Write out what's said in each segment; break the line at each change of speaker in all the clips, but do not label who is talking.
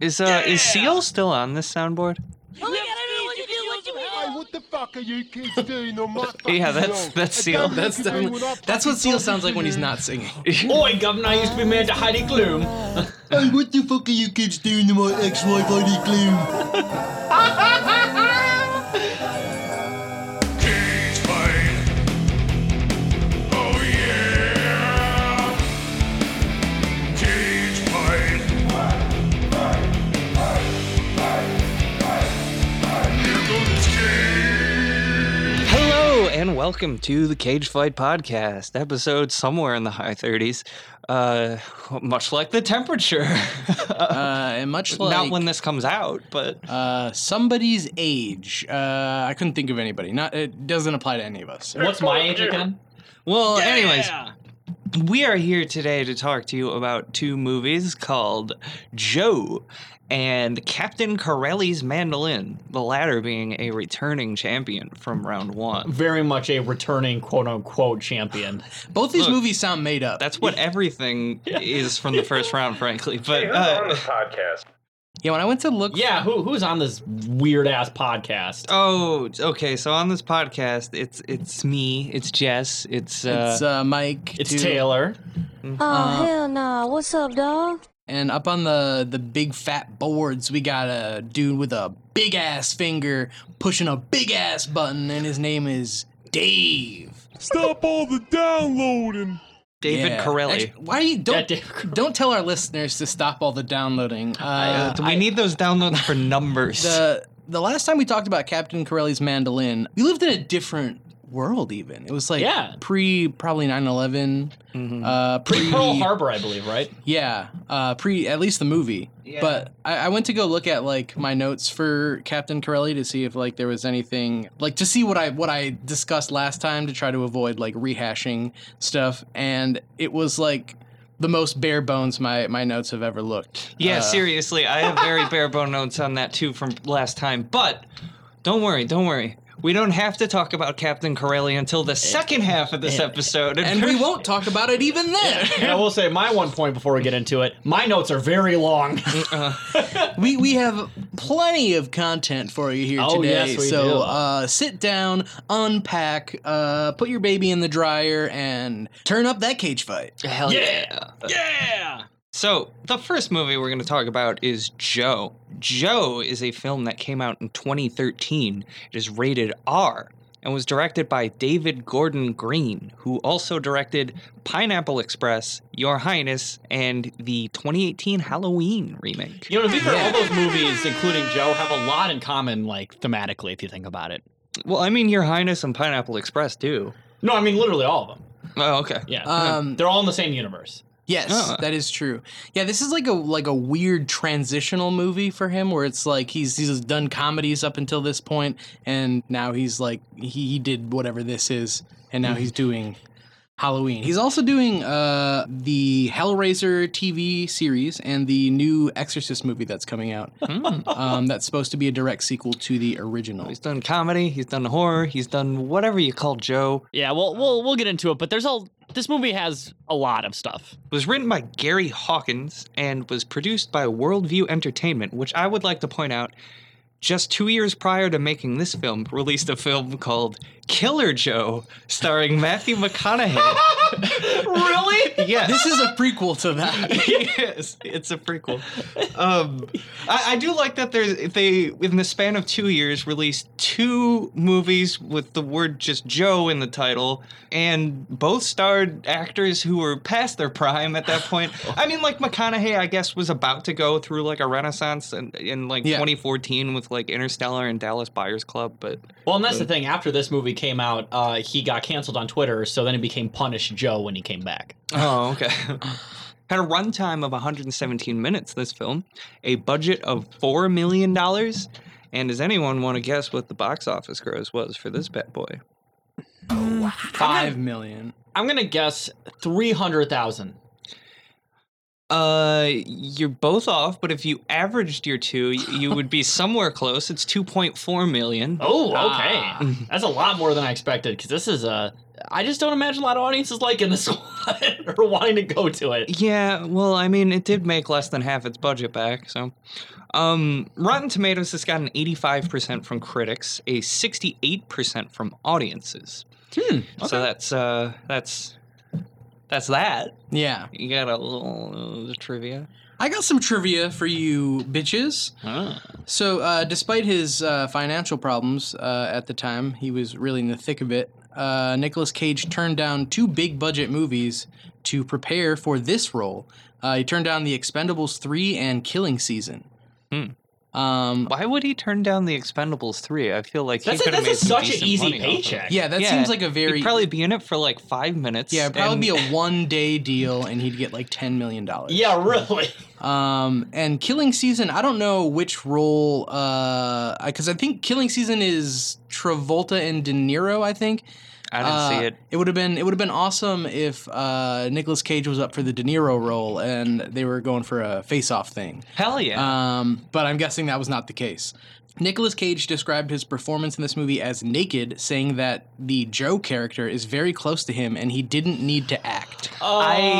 Is uh is Seal still on this soundboard?
Oh my god, I don't know what to do, what to do.
Hey, what the fuck are you kids doing on my
Oh,
fucking
Yeah, that's
lawn?
that's
I
Seal.
don't
That's
think anyone
definitely,
up
that's
fucking
what Seal
talking
sounds
to
like when he's
you.
not singing.
Oi, governor, I used to be married to Heidi Klum.
Hey, what the fuck are you kids doing to my ex-wife Heidi Klum?
Hello and welcome to the Cage Fight Podcast, episode somewhere in the high 30s, uh, much like the temperature.
Uh, and much like
Not when this comes out, but
uh, somebody's age, uh, I couldn't think of anybody. Not it doesn't apply to any of us.
What's my age again?
well, anyways,
Yeah.
we are here today to talk to you about two movies called Joe and Captain Corelli's Mandolin, the latter being a returning champion from round 1.
Very much a returning quote unquote champion.
Both these
Look,
movies sound made up.
That's what everything is from the first round, frankly. But uh,
yeah, when I went to look,
Yeah, who who's on this weird ass podcast?
Oh, okay. So on this podcast, it's it's me, it's Jess, it's uh,
it's uh, Mike.
it's
dude.
Taylor.
Oh, hell nah. What's up, dog?
And up on the the big fat boards, we got a dude with a big ass finger pushing a big ass button, and his name is Dave.
Stop all the downloading.
David
Yeah.
Corelli.
Actu- why you don't
Yeah, Dave Corelli.
don't tell our listeners to stop all the downloading?
Uh,
Uh,
we need those downloads for numbers.
the the last time we talked about Captain Corelli's mandolin, we lived in a different world. Even it was like
Yeah. Mm-hmm.
pre probably 9-11, uh, pre
Pearl Harbor, I believe, right?
Yeah, uh, pre at least the movie.
Yeah.
But I, I went to go look at like my notes for Captain Corelli to see if like there was anything like to see what I what I discussed last time to try to avoid like rehashing stuff, and it was like the most bare bones my my notes have ever looked.
yeah,
Uh,
seriously, I have very bare bone notes on that too from last time. But don't worry, don't worry. We don't have to talk about Captain Corelli until the second half of this episode,
And we won't talk about it even then.
And I will say my one point before we get into it. My notes are very long.
We we have plenty of content for you here
Oh,
today.
yes, we
so
do.
uh sit down, unpack, uh put your baby in the dryer and turn up that cage fight.
Hell
Yeah. yeah.
So, the first movie we're going to talk about is Joe. Joe is a film that came out in 2013. It is rated R and was directed by David Gordon Green, who also directed Pineapple Express, Your Highness, and the 2018 Halloween remake.
You know, to be fair, all those movies, including Joe, have a lot in common, like thematically, if you think about it.
Well, I mean, Your Highness and Pineapple Express, too.
No, I mean literally all of them.
Oh, okay.
Yeah,
Um,
they're all in the same universe.
Yes,
Ah.
that is true. Yeah, this is like a like a weird transitional movie for him where it's like he's he's done comedies up until this point and now he's like he, he did whatever this is and now he's doing Halloween. He's also doing uh the Hellraiser TV series and the new Exorcist movie that's coming out. um that's supposed to be a direct sequel to the original.
He's done comedy, he's done horror, he's done whatever you call Joe.
Yeah, well, we'll we'll get into it, but there's all this movie has a lot of stuff.
was written by Gary Hawkins and was produced by Worldview Entertainment, which I would like to point out just two years prior to making this film, released a film called Killer Joe, starring Matthew McConaughey.
really?
yes.
This is a prequel to that.
yes, it's a prequel. Um, I, I do like that there's they in the span of two years released two movies with the word just Joe in the title, and both starred actors who were past their prime at that point. I mean, like McConaughey, I guess, was about to go through like a renaissance in, in like
Yeah.
2014 with like Interstellar and Dallas Buyers Club, but
Well, and that's the thing. After this movie came out, uh, he got canceled on Twitter, so then it became Punish Joe when he came back.
Oh, okay. Had a runtime of 117 minutes, this film, a budget of $4 million. And does anyone want to guess what the box office gross was for this bad boy?
Five million.
I'm gonna guess three hundred thousand.
Uh, you're both off, but if you averaged your two, y- you would be somewhere close. It's 2.4 million.
Ah. Oh, okay. That's a lot more than I expected because this is a I just don't imagine a lot of audiences liking this one or wanting to go to it.
Yeah, well, I mean, it did make less than half its budget back, so. Um, Rotten Tomatoes has got an 85% from critics, a 68% from audiences.
Hmm,
So that's uh, that's that's that.
Yeah.
You got a little uh, trivia.
I got some trivia for you bitches. So, uh, despite his uh, financial problems uh, at the time, he was really in the thick of it. Uh, Nicolas Cage turned down two big budget movies to prepare for this role. Uh, he turned down The Expendables 3 and Killing Season. Um,
Why would he turn down the Expendables three? I feel like
That's,
he
a,
could have
that's
made
a,
some
such an
decent
easy
money off of it.
paycheck.
yeah, that
Yeah,
seems like a very.
He'd probably be in it for like five minutes.
yeah, it'd probably
and-
be a one day deal and he'd get like $10 million.
Yeah, really.
Um, and Killing Season, I don't know which role, uh, because I think Killing Season is Travolta and De Niro. I think.
I didn't
Uh,
see it.
It would have been it would have been awesome if uh, Nicolas Cage was up for the De Niro role and they were going for a face off thing.
Hell yeah.
Um, but I'm guessing that was not the case. Nicolas Cage described his performance in this movie as naked, saying that the Joe character is very close to him and he didn't need to act.
I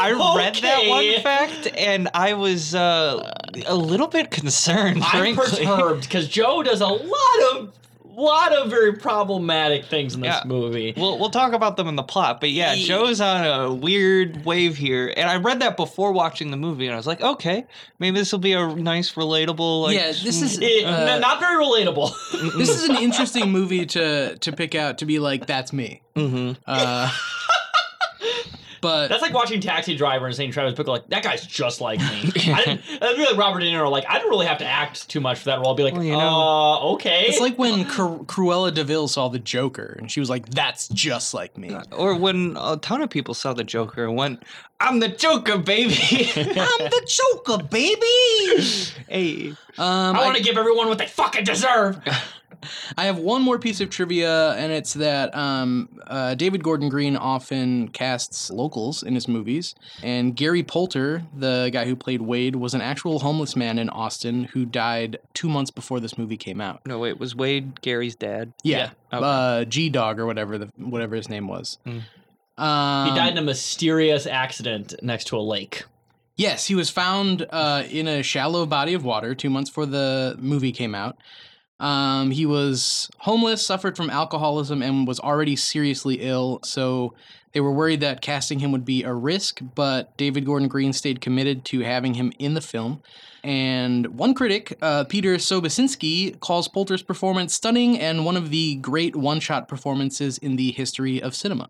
I
read that one fact and I was uh, a little bit concerned,
I'm
frankly.
perturbed because Joe does a lot of lot of very problematic things in this
Yeah.
movie.
We'll, we'll talk about them in the plot, but yeah,
Ye-
Joe's on a weird wave here, and I read that before watching the movie, and I was like, okay, maybe this will be a nice, relatable. Like, hmm.
yeah, this is
It-
uh,
n- not very relatable.
this is an interesting movie to to pick out to be like that's me.
Mhm.
Uh, but
That's like watching Taxi Driver and saying Travis Bickle, like that guy's just like me. I didn't- That'd be like Robert De Niro, like I don't really have to act too much for that role. I'd be like,
Well, you know-
uh, okay.
it's like when Cru- Cruella Deville saw the Joker and she was like, "That's just like me."
Or when a ton of people saw the Joker and went, "I'm the Joker, baby."
I'm the Joker, baby.
hey,
Um,
I
I,
want to give everyone what they fucking deserve.
I have one more piece of trivia, and it's that um, uh, David Gordon Green often casts locals in his movies, and Gary Polter, the guy who played Wade, was an actual homeless man in Austin who died two months before this movie came out.
no, wait, was Wade Gary's dad?
Yeah.
Yeah, okay.
Uh, G Dog or whatever the whatever his name was.
Mm.
Um,
Hmm. he died in a mysterious accident next to a lake.
Yes, he was found uh, in a shallow body of water two months before the movie came out. Um, he was homeless, suffered from alcoholism, and was already seriously ill. So they were worried that casting him would be a risk, but David Gordon Green stayed committed to having him in the film. And one critic, uh, Peter Sobosinski, calls Polter's performance stunning and one of the great one shot performances in the history of cinema.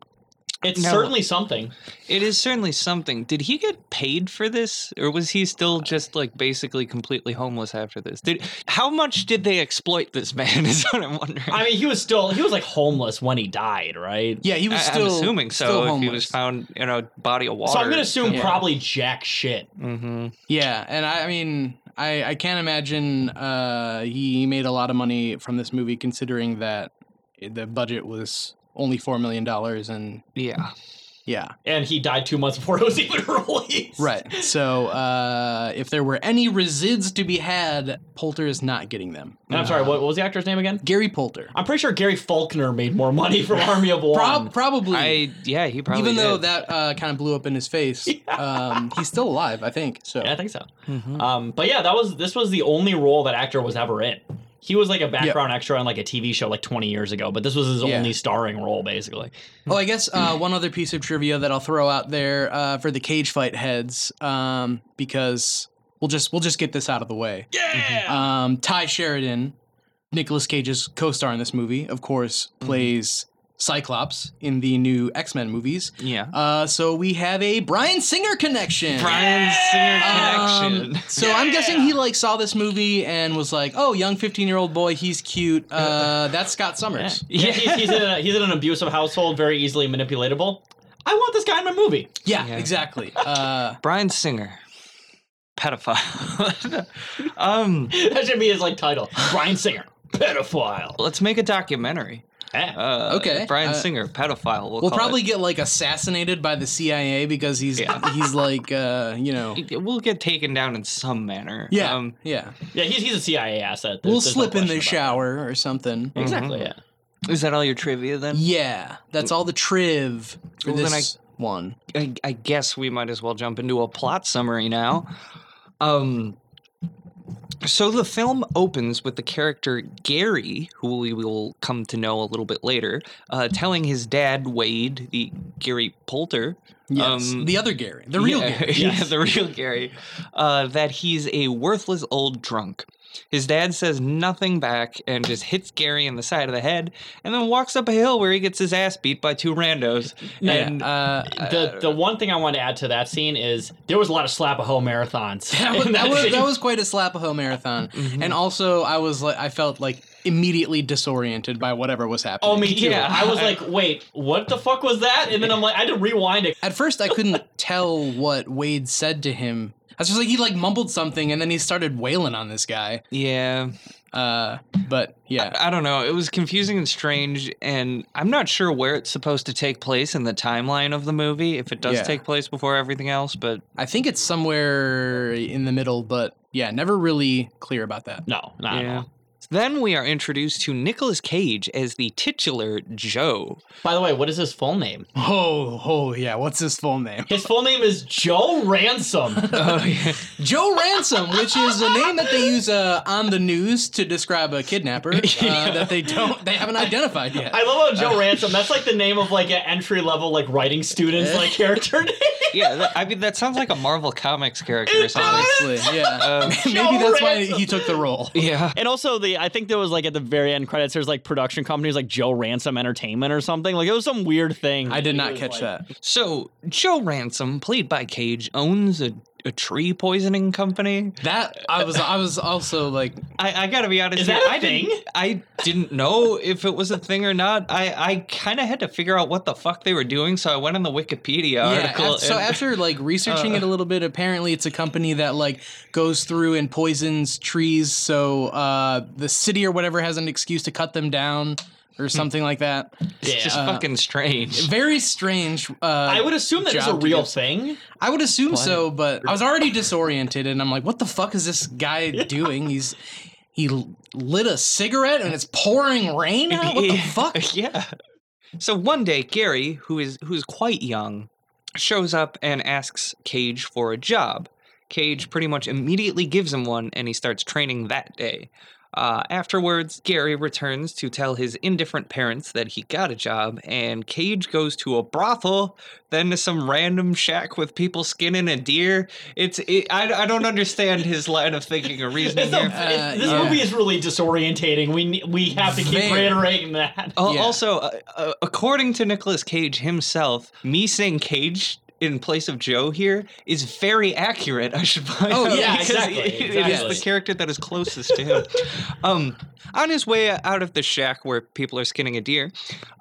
It's
No.
certainly something.
It is certainly something. Did he get paid for this, or was he still just like basically completely homeless after this? Did how much did they exploit this man? Is what I'm wondering.
I mean, he was still he was like homeless when he died, right?
Yeah, he was
I-
still.
I'm assuming so.
still
if he
homeless.
was found in a body of water,
So I'm gonna assume
Yeah.
probably jack shit.
hmm
Yeah, and I, I mean, I, I can't imagine uh, he made a lot of money from this movie, considering that the budget was only four million dollars, and
Yeah,
yeah,
And he died two months before it was even released.
right. So uh, if there were any resids to be had, Polter is not getting them.
And I'm sorry, what, what was the actor's name again?
Gary Polter,
I'm pretty sure Gary Faulkner made more money from Army of One.
Prob- probably.
I yeah he probably
Hmm. even though
did.
that uh, kind of blew up in his face, um, he's still alive, I think. So
Yeah, I think so.
Mhm.
Um, but yeah, that was this was the only role that actor was ever in. He was like a background extra on like a TV show like 20 years ago, but this was his
Yeah.
only starring role basically.
Oh, I guess uh, one other piece of trivia that I'll throw out there uh, for the cage fight heads, um, because we'll just we'll just get this out of the way.
Yeah.
Um, Ty Sheridan, Nicolas Cage's co-star in this movie, of course, plays Cyclops in the new X Men movies.
yeah
Uh, so we have a Brian Singer connection.
Brian Singer
Um,
connection.
so I'm guessing he like saw this movie and was like, "Oh, young 15 year old boy, he's cute." Uh, that's Scott Summers.
Yeah, he's, he's, in a, he's in an abusive household, very easily manipulatable. I want this guy in my movie.
Yeah,
Yeah.
exactly. Uh,
Brian Singer, pedophile. um,
That should be his like title. Brian Singer, pedophile. Eh.
let's make a documentary.
Yeah.
Uh,
Okay,
Brian
uh,
Singer, pedophile. We'll,
We'll
call
probably get like assassinated by the CIA because he's
Yeah.
he's like uh you know
it. we'll get taken down in some manner.
yeah
Um,
yeah
yeah, he's he's a CIA asset. There's-
we'll
there's no
slip in the
question about
shower or something
it. Exactly. Yeah.
Is that all your trivia then?
Yeah, that's all the triv for
Well,
this
then I-
one.
I, I guess we might as well jump into a plot summary now. Um, so the film opens with the character Gary, who we will come to know a little bit later, uh, telling his dad Wade, the Gary Poulter,
Yes,
um,
the other Gary, the real
yeah,
Gary.
yeah, the real Gary, uh, that he's a worthless old drunk. His dad says nothing back and just hits Gary in the side of the head, and then walks up a hill where he gets his ass beat by two randos. And
And uh,
The the one thing I want to add to that scene is there was a lot of slap a hoe marathons.
that, was,
in
that, was,
scene.
that was quite a slap a hoe marathon.
Mm-hmm.
And also, I was like, I felt like immediately disoriented by whatever was happening.
Oh, me too.
Yeah.
I was like, wait, what the fuck was that? And then I'm like, I had to rewind it.
At first, I couldn't tell what Wade said to him. I was just like, he like mumbled something, and then he started wailing on this guy.
yeah,
Uh, but yeah,
I don't know. It was confusing and strange, and I'm not sure where it's supposed to take place in the timeline of the movie. If it does
Yeah.
take place before everything else, but
I think it's somewhere in the middle. But yeah, never really clear about that.
No, not at all.
Then we are introduced to Nicolas Cage as the titular Joe.
By the way, what is his full name?
Oh, oh yeah. What's his full name?
His full name is Joe Ransom.
Oh yeah.
Joe Ransom, which is a name that they use uh, on the news to describe a kidnapper uh, that they don't, they haven't identified yet.
I love how Joe Ransom. That's like the name of like an entry level like writing student's like character name.
yeah, that, I mean that sounds like a Marvel Comics character or something.
Honestly, yeah.
Um,
Maybe that's why
Ransom.
he took the role.
yeah,
And also the I think there was like at the very end credits there's like production companies like Joe Ransom Entertainment or something. Like it was some weird thing.
I did not
was
catch
like-
that.
so Joe Ransom, played by Cage, owns a, a tree poisoning company.
That I was, I was also like,
I, I gotta be honest.
Is
here,
that a
I
thing?
Didn't, I didn't know if it was a thing or not. I, I kind of had to figure out what the fuck they were doing, so I went on the Wikipedia
yeah.
article.
af- so
and-
after like researching
Uh.
it a little bit, apparently it's a company that like goes through and poisons trees, so uh, the city or whatever has an excuse to cut them down or something like that.
Hmm.
Uh,
Yeah.
it's just fucking strange.
Very strange. Uh,
I would assume that is a
Job to
real
give-
thing.
I would assume so, but I was already disoriented, and I'm like, "What the fuck is this guy doing? He's he l- lit a cigarette, and it's pouring rain out. What the fuck?"
yeah. So one day, Gary, who is who's quite young, shows up and asks Cage for a job. Cage pretty much immediately gives him one, and he starts training that day. Uh, afterwards, Gary returns to tell his indifferent parents that he got a job, and Cage goes to a brothel, then to some random shack with people skinning a deer. It's it, I, I don't understand his line of thinking or reasoning
It's a-
here.
it's- this
Uh, yeah.
movie is really disorientating. We ne- we have to keep
Very.
reiterating that.
Al
Yeah.
Also, uh, uh, according to Nicolas Cage himself, me saying Cage in place of Joe here is very accurate. I should point
Oh,
out,
yeah,
because
exactly,
it- It
exactly.
is the character that is closest to him. um, on his way out of the shack where people are skinning a deer,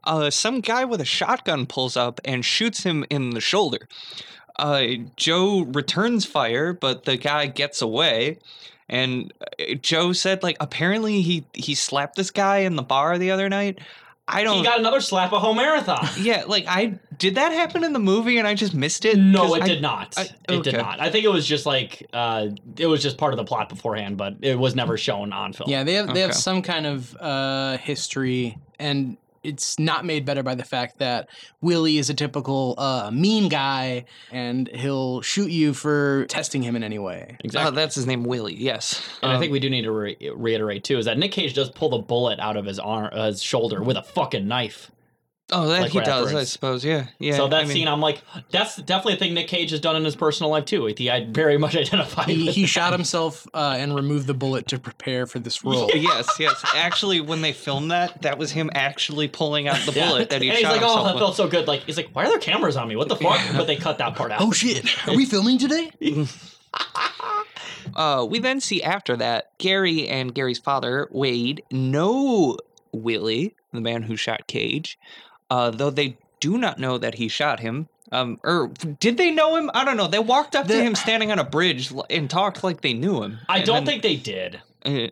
uh, some guy with a shotgun pulls up and shoots him in the shoulder. Uh, Joe returns fire, but the guy gets away. And uh, Joe said, like, apparently he he slapped this guy in the bar the other night. I
He
don't.
got another slap a home marathon.
yeah, like I did that happen in the movie, and I just missed it.
No,
'Cause
it
I-
did not.
I-
It did
okay.
not. I think it was just like uh, it was just part of the plot beforehand, but it was never shown on film.
Yeah, they have they have
Okay.
some kind of uh, history, and it's not made better by the fact that Willie is a typical uh, mean guy, and he'll shoot you for testing him in any way.
Oh,
exactly.
that's his name, Willie. Yes,
and I
Um,
think we do need to re- reiterate too is that Nick Cage does pull the bullet out of his arm, uh, his shoulder with a fucking knife.
Oh, that
like
he
right
does, I
afterwards.
suppose. Yeah, yeah.
so that
I mean-
scene, I'm like, that's definitely a thing Nick Cage has done in his personal life too. He I very much identified.
He,
with
he
that.
shot himself uh, and removed the bullet to prepare for this role.
yes, yes. Actually, when they filmed that, that was him actually pulling out the
Yeah.
bullet that he
and
shot
he's like,
himself
oh, that
with."
felt so good. Like he's like, why are there cameras on me? What the fuck? But they cut that part out.
Oh shit, are we filming today?
Uh, we then see after that Gary and Gary's father, Wade, know Willie, the man who shot Cage, uh, though they do not know that he shot him. Um, or did they know him? I don't know. They walked up to
The-
him standing on a bridge l- and talked like they knew him.
I
And
don't
then-
think they did.
uh,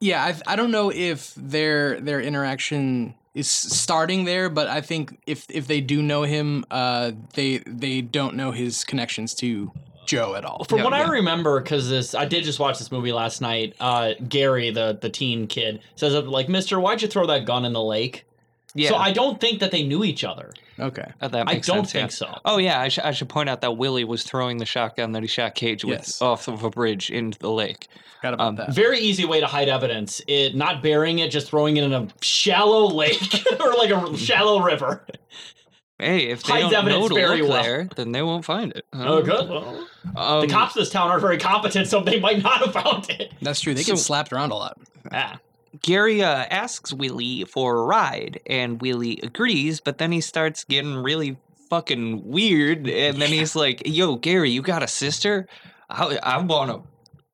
Yeah, I've, I don't know if their their interaction is starting there, but I think if if they do know him, uh, they they don't know his connections to Joe at all.
From
Yeah,
what
yeah.
I remember, because this I did just watch this movie last night. Uh, Gary, the the teen kid, says like, "Mister, why'd you throw that gun in the lake?"
Yeah.
So I don't think that they knew each other.
Okay.
Oh, that
I
makes
don't
sense,
think
yeah.
so.
Oh yeah, I, sh- I should point out that Willie was throwing the shotgun that he shot Cage with
Yes.
off of a bridge into the lake.
Forgot about
Um,
that.
Very easy way to hide evidence. It not burying it, just throwing it in a shallow lake or like a shallow river.
Hey, if they
Hides
don't know
evidence
to
very
look
well.
there, then they won't find it.
Oh, good. Well,
Um,
the cops of this town aren't very competent, so they might not have found it.
That's true. They
so-
get slapped around a lot.
Ah.
Gary uh, asks Willie for a ride, and Willie agrees, but then he starts getting really fucking weird. And then he's like, Yo, Gary, you got a sister? I, I want to.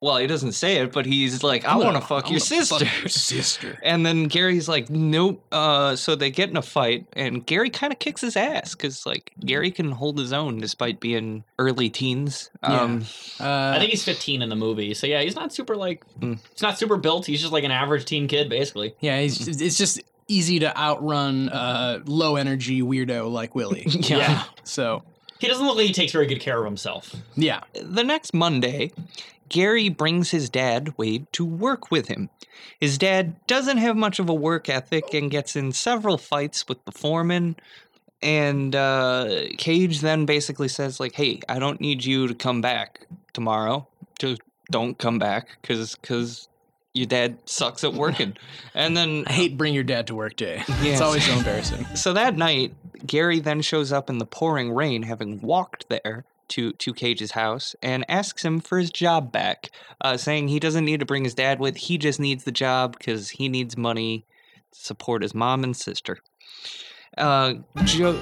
Well, he doesn't say it, but he's like, I want to fuck your sister.
your sister.
And then Gary's like, nope. Uh, so they get in a fight, and Gary kind of kicks his ass because, like, Gary can hold his own despite being early teens. Um,
I
Uh,
think he's 15 in the movie, so yeah, he's not super like
Mm.
he's not super built. He's just like an average teen kid, basically.
yeah, it's,
Mm.
it's just easy to outrun uh, low energy weirdo like Willie.
yeah.
Yeah.
So
He doesn't look like he takes very good care of himself.
yeah,
The next Monday, Gary brings his dad, Wade, to work with him. His dad doesn't have much of a work ethic and gets in several fights with the foreman. And uh, Cage then basically says, like, hey, I don't need you to come back tomorrow. Just don't come back because cause your dad sucks at working. and then
I hate bring your dad to work day.
Yes.
It's always so embarrassing.
so that night, Gary then shows up in the pouring rain, having walked there to to Cage's house, and asks him for his job back, uh, saying he doesn't need to bring his dad with. He just needs the job because he needs money to support his mom and sister. Uh, Joe.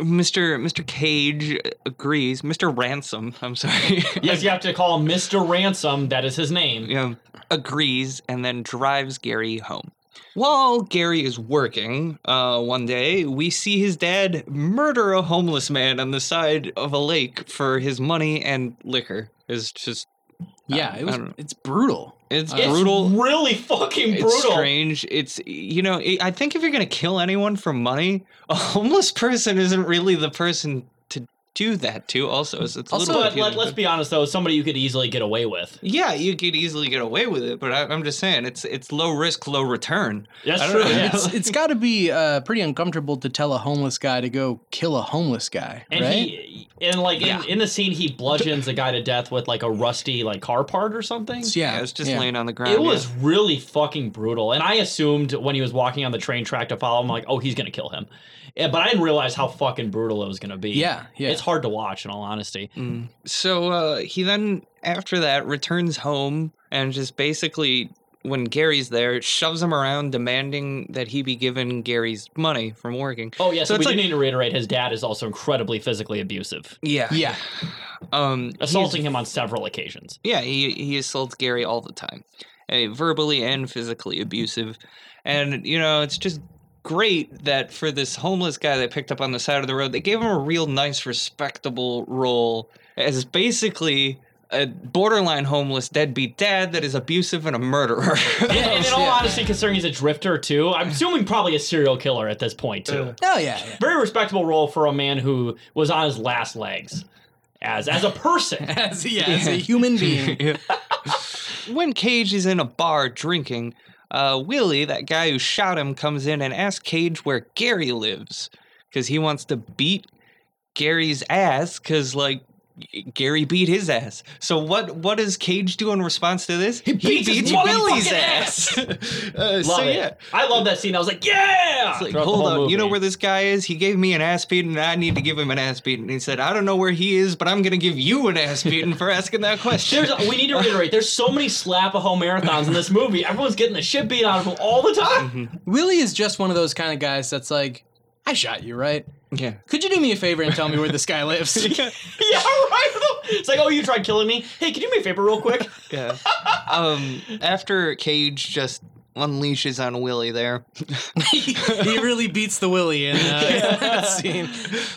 Mr. Mr. Cage agrees. Mr. Ransom, I'm sorry.
Yes, you have to call him Mr. Ransom. That is his name.
you know, agrees and then drives Gary home. While Gary is working uh, one day, we see his dad murder a homeless man on the side of a lake for his money and liquor. It's just,
Yeah, it was.
don't know.
It's brutal.
it's
Uh, It's
brutal.
really fucking brutal.
It's strange. It's, you know, i I think if you're going to kill anyone for money, a homeless person isn't really the person to do that to, also. So it's a
Also,
little
But let,
confusing,
let's
but-
be honest though, somebody you could easily get away with.
Yeah, you could easily get away with it, but I, I'm just saying it's it's low risk, low return.
That's
I don't
true.
know.
Yeah.
It's, it's got to be uh, pretty uncomfortable to tell a homeless guy to go kill a homeless guy,
And
right?
he and like
Yeah.
in, in the scene he bludgeons a guy to death with like a rusty like car part or something.
So, yeah,
Yeah, it's just
yeah.
laying on the ground.
It
yeah.
was really fucking brutal. And I assumed when he was walking on the train track to follow him, like, oh, he's gonna kill him. Yeah, but I didn't realize how fucking brutal it was gonna be.
Yeah, yeah.
It's hard to watch in all honesty.
Mm. So uh, he then, after that, returns home and just basically, when Gary's there, shoves him around, demanding that he be given Gary's money from working.
Oh yeah,
So
so,
it's
we do
like-
need to reiterate his dad is also incredibly physically abusive.
Yeah.
yeah,
Um, he's-
Assaulting him on several occasions.
Yeah, he, he assaults Gary all the time, eh, verbally and physically abusive. And, you know, it's just great that for this homeless guy they picked up on the side of the road, they gave him a real nice, respectable role as basically a borderline homeless deadbeat dad that is abusive and a murderer.
And, and
oh,
in all
Yeah.
honesty, considering he's a drifter too, I'm assuming probably a serial killer at this point too.
oh yeah, yeah.
Very respectable role for a man who was on his last legs as as a person.
As, yeah, as a human being.
when Cage is in a bar drinking, uh, Willie, that guy who shot him, comes in and asks Cage where Gary lives because he wants to beat Gary's ass because, like, Gary beat his ass. So what? What does Cage do in response to this? He
beats his motherfucking ass.
uh,
Love
so
it.
yeah,
I love that scene. I was like, yeah.
it's like,
Throughout the
hold
whole
on. You know
movie.
where this guy is? He gave me an ass beating, and I need to give him an ass beating. And he said, I don't know where he is, but I'm gonna give you an ass beating for asking that question.
There's, we need to reiterate. There's so many slap a home marathons in this movie. Everyone's getting the shit beat out of them all the time.
Mm-hmm.
Willie is just one of those kind of guys that's like, I shot you, right?
yeah.
Could you do me a favor and tell me where this guy lives?
yeah, right. It's like, oh, you tried killing me. Hey, can you do me a favor real quick?
Yeah. Um, after Cage just unleashes on Willie there,
he really beats the Willie in uh, that scene.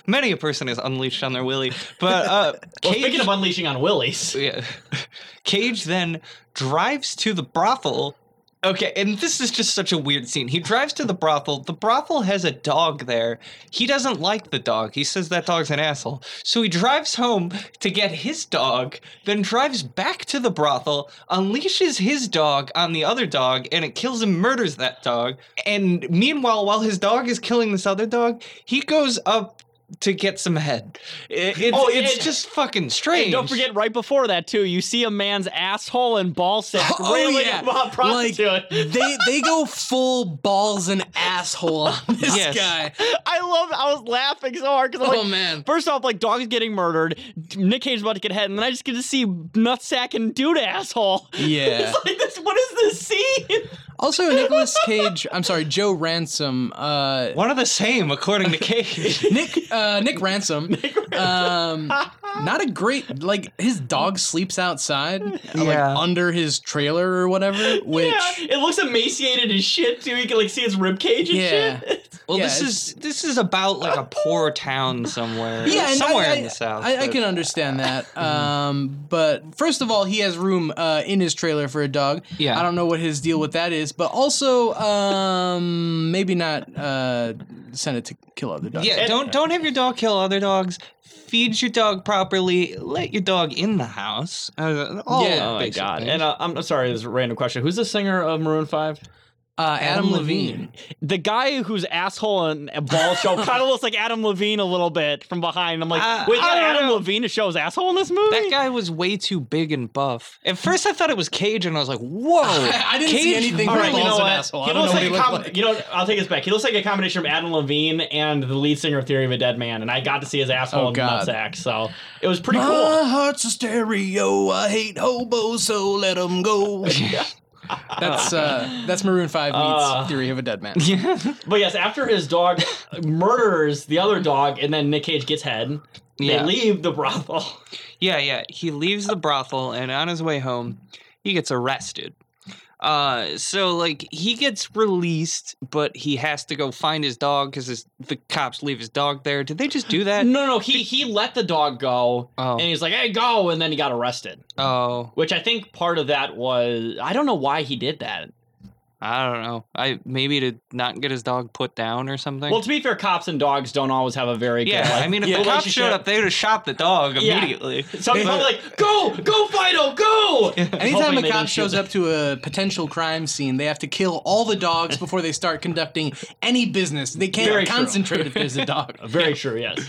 many a person is unleashed on their Willie. But uh,
Well,
Cage,
speaking of unleashing on willies,
yeah. Cage then drives to the brothel Okay, and this is just such a weird scene. He drives to the brothel. The brothel has a dog there. He doesn't like the dog. He says that dog's an asshole. So he drives home to get his dog, then drives back to the brothel, unleashes his dog on the other dog, and it kills and murders that dog. And meanwhile, while his dog is killing this other dog, he goes up to get some head. It- it's,
Oh,
it's
and-
just fucking strange.
And don't forget, right before that too, you see a man's asshole and ball sack
Oh,
railing
yeah.
about a prostitute.
Like, they they go full balls and asshole on this
Yes.
guy.
I love. I was laughing so hard because I'm
Oh
like,
man.
First off, like dog's getting murdered, Nick Cage is about to get head, and then I just get to see nutsack and dude asshole.
Yeah.
It's like this. What is this scene?
Also, Nicolas Cage. I'm sorry, Joe Ransom. Uh,
One of the same, according to Cage.
Nick uh, Nick Ransom. Um, not a great like his dog sleeps outside, like
Yeah.
under his trailer or whatever. Which
Yeah, it looks emaciated as shit too. You can like see its rib cage and
Yeah.
shit.
Well,
Yeah,
this
it's-
is this is about like a poor town somewhere.
yeah, and
somewhere
I,
in the south.
I, I
but- Mm-hmm.
can understand that. Um, but first of all, he has room uh, in his trailer for a dog.
Yeah.
I don't know what his deal with that is, but also um, maybe not uh, send it to kill other dogs.
Yeah, don't don't have your dog kill other dogs. Feed your dog properly. Let your dog in the house. Uh, all
Yeah.
the
Oh my
basic
god!
things.
And uh, I'm I'm sorry. This is a random question. Who's the singer of Maroon Five?
Uh, Adam,
Adam
Levine.
Levine.
The guy whose asshole and a ball show kind of looks like Adam Levine a little bit from behind. I'm like,
Uh,
wait,
I
got
don't
Adam
know.
Levine to show his asshole in this movie?
that guy was way too big and buff. At first, I thought it was Cage, and I was like, "Whoa!"
I didn't see
Cage-
anything
All
with
right,
balls
you know
and
what?
asshole. I
He
don't
looks
know what
like a
he
com-
looked like.
you know. I'll take this back. He looks like a combination of Adam Levine and the lead singer of Theory of a Dead Man. And I got to see his asshole
Oh,
and
God. Ah.
nutsack, so it was pretty
My
cool.
heart's a stereo. I hate hobos, so let 'em go. that's uh, that's Maroon Five meets
Uh.
Theory of a Dead Man.
But yes, after his dog murders the other dog, and then Nick Cage gets head,
Yeah.
they leave the brothel.
Yeah, yeah. He leaves the brothel, and on his way home, he gets arrested. Uh, so like he gets released, but he has to go find his dog because the cops leave his dog there. Did they just do that?
No, no, he he let the dog go,
Oh.
and he's like, "Hey, go!" And then he got arrested.
Oh,
Which I think part of that was I don't know why he did that.
I don't know. I maybe to not get his dog put down or something.
Well, to be fair, cops and dogs don't always have a very
yeah,
good. Like,
I mean, if
yeah,
the cops
relationship.
showed up, they would have shot the dog
Yeah.
immediately.
So he's probably like, "Go, go, Fido, go!"
Anytime
Hoping
a
they
cop
didn't shoot
shows
them.
up to a potential crime scene, they have to kill all the dogs before they start conducting any business. They can't
Very true.
concentrate if there's a dog.
very sure, yes.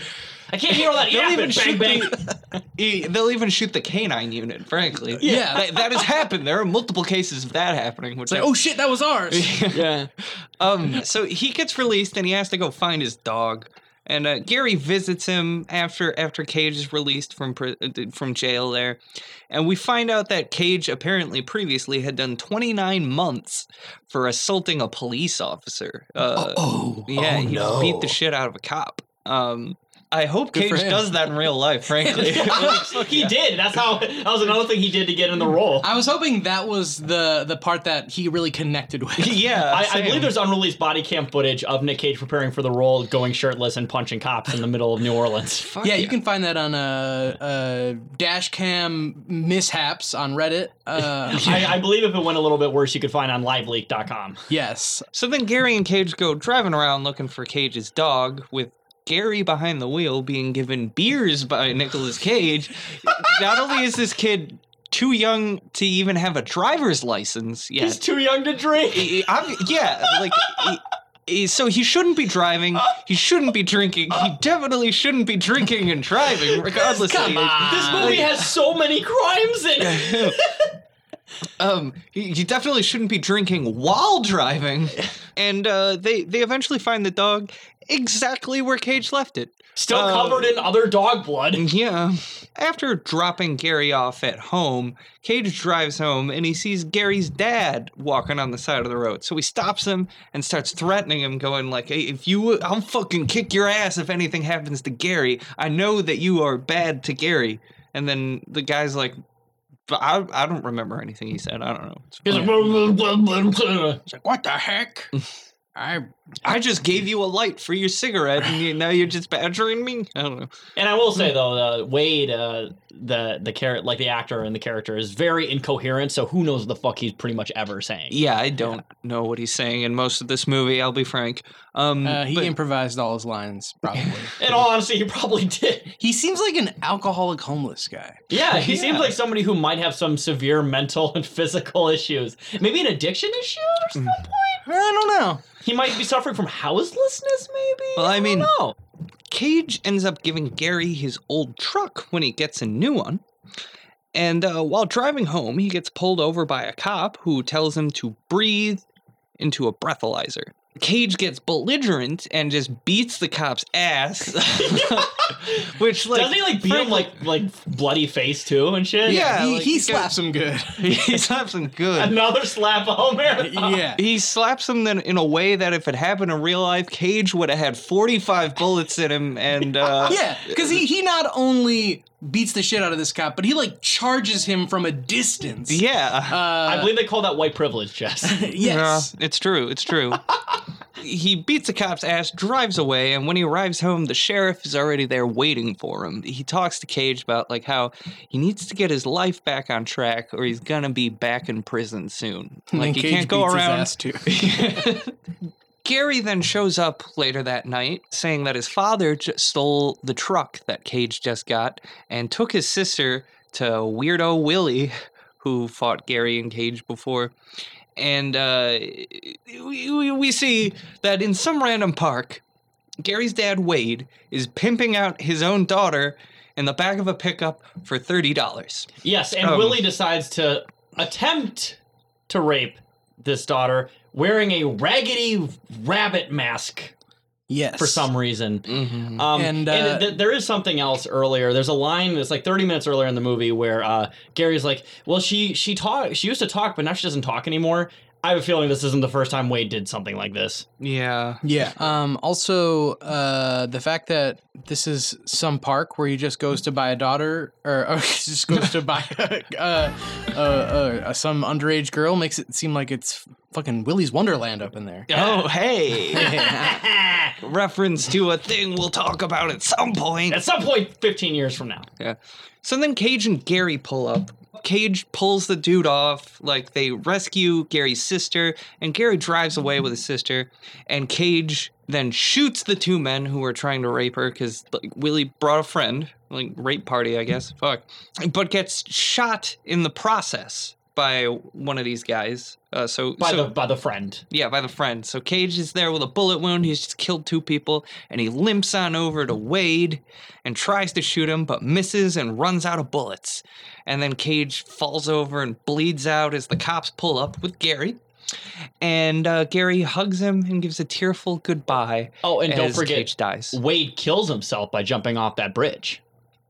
I can't hear all that. Yeah,
even
bang,
shoot
bang.
E- They'll even shoot the canine unit. Frankly,
Yeah.
that, that has happened. There are multiple cases of that happening. Which
It's like, oh shit, that was ours.
yeah.
Um, so he gets released and he has to go find his dog. And uh, Gary visits him after after Cage is released from pri- uh, from jail there, and we find out that Cage apparently previously had done 29 months for assaulting a police officer. Uh,
Oh,
yeah,
oh,
he
no.
beat the shit out of a cop. Um, I hope
Good for
Cage
him.
does that in real life. Frankly,
he did. That's how. That was another thing he did to get in the role.
Uh,
I was hoping that was the the part that he really connected with.
yeah,
I, I
same.
believe there's unreleased body cam footage of Nick Cage preparing for the role, going shirtless and punching cops in the middle of New Orleans.
Fuck
Yeah, you can find that on uh, uh, dash cam mishaps on Reddit. Uh,
I, I believe if it went a little bit worse, you could find on liveleak.com.
yes,
So then Gary and Cage go driving around looking for Cage's dog, with Gary behind the wheel being given beers by Nicolas Cage. Not only is this kid too young to even have a driver's license
He's
yet,
too young to drink.
I- I'm- yeah, like. i- i- So he shouldn't be driving. He shouldn't be drinking. He definitely shouldn't be drinking and driving, regardless of the age.
This movie has so many crimes in it.
Um, you you definitely shouldn't be drinking while driving. And uh, they they eventually find the dog exactly where Cage left it.
Still
Uh,
covered in other dog blood.
Yeah. After dropping Gary off at home, Cage drives home and he sees Gary's dad walking on the side of the road. So he stops him and starts threatening him, going like, "Hey, if you, I'll fucking kick your ass if anything happens to Gary. I know that you are bad to Gary." And then the guy's like, "But I, I don't remember anything he said. I don't know." It's
He's like, "Blah, blah, blah, blah, blah."
It's like, what the heck? I
I just gave you a light for your cigarette, and you, now you're just badgering me. I don't know.
And I will say though, uh, Wade, uh, the the character, like the actor and the character, is very incoherent. So who knows what the fuck he's pretty much ever saying?
Yeah, I don't know what he's saying in most of this movie. I'll be frank. Um,
uh, he
but-
improvised all his lines probably.
In all honesty, he probably did.
he seems like an alcoholic homeless guy.
Yeah, he seems
Yeah.
like somebody who might have some severe mental and physical issues. Maybe an addiction issue or something.
I don't know.
He might be suffering from houselessness, maybe.
Well, I mean-
no.
Cage ends up giving Gary his old truck when he gets a new one. And uh, while driving home, he gets pulled over by a cop who tells him to breathe into a breathalyzer. Cage gets belligerent and just beats the cop's ass. Which, like,
Doesn't he like beat him like like bloody face too and shit?
Yeah,
he,
like,
he
you
slaps him good.
he slaps him good.
Another slap oh, all marathon.
yeah.
He slaps him then in a way that if it happened in real life, Cage would have had 45 bullets in him and uh,
Yeah, because he, he not only beats the shit out of this cop, but he like charges him from a distance.
yeah.
Uh,
I believe they call that white privilege, Jess.
yes.
Yeah, it's true. It's true. he beats the cop's ass, drives away, and when he arrives home, the sheriff is already there waiting for him. He talks to Cage about like how he needs to get his life back on track, or he's gonna be back in prison soon.
And
Like he can't
Cage
go
beats his
around
ass, too.
Gary then shows up later that night saying that his father j- stole the truck that Cage just got and took his sister to Weirdo Willie, who fought Gary and Cage before. And uh, we, we- we see that in some random park, Gary's dad, Wade, is pimping out his own daughter in the back of a pickup for $30.
Yes, and
Um,
Willie decides to attempt to rape this daughter wearing a raggedy rabbit mask
yes.
for some reason.
Mm-hmm.
Um,
And,
and
uh,
th- there is something else earlier. There's a line that's like 30 minutes earlier in the movie where uh, Gary's like, "Well, she she talk she used to talk, but now she doesn't talk anymore." I have a feeling this isn't the first time Wade did something like this.
Yeah.
Yeah. Um, also, uh, the fact that this is some park where he just goes to buy a daughter, or, or he just goes to buy a, uh, uh, uh, some underage girl, makes it seem like it's fucking Willy's Wonderland up in there.
Oh, hey.
Yeah.
Reference to a thing we'll talk about at some point.
At some point, 15 years from now,
Yeah. So then Cage and Gary pull up. Cage pulls the dude off. Like they rescue Gary's sister, and Gary drives away with his sister. And Cage then shoots the two men who were trying to rape her because like, Willie brought a friend, like rape party, I guess. Fuck. But gets shot in the process by one of these guys. Uh, so
by
so,
the by the friend.
yeah, by the friend. So Cage is there with a bullet wound. He's just killed two people, and he limps on over to Wade and tries to shoot him, but misses and runs out of bullets. And then Cage falls over and bleeds out as the cops pull up with Gary. And uh, Gary hugs him and gives a tearful goodbye.
Oh, and don't
as
forget-
Cage dies.
Wade kills himself by jumping off that bridge.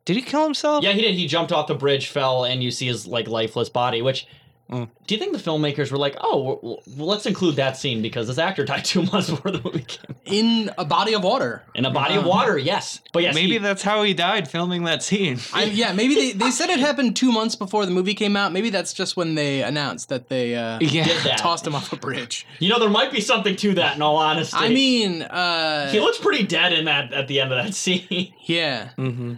Did he kill himself?
Yeah, he did. He jumped off the bridge, fell, and you see his like lifeless body. Which,
Mm.
do you think the filmmakers were like, "Oh, well, well, let's include that scene because this actor died two months before the movie came."
In a body of water.
In a body of water, yes, but yes,
Maybe
he-
that's how he died filming that scene.
I, yeah, maybe they, they said it happened two months before the movie came out. Maybe that's just when they announced that they uh,
did that.
tossed him off a bridge.
You know, there might be something to that. In all honesty,
I mean, uh,
he looks pretty dead in that at the end of that scene.
yeah.
hmm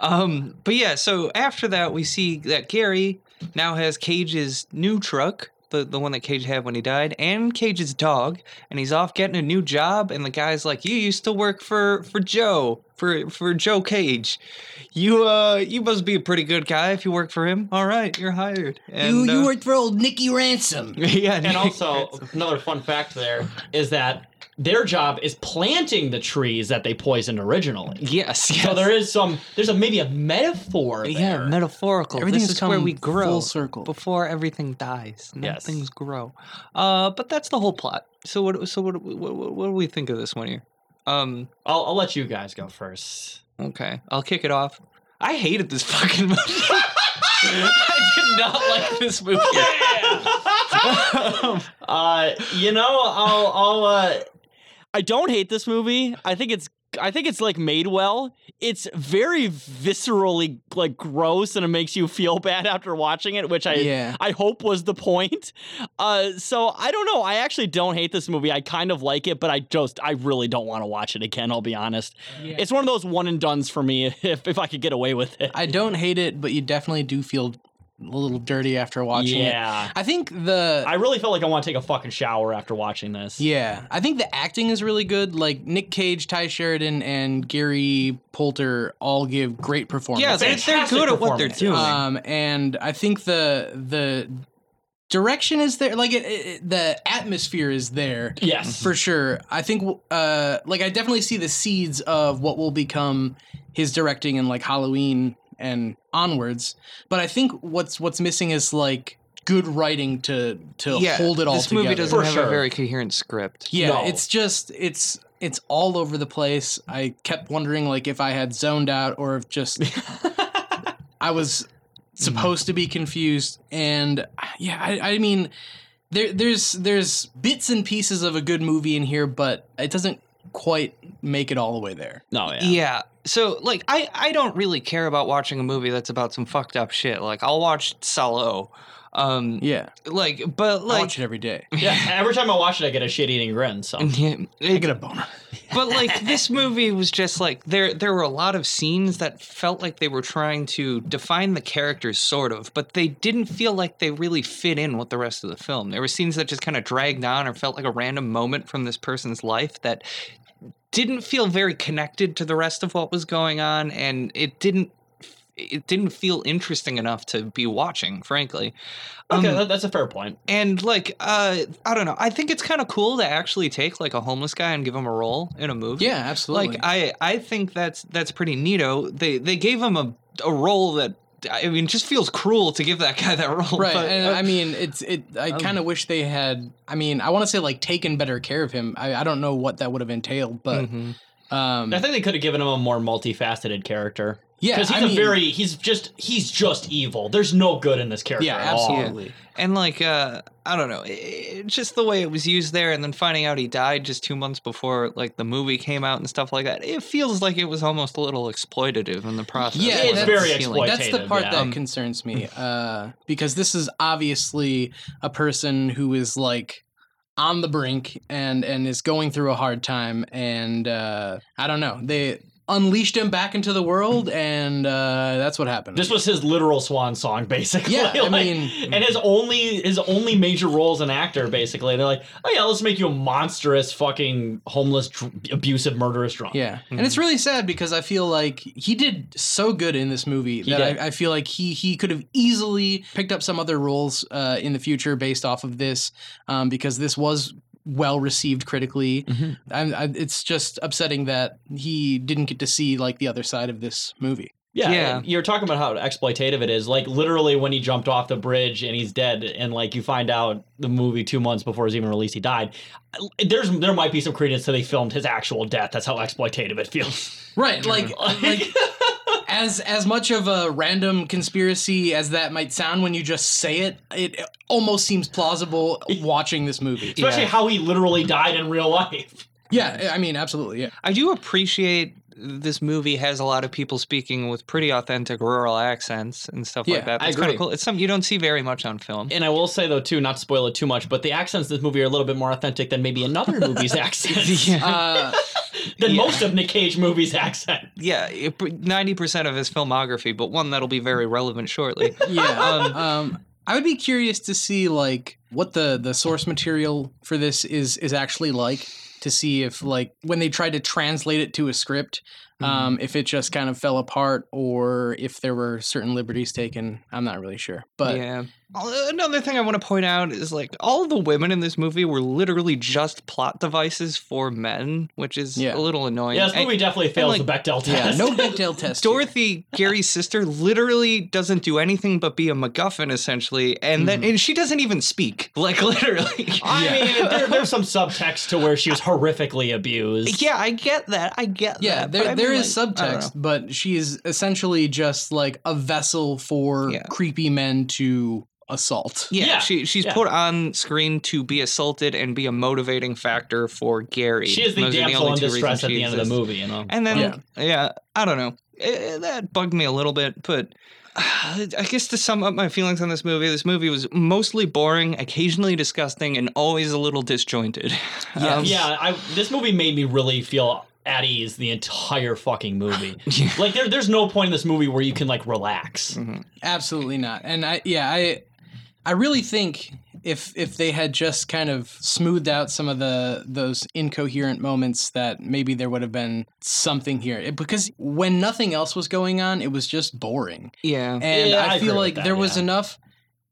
Um, but yeah, so after that, we see that Gary now has Cage's new truck, the, the one that Cage had when he died, and Cage's dog, and he's off getting a new job. And the guy's like, "You used to work for for Joe, for for Joe Cage. You uh, you must be a pretty good guy if you work for him. All right, you're hired." And, uh,
worked for old Nicky Ransom.
yeah,
And also, another fun fact there is that their job is planting the trees that they poisoned originally.
yes, yes.
So there is some, there's a maybe a metaphor. There.
Yeah, metaphorical.
Everything's
this is where
come
we grow
full circle.
before everything dies. and
Yes.
things grow. Uh, but that's the whole plot. So what? So what? What, what, what do we think of this one here? Um,
I'll, I'll let you guys go first.
okay, I'll kick it off. I hated this fucking movie. I did not like this movie.
Uh, you know, I'll, I'll, uh,
uh,
I don't hate this movie. I think it's I think it's like made well. It's very viscerally like gross, and it makes you feel bad after watching it, which I
Yeah.
I hope was the point. Uh, so I don't know. I actually don't hate this movie. I kind of like it, but I just I really don't want to watch it again. I'll be honest. It's one of those one and duns for me. If if I could get away with it.
I don't hate it, but you definitely do feel a little dirty after watching it.
yeah.
I think the
I really felt like I want to take a fucking shower after watching this.
yeah, I think the acting is really good. Like Nick Cage, Ty Sheridan, and Gary Poulter all give great performances.
yeah, they're, they're
Fantastic
good at what they're
performance. Uh,
doing.
Um, and I think the the direction is there, like it, it, the atmosphere is there.
Yes.
for sure. I think uh, like I definitely see the seeds of what will become his directing in like Halloween and onwards. But I think what's what's missing is like good writing to to
yeah,
hold it all
this
together.
movie doesn't
For
have
sure.
a very coherent script.
Yeah,
No.
it's just it's it's all over the place. I kept wondering like if I had zoned out or if just I was supposed to be confused. And yeah, I, I mean there there's there's bits and pieces of a good movie in here, but it doesn't quite make it all the way there.
No.
Yeah. So like I I don't really care about watching a movie that's about some fucked up shit. Like I'll watch Salo. Um
Yeah.
like but
I
like
watch it every day.
Yeah, every time I watch it, I get a shit eating grin. So
Yeah,
I
it-
get a boner.
but like this movie was just like there there were a lot of scenes that felt like they were trying to define the characters sort of but they didn't feel like they really fit in with the rest of the film there were scenes that just kind of dragged on or felt like a random moment from this person's life that didn't feel very connected to the rest of what was going on and it didn't it didn't feel interesting enough to be watching frankly
okay,
Um,
that, that's a fair point.
and like uh i don't know i think it's kind of cool to actually take like a homeless guy and give him a role in a movie
Yeah, absolutely.
like I, I think that's that's pretty neato. They they gave him a a role that I mean just feels cruel to give that guy that role.
Right,
but,
and
uh, um,
I mean, it's it. I kind of wish they had. I mean, I want to say like taken better care of him. I, I don't know what that would have entailed, but
mhm.
um,
I think they could have given him a more multifaceted character.
Yeah,
because he's
I
a
mean-
very he's just he's just evil. There's no good in this character.
yeah,
at all.
absolutely.
and like uh, I don't know, i i- just the way it was used there, and then finding out he died just two months before like the movie came out and stuff like that. It feels like it was almost a little exploitative in the process.
Yeah,
more
it's
than
very
appealing.
exploitative.
That's the part
yeah.
that
Um,
concerns me, uh, because this is obviously a person who is like on the brink and and is going through a hard time, and uh, I don't know. They unleashed him back into the world, and uh, that's what happened.
This was his literal swan song, basically.
Yeah, I
Like,
mean-
and his only his only major role as an actor, basically. They're like, oh yeah, let's make you a monstrous, fucking homeless, dr- abusive, murderous drunk.
Yeah, and it's really sad because I feel like he did so good in this movie
did.
that I, I feel like he he could have easily picked up some other roles uh, in the future based off of this, um, because this was well received critically. I'm, I, it's just upsetting that he didn't get to see like the other side of this movie.
Yeah,
Yeah.
and you're talking about how exploitative it is. Like literally, when he jumped off the bridge and he's dead, and like you find out the movie two months before it's even released, he died. There's there might be some credence that they filmed his actual death. That's how exploitative it feels.
Right, like uh, like as as much of a random conspiracy as that might sound when you just say it, it almost seems plausible watching this movie.
Especially
Yeah.
how he literally died in real life.
Yeah, I mean, absolutely, yeah.
I do appreciate this movie has a lot of people speaking with pretty authentic rural accents and stuff
Yeah,
like that.
I
That's kind
agree.
of cool. It's something you don't see very much on film.
And I will say though too, not to spoil it too much, but the accents in this movie are a little bit more authentic than maybe another movie's accents.
Uh,
Than most of Nick Cage movies' accent.
yeah, ninety percent of his filmography, but one that'll be very relevant shortly.
yeah. Um, I would be curious to see like what the the source material for this is is actually like to see if like when they tried to translate it to a script,
Mm-hmm.
um, if it just kind of fell apart or if there were certain liberties taken. I'm not really sure, but
yeah. Uh, Another thing I want to point out is like all the women in this movie were literally just plot devices for men, which is
Yeah.
a little annoying.
Yeah, this
And
movie definitely fails
like-
the Bechdel
yeah,
test.
no Bechdel test. here.
Dorothy, Gary's sister, literally doesn't do anything but be a MacGuffin essentially, and then
Mm-hmm.
and she doesn't even speak. Like literally.
I mean, there, there's some subtext to where she was horrifically abused.
Yeah, I get that. I get
Yeah,
that. but I
there,
mean,
there is
like, I don't
subtext, but she is essentially just like a vessel for
Yeah.
creepy men to assault.
Yeah,
Yeah,
she she's
yeah.
put on screen to be assaulted and be a motivating factor for Gary.
She is the
Those are
damsel
only
in
two reasons
distress at
she
the end of
exists.
the movie, you know.
And then,
Yeah.
yeah, I don't know. Eh, that bugged me a little bit, but I guess to sum up my feelings on this movie, this movie was mostly boring, occasionally disgusting, and always a little disjointed. Um,
yeah, I, this movie made me really feel at ease the entire fucking movie. Like there, there's no point in this movie where you can like relax.
Mm.
Absolutely not. And I yeah, I I really think if if they had just kind of smoothed out some of the those incoherent moments that maybe there would have been something here. It- because when nothing else was going on, it was just boring.
yeah.
And
Yeah,
I,
I agree
feel
with
like
that,
there was
yeah.
enough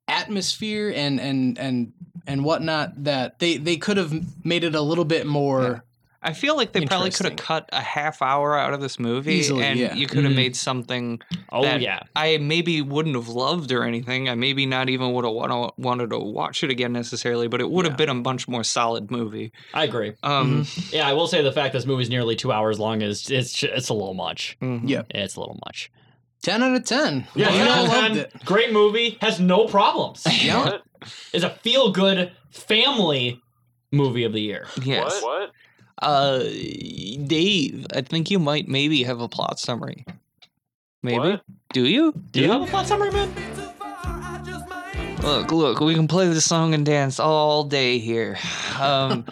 atmosphere and and and and whatnot that they they could have made it a little bit more
I feel like they probably could
Interesting.
have cut a half hour out of this movie,
Easily,
and
yeah.
you could have
Mhm.
made something
Oh
that
yeah.
I maybe wouldn't have loved or anything. I maybe not even would have wa- wanted to watch it again necessarily, but it would have been a much more solid movie.
I agree.
Um,
Yeah, I will say the fact this movie's nearly two hours long is it's it's a little much.
mhm.
Yeah.
It's a little much.
10 out of 10.
Yeah,
We all
Shazam,
loved it.
great movie, has no problems.
Yeah.
Is a feel good family movie of the year.
Yes.
What?
Uh, Dave, I think you might maybe have a plot summary. Maybe.
What?
Do you?
Do you have a plot summary, man?
Look, look, we can play this song and dance all day here. Um,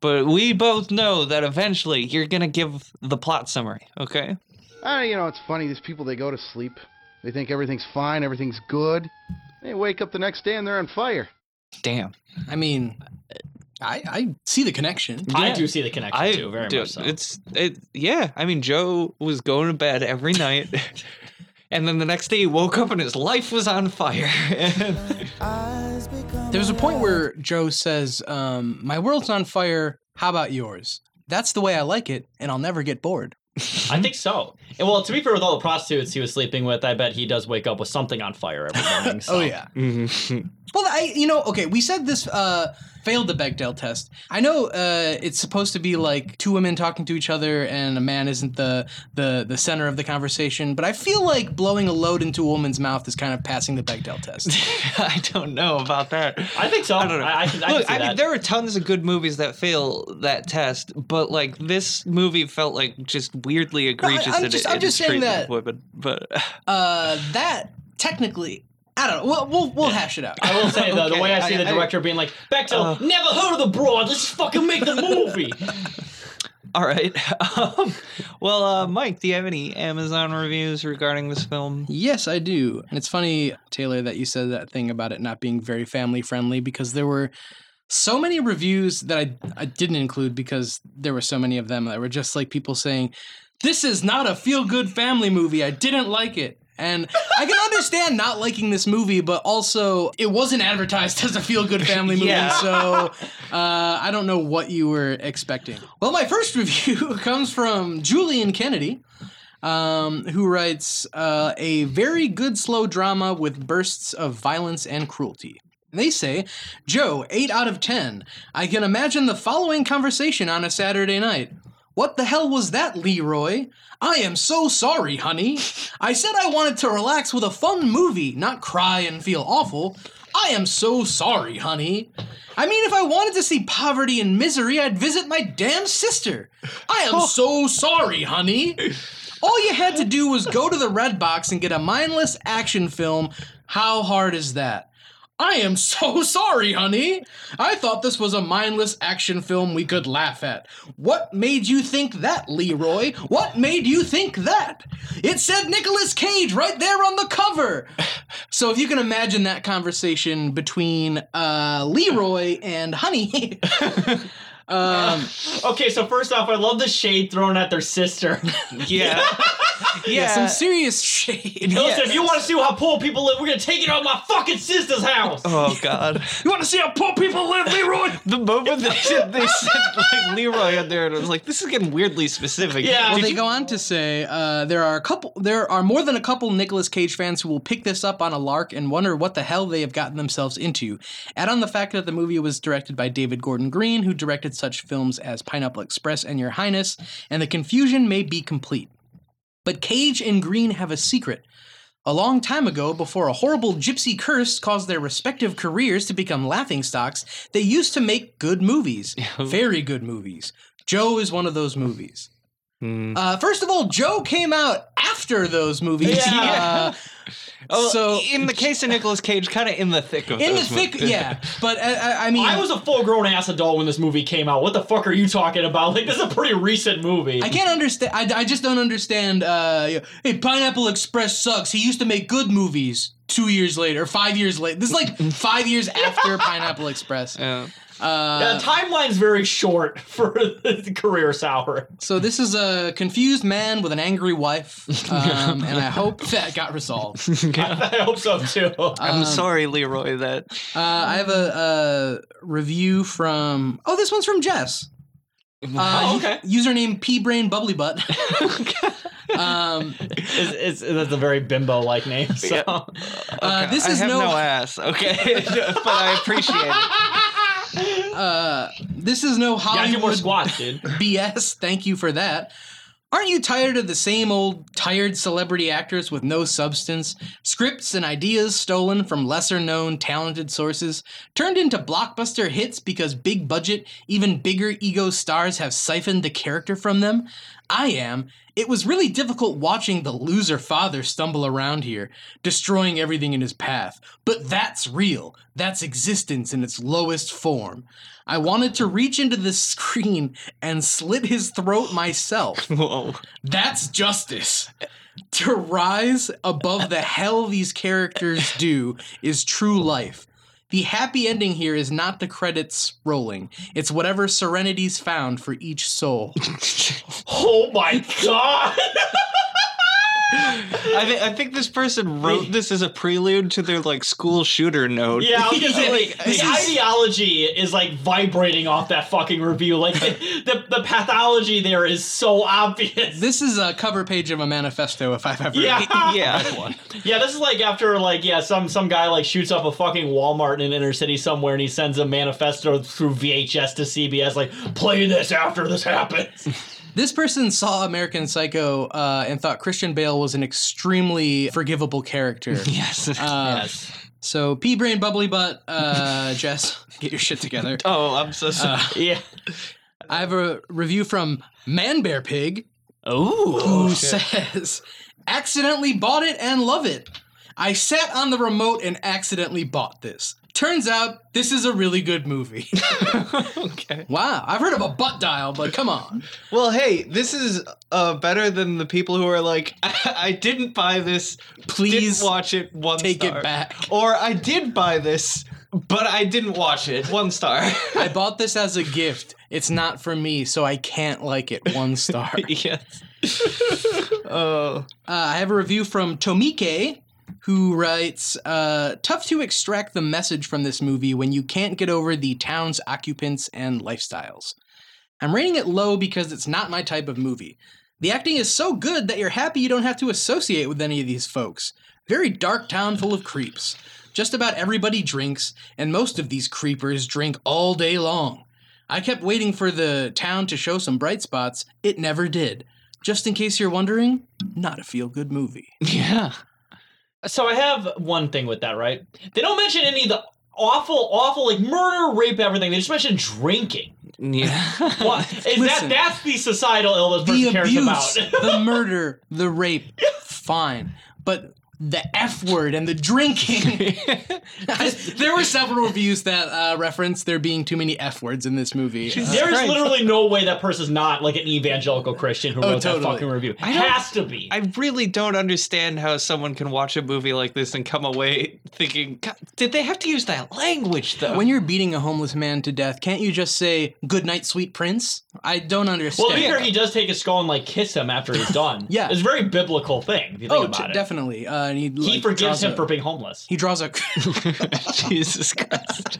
but we both know that eventually you're going to give the plot summary, okay?
Ah, you know, it's funny. These people, they go to sleep. They think everything's fine, everything's good. They wake up the next day and they're on fire.
Damn.
I mean, I I see the connection.
I
Yeah.
do see the connection
I
too, very
dude,
much so.
It's it, yeah. I mean, Joe was going to bed every night, and then the next day he woke up and his life was on fire. And-
There's a point where Joe says, um, "My world's on fire. How about yours? That's the way I like it, and I'll never get bored."
I think so. And well, to be fair, with all the prostitutes he was sleeping with, I bet he does wake up with something on fire every morning. So.
Oh yeah. Well, I you know okay. We said this uh, failed the Bechdel test. I know uh, it's supposed to be like two women talking to each other, and a man isn't the the the center of the conversation. But I feel like blowing a load into a woman's mouth is kind of passing the Bechdel test.
I don't know about that.
I think so. I,
don't know.
I, can, I
Look,
can see
I mean,
that.
there are tons of good movies that fail that test, but like this movie felt like just weirdly egregious.
I'm
in it,
just- I'm
in
just
its
saying
treatment of
that-
Women, but
Uh, that technically, I don't know. We'll we'll, we'll hash it out.
I will say though, the way I see the
I- I-
director being like, Bechdel,
Uh.
never heard of the broad. Let's fucking make the movie.
all right. Um, well, uh, Mike, do you have any Amazon reviews regarding this film?
Yes, I do. And it's funny, Taylor, that you said that thing about it not being very family friendly because there were so many reviews that I, I didn't include because there were so many of them that were just like people saying, This is not a feel good family movie. I didn't like it. And I can understand not liking this movie, but also it wasn't advertised as a feel good family movie.
Yeah.
So uh, I don't know what you were expecting. Well, my first review comes from Julian Kennedy um, who writes uh, a very good slow drama with bursts of violence and cruelty. They say, Joe, 8 out of 10. I can imagine the following conversation on a Saturday night. What the hell was that, Leroy? I am so sorry, honey. I said I wanted to relax with a fun movie, not cry and feel awful. I am so sorry, honey. I mean, if I wanted to see poverty and misery, I'd visit my damn sister. I am so sorry, honey. All you had to do was go to the red box and get a mindless action film. How hard is that? I am so sorry, honey. I thought this was a mindless action film we could laugh at. What made you think that, Leroy? What made you think that? It said Nicolas Cage right there on the cover. So if you can imagine that conversation between uh, Leroy and Honey. um,
Okay, so first off, I love the shade thrown at their sister.
Yeah, yeah.
Uh,
some serious shade.
Listen, if you want to see how poor people live, we're gonna take it out of my fucking sister's house.
Oh God!
You want to see how poor people live, Leroy?
the moment they said, they said like Leroy in there, and I was like, this is getting weirdly specific.
Yeah.
Well,
Did
they
you-
go on to say uh, there are a couple, there are more than a couple Nicolas Cage fans who will pick this up on a lark and wonder what the hell they have gotten themselves into. Add on the fact that the movie was directed by David Gordon Green, who directed such films as Pineapple Express and Your Highness, and the confusion may be complete. But Cage and Green have a secret. A long time ago, before a horrible gypsy curse caused their respective careers to become laughingstocks, they used to make good movies. Very good movies. Joe is one of those movies. Uh, first of all, Joe came out after those movies.
Yeah.
Uh,
Oh,
so
in the case of Nicolas Cage, kind of in the thick of
in the
those
thick,
movies.
yeah. But uh, I, I mean,
I was a full grown ass adult when this movie came out. What the fuck are you talking about? Like, this is a pretty recent movie.
I can't understand. I, I just don't understand. Uh, you know, hey, Pineapple Express sucks. He used to make good movies. Two years later, five years later. This is like five years after Pineapple Express.
Yeah.
the timeline's very short for the career sour.
So this is a confused man with an angry wife, um, and I hope that got resolved. Uh,
I hope so too.
um,
I'm sorry, Leroy. That
Uh, I have a, a review from. Oh, this one's from Jess. Uh,
Oh, okay.
Username P Brain Bubbly Butt. um,
it's, it's, that's a very bimbo like name. So.
uh, this
I
is
have
no.
no, ass. Okay, but I appreciate it.
uh, this is no
Gotta do more
Hollywood
squats, dude.
BS. Thank you for that. Aren't you tired of the same old tired celebrity actors with no substance? Scripts and ideas stolen from lesser known talented sources, turned into blockbuster hits because big budget, even bigger ego stars have siphoned the character from them? I am. It was really difficult watching the loser father stumble around here, destroying everything in his path. But that's real. That's existence in its lowest form. I wanted to reach into the screen and slit his throat myself.
Whoa.
That's justice. To rise above the hell these characters do is true life. The happy ending here is not the credits rolling. It's whatever serenity's found for each soul.
Oh my god!
I, thi- I think this person wrote this as a prelude to their like school shooter note.
Yeah, I was gonna say,
Like,
the ideology is like vibrating off that fucking review. Like the, the the pathology there is so obvious.
This is a cover page of a manifesto, if I've ever.
yeah,
yeah.
yeah. This is like after like yeah, some some guy like shoots up a fucking Walmart in an inner city somewhere, and he sends a manifesto through VHS to CBS like play this after this happens.
This person saw American Psycho uh, and thought Christian Bale was an extremely forgivable character.
Yes.
Uh, So, pea brain, bubbly butt, uh, Jess, get your shit together.
oh, I'm so sorry.
Uh.
Yeah.
I have a review from Man Bear Pig
Ooh.
who says, accidentally bought it and love it. I sat on the remote and accidentally bought this. Turns out this is a really good movie.
okay.
wow, I've heard of a butt dial, but come on.
Well, hey, this is uh, better than the people who are like, I, I didn't buy this.
Please
didn't watch it. One
take
star.
it back.
Or I did buy this, but I didn't watch it. One star.
I bought this as a gift. It's not for me, so I can't like it. One star.
yes. Oh.
Uh, I have a review from Tomike, who writes uh, Tough to extract the message from this movie when you can't get over the town's occupants and lifestyles. I'm rating it low because it's not my type of movie. The acting is so good that you're happy you don't have to associate with any of these folks. Very dark town full of creeps. Just about everybody drinks, and most of these creepers drink all day long. I kept waiting for the town to show some bright spots. It never did. Just in case you're wondering, not a feel good movie.
Yeah.
So I have one thing with that, right? They don't mention any of the awful, awful like murder, rape, everything. They just mention drinking.
Yeah.
What is
Listen.
that? That's the societal illness
The
person
abuse,
cares about.
the murder, the rape, fine. But the F word and the drinking. there were several reviews that uh, referenced there being too many F words in this movie. Uh,
There's literally no way that person's not like an evangelical Christian who wrote that
Oh, totally.
fucking review. Has to be.
I really don't understand how someone can watch a movie like this and come away thinking, God, did they have to use that language though?
when you're beating a homeless man to death, can't you just say, Good night, sweet prince? I don't understand.
well, later he does take his skull and like kiss him after he's done.
Yeah.
it's a very biblical thing. If you think
oh,
about
t-
it,
definitely. Uh, and he
he
like,
forgives
draws
him
a-
for being homeless.
He draws a.
Jesus Christ.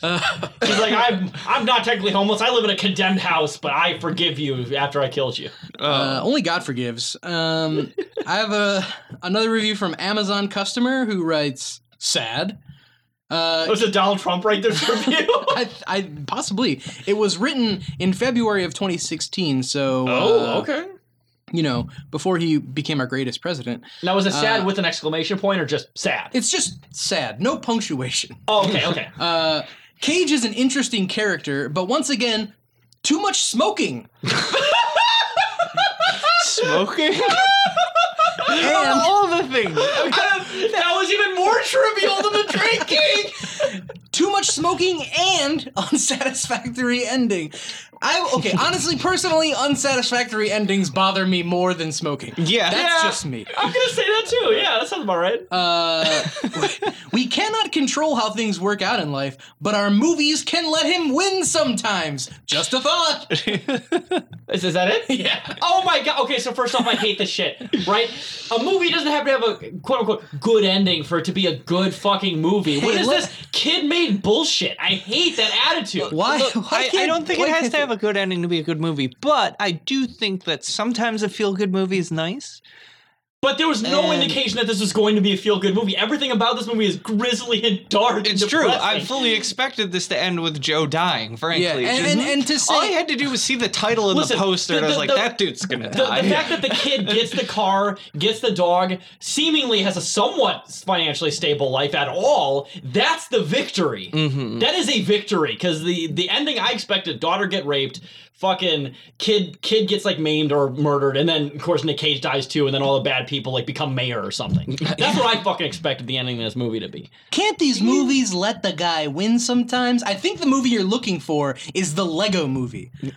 He's like, I'm, I'm not technically homeless. I live in a condemned house, but I forgive you after I killed you.
Uh, only God forgives. Um, I have a another review from Amazon customer who writes sad. Uh,
Was it Donald Trump write this review?
I, I possibly it was written in February of 2016. So uh,
Oh, okay.
you know, before he became our greatest president.
Now, was it sad with an exclamation point or just sad?
It's just sad. No punctuation.
Oh, okay, okay.
Uh, Cage is an interesting character, but once again, too much smoking.
Smoking?
And
All the things.
that was even more trivial than the drinking.
too much smoking and unsatisfactory ending. I okay, honestly, personally, unsatisfactory endings bother me more than smoking.
Yeah.
That's
Yeah.
just me.
I'm gonna say that too. Yeah, that sounds about right.
Uh, we cannot control how things work out in life, but our movies can let him win sometimes. Just a thought.
Is, is that it?
Yeah.
Oh my god. Okay, so first off, I hate this shit. Right? A movie doesn't have to have a quote unquote good ending for it to be a good fucking movie. what
Hey,
is
look-
this kid made bullshit? I hate that attitude.
Why? why
I, I
can't-
don't think
why
it has
can't
to have a good ending to be a good movie, but I do think that sometimes a feel good movie is nice.
But there was no
And-
indication that this was going to be a feel good movie. Everything about this movie is grisly and dark. and
It's true. I
depressing.
fully expected this to end with Joe dying, frankly.
Yeah, and,
Just-
and, and to say
all I had to do was see the title and
Listen,
the poster, and
the-
I was
the-
like,
the-
that dude's gonna
The,
die.
the fact that the kid gets the car, gets the dog, seemingly has a somewhat financially stable life at all, that's the victory. That is a victory because the the ending I expected: daughter get raped, fucking kid kid gets like maimed or murdered, and then of course Nick Cage dies too, and then all the bad people like become mayor or something. That's what I fucking expected the ending of this movie to be.
Can't these
Mm.
movies let the guy win sometimes? I think the movie you're looking for is the Lego movie.
Yeah,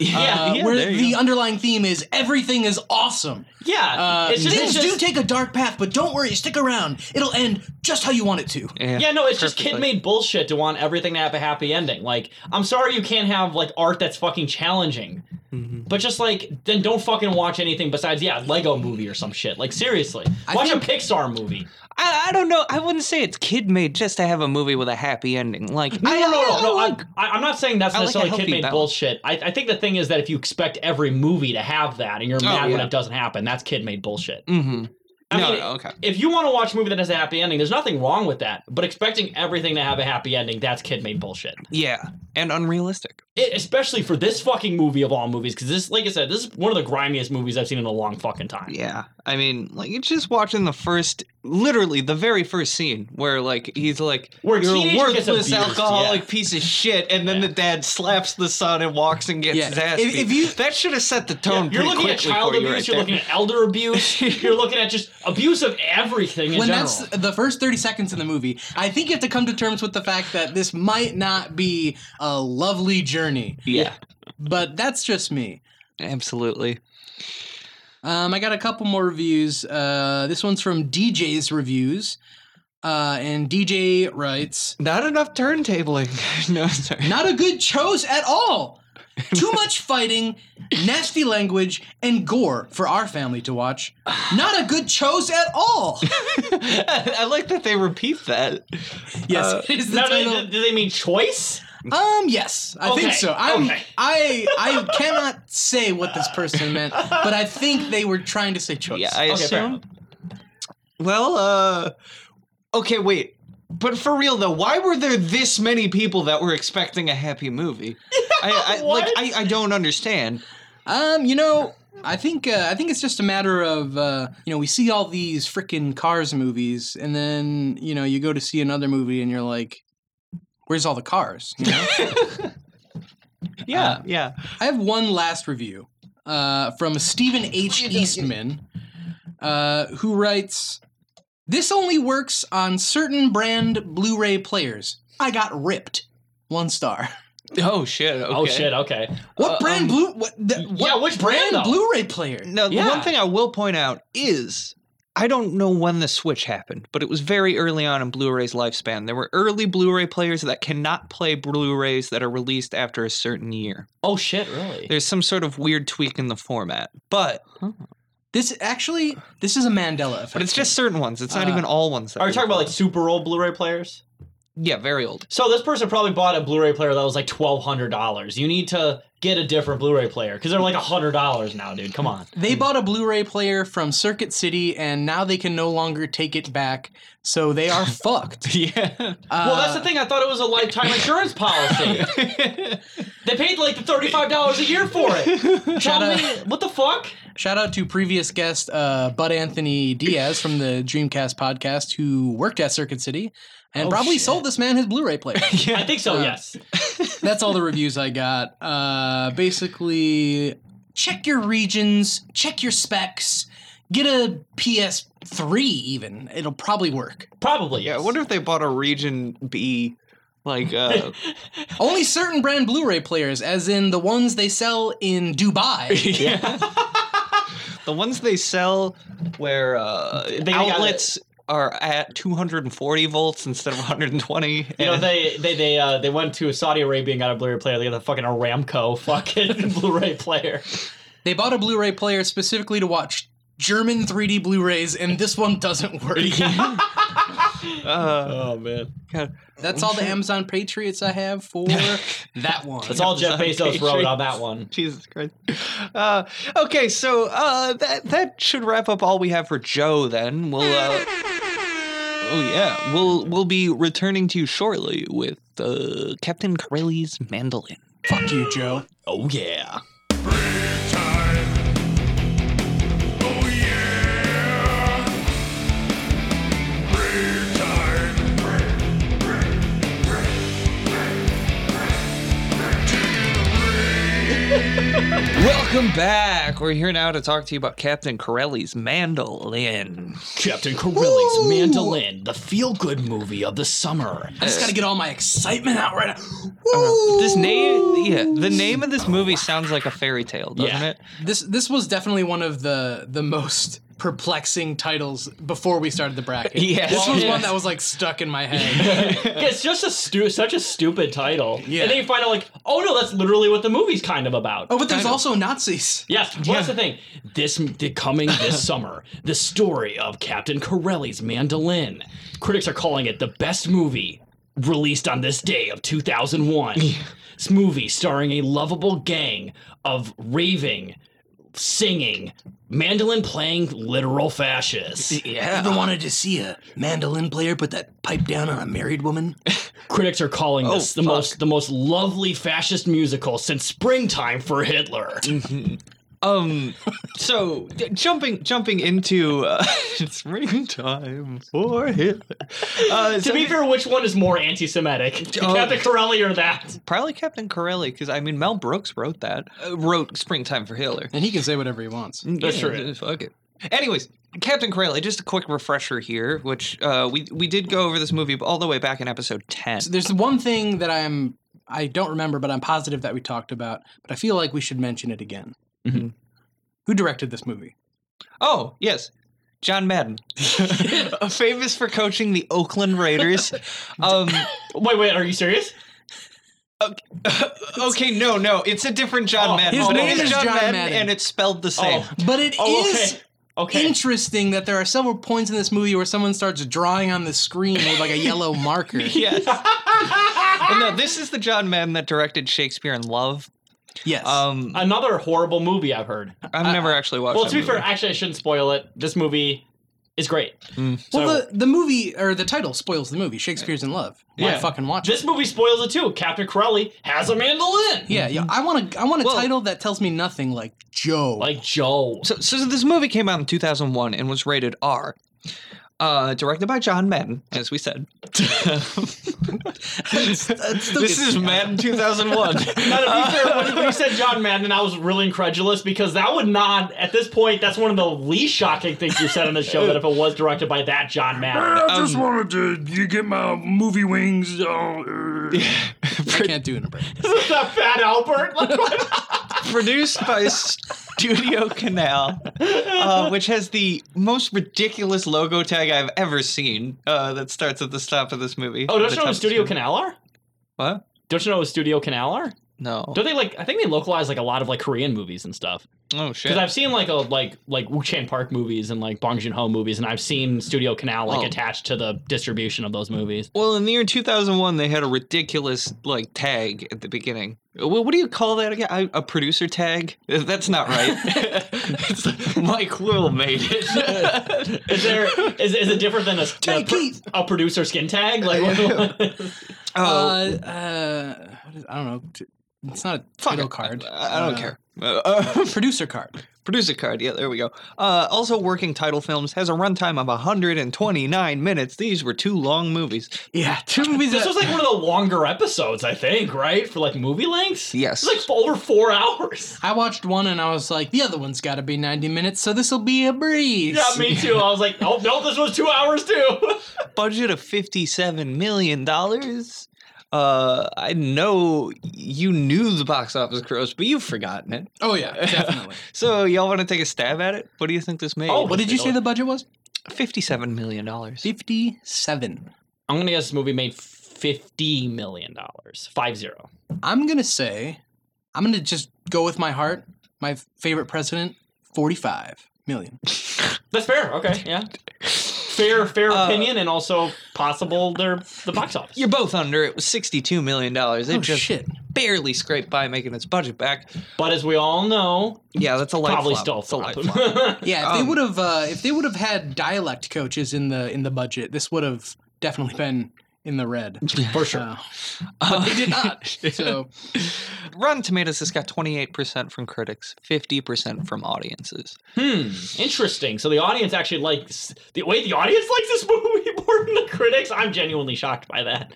yeah,
Uh, where
there you
the
go.
underlying theme is everything is awesome.
Yeah,
Uh,
it's just,
things
it's just-
do take a dark path, but don't worry, stick around. It'll end just how you want it to.
Yeah, no, it's just kid made bullshit to want everything to have a happy ending. Like, I'm sorry you can't have like art that's fucking challenging.
Mm-hmm.
But just like, then don't fucking watch anything besides, yeah, Lego movie or some shit. Like, seriously. Watch a Pixar movie.
I, I don't know. I wouldn't say it's kid made just to have a movie with a happy ending. Like,
No,
I,
no, no,
I-
no.
I
no
like-
I, I- I'm not saying that's
I like a
necessarily
healthy
kid made
balance.
bullshit. I, I think the thing is that if you expect every movie to have that and you're mad when
Oh, yeah.
it doesn't happen, that's kid made bullshit.
Mhm.
I
No,
mean,
no, okay.
If you want to watch a movie that has a happy ending, there's nothing wrong with that. But expecting everything to have a happy ending, that's kid made bullshit.
Yeah, and unrealistic.
it, especially for this fucking movie of all movies, because this, like I said, this is one of the grimiest movies I've seen in a long fucking time.
Yeah, I mean, like it's just watching the first, literally the very first scene where like he's like,
Where a
"You're a
teenager gets
worthless
abused,"
alcoholic
yeah.
piece of shit," and then the dad slaps the son and walks and gets
Yeah,
his ass
if-
beat.
if you-
that should have set the tone.
You're
pretty
looking at
quickly
child
for
abuse,
you
you
right
are
there.
looking at elder abuse, you're looking at just abuse of everything in
When
general.
that's the first 30 seconds in the movie, I think you have to come to terms with the fact that this might not be a lovely journey,
yeah,
but that's just me.
absolutely.
Um, I got a couple more reviews. Uh, this one's from DJ's Reviews. Uh, and DJ writes,
Not enough turntabling. no, sorry.
Not a good chose at all. Too much fighting, nasty language, and gore for our family to watch. Not a good chose at all.
Uh, I like that they repeat that.
Yes, it is the
Now, do,
title.
they, do they mean choice?
Um, yes, I think
Okay,
so. I'm,
okay.
I I cannot say what this person meant, but I think they were trying to say choice.
Yeah, I
Okay, fair
assume.
enough.
Well, uh okay, wait. But for real though, why were there this many people that were expecting a happy movie? I, I like I, I don't understand.
Um, you know, I think uh, I think it's just a matter of uh, you know we see all these frickin' cars movies, and then you know you go to see another movie, and you're like, "Where's all the cars?" You know?
Yeah, yeah.
I have one last review uh, from Stephen H. Eastman, uh, who writes This only works on certain brand Blu ray players. I got ripped. One star.
Oh shit.
Oh shit, okay.
What brand Blu? What, the, what
Uh, um, yeah, which brand, though?
Blu-ray player?
Now the
Yeah.
one thing I will point out is I don't know when the switch happened, but it was very early on in Blu-ray's lifespan. There were early Blu-ray players that cannot play Blu-rays that are released after a certain year.
Oh shit, really?
There's some sort of weird tweak in the format. But
This actually, this is a Mandela effect.
But it's just certain ones. It's not even all ones. That
Are you talking about
play.
like super old Blu-ray players?
Yeah, very old.
So this person probably bought a Blu-ray player that was like twelve hundred dollars. You need to get a different Blu-ray player because they're like hundred dollars now, dude. Come on.
They bought a Blu-ray player from Circuit City, and now they can no longer take it back, so they are fucked.
Yeah.
well, that's the thing. I thought it was a lifetime insurance policy. They paid like the thirty-five dollars a year for it. Tell
Shout out.
me, what the fuck?
Shout out to previous guest uh, Bud Anthony Diaz from the Dreamcast podcast, who worked at Circuit City and
Oh,
probably
shit.
sold this man his Blu-ray player.
I think so. yes.
That's all the reviews I got. Uh, basically, check your regions, check your specs, get a PS3 even. It'll probably work.
Probably.
Yeah, I
yes.
wonder if they bought a Region B, like uh,
Only certain brand Blu-ray players, as in the ones they sell in Dubai.
the ones they sell where uh,
got
outlets are at 240 volts instead of 120.
You know,
and-
they they they uh, they went to Saudi Arabia and got a Blu-ray player. They got the fucking Aramco fucking Blu-ray player.
they bought a Blu-ray player specifically to watch German 3D Blu-rays, and this one doesn't work.
uh,
Oh man,
That's all the Amazon Patriots I have for that one.
that's all Jeff
Amazon
Bezos wrote
Patriots.
on that one.
Jesus Christ. Uh, okay, so uh, that that should wrap up all we have for Joe. Then we'll. Uh, oh yeah, we'll we'll be returning to you shortly with uh, Captain Corelli's mandolin.
Fuck you, Joe.
Oh yeah.
Welcome back. We're here now to talk to you about Captain Corelli's mandolin.
Captain Corelli's Mandolin, the feel-good movie of the summer.
I just gotta get all my excitement out right now.
Uh-huh.
This name, yeah, the name of this movie sounds like a fairy tale, doesn't
Yeah.
it?
This this was definitely one of the the most perplexing titles before we started the bracket.
Yes.
This was
Yes.
one that was like stuck in my head.
it's just a stu- such a stupid title.
Yeah.
And then you find out like, oh no, that's literally what the movie's kind of about.
Oh, but there's also Nazis.
Yes, well, that's the thing. This m- the coming this summer, the story of Captain Corelli's Mandolin. Critics are calling it the best movie released on this day of 2001. this movie starring a lovable gang of raving, singing, mandolin playing literal fascists.
Yeah.
Ever wanted to see a mandolin player put that pipe down on a married woman?
Critics are calling this the most the most lovely fascist musical since Springtime for Hitler.
Um. So j- jumping jumping into uh, it's springtime for Hitler. Uh,
to be fair, which one is more anti-Semitic,
Oh.
Captain Corelli or that?
probably Captain Corelli, because I mean Mel Brooks wrote that, uh, wrote Springtime for Hitler.
And he can say whatever he wants.
That's true. Fuck it. Anyways, Captain Corelli. Just a quick refresher here, which uh, we we did go over this movie all the way back in episode ten.
There's one thing that I'm I don't remember, but I'm positive that we talked about, but I feel like we should mention it again.
Mm-hmm.
Mhm.
Who directed this movie?
Oh yes. John Madden, famous for coaching the Oakland Raiders. Um,
Wait, wait, are you serious?
okay, no, no, it's a different John Madden.
his
But it
name is John Madden.
and it's spelled the same.
Oh.
But it is.
Oh, okay. Okay.
interesting that there are several points in this movie where someone starts drawing on the screen with like a yellow marker.
Yes. Well, no, this is the John Madden that directed Shakespeare in Love.
Yes.
Um, I've
Another horrible movie I've heard.
never actually watched.
Well,
that
to be
movie.
fair, actually, I shouldn't spoil it. This movie is great. So
well, the, the movie or the title spoils the movie. Shakespeare's in Love. Why
Yeah.
fucking watch it?
this movie spoils it too. Captain Corelli has a mandolin.
Yeah, yeah. I want a I want a
Well-
title that tells me nothing like Joe.
Like Joe.
so, so this movie came out in 2001 and was rated R. Uh, directed by John Madden, as we said. this is Madden 2001.
Now, to be fair, when, when you said John Madden, I was really incredulous because that would not, at this point, that's one of the least shocking things you said on the show that if it was directed by that John Madden.
I just wanted to you get my movie wings. Oh, uh.
I can't do an impression.
This is not Fat Albert. Oh, Like, what?
Produced by Studio Canal, uh, which has the most ridiculous logo tag I've ever seen uh, that starts at the top of this movie.
oh,
The
don't you know
top
who
of
Studio
this movie.
Canal are?
What?
Don't you know who Studio Canal are?
No.
Don't they like? I think they localize like a lot of like Korean movies and stuff.
Oh, shit.
Because I've seen like a like like Wu Chan Park movies and like Bong Joon Ho movies, and I've seen Studio Canal like
Oh.
attached to the distribution of those movies.
Well, in the year 2001, they had a ridiculous like tag at the beginning. Well, what do you call that again? I, a producer tag? Uh, That's not right. It's like, Mike Will made it.
Is there is, is it different than a, a,
Take it.
a
Oh,
producer skin tag? Like what the-
Uh, uh, what is, I don't know. t- It's not a title card.
I, I don't
Uh,
care. Uh, uh,
Producer card.
producer card. Yeah, there we go. Uh, also, working title films has a runtime of 129 minutes. These were two long movies.
Yeah, two movies.
This
that-
was like one of the longer episodes, I think, right? For like movie lengths?
Yes.
It's like f- over four hours.
I watched one and I was like, the other one's got to be 90 minutes, so this will be a breeze.
Yeah, me too. I was like, oh, no, this was two hours too.
budget of 57 million dollars uh i know you knew the box office gross but you've forgotten it
Oh yeah, definitely.
so y'all want to take a stab at it what do you think this made
Oh,
what did you say the budget was?
57 million dollars
57.
I'm going to guess this movie made $50 million. Five zero.
I'm going to say I'm going to just go with my heart. My favorite president, 45 million.
That's fair. Okay. Yeah. Fair, fair
Uh,
opinion, and also possible they're the box office.
you're both under it was 62 million dollars it
Oh,
just
shit.
barely scraped by making its budget back
But as we all know,
yeah that's a light
probably
flop.
still
It's a
flop.
light flop.
Yeah, if they would have uh, if they would have had dialect coaches in the in the budget, this would have definitely been in the red.
For sure.
Uh, but they did not. So
rotten tomatoes has got 28% from critics 50% from audiences
Hmm, interesting. So the audience actually likes the way the audience likes this movie more than the critics. I'm genuinely shocked by that.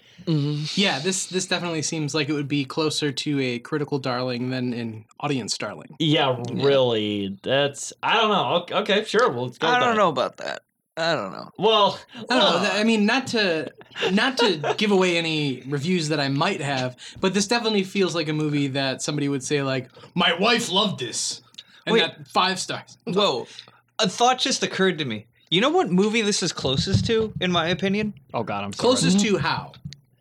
yeah, this this definitely seems like it would be closer to a critical darling than an audience darling.
Yeah, really. That's I don't know. Okay, okay, sure. We'll go.
i don't
with that.
know about that i don't know
Well,
I don't know. th- I mean, not to not to give away any reviews that I might have, but this definitely feels like a movie that somebody would say like, "My wife loved this," and
Wait.
that five stars.
Whoa. A thought just occurred to me. You know what movie this is closest to, in my opinion?
oh god, I'm sorry.
Closest to how?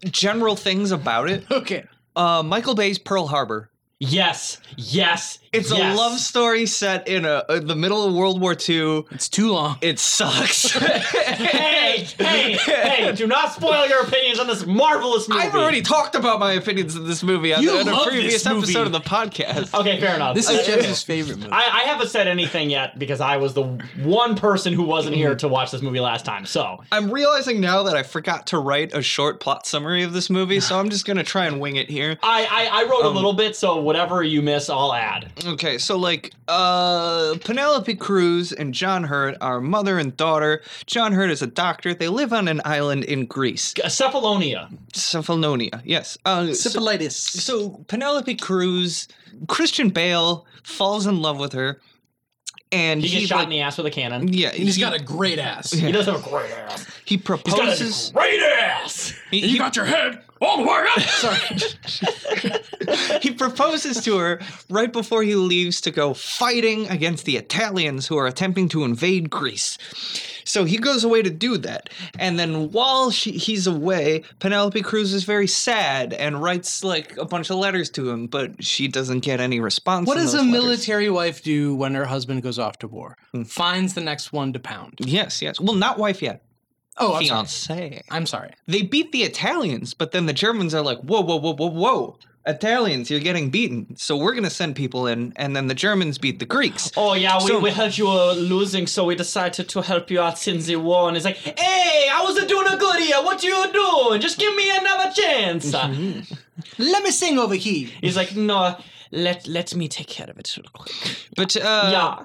General things about it.
Okay.
Uh, Michael Bay's Pearl Harbor.
Yes, yes.
It's
yes.
a love story set in a, in the middle of World War II.
It's too long.
It sucks.
Hey, hey, hey! Do not spoil your opinions on this marvelous movie.
I've already talked about my opinions of this movie on,
You
on a
love
previous
this movie.
episode of the podcast.
Okay, fair enough.
This is Jeff's favorite movie.
I, I haven't said anything yet because I was the one person who wasn't here to watch this movie last time. So
I'm realizing now that I forgot to write a short plot summary of this movie, so I'm just gonna try and wing it here.
I, I, I wrote
Um,
a little bit, so whatever you miss, I'll add.
Okay, so like uh Penelope Cruz and John Hurt are mother and daughter. John Hurt is a doctor. They live on an island in Greece.
Cephalonia.
Cephalonia. Yes. Uh, so,
Syphilitis.
so Penelope Cruz, Christian Bale falls in love with her and
He
he,
gets shot
like,
in the ass with a cannon.
yeah,
and he's
he,
got a great ass.
He does have a great ass.
he
He's got
proposes
a great ass.
he,
You
he-
got your head all the way up.
he proposes to her right before he leaves to go fighting against the Italians who are attempting to invade Greece. So he goes away to do that. And then while she, he's away, Penelope Cruz is very sad and writes like a bunch of letters to him, but she doesn't get any response.
What
in
does a
those letters.
military wife do when her husband goes off to war? Finds the next one to pound.
Yes, yes. Well, not wife yet.
Oh, I'm sorry.
Fiance.
I'm sorry.
They beat the Italians, but then the Germans are like, whoa, whoa, whoa, whoa, whoa. Italians, you're getting beaten. So we're going to send people in. And then the Germans beat the Greeks.
Oh yeah, we,
So-
we heard you were losing, so we decided to help you out in the war. And it's like, hey, I was doing a good here. What you doing? Just give me another chance.
Mm-hmm.
Let me sing over here.
He's like, no, let let me take care of it real quick.
But uh,
yeah.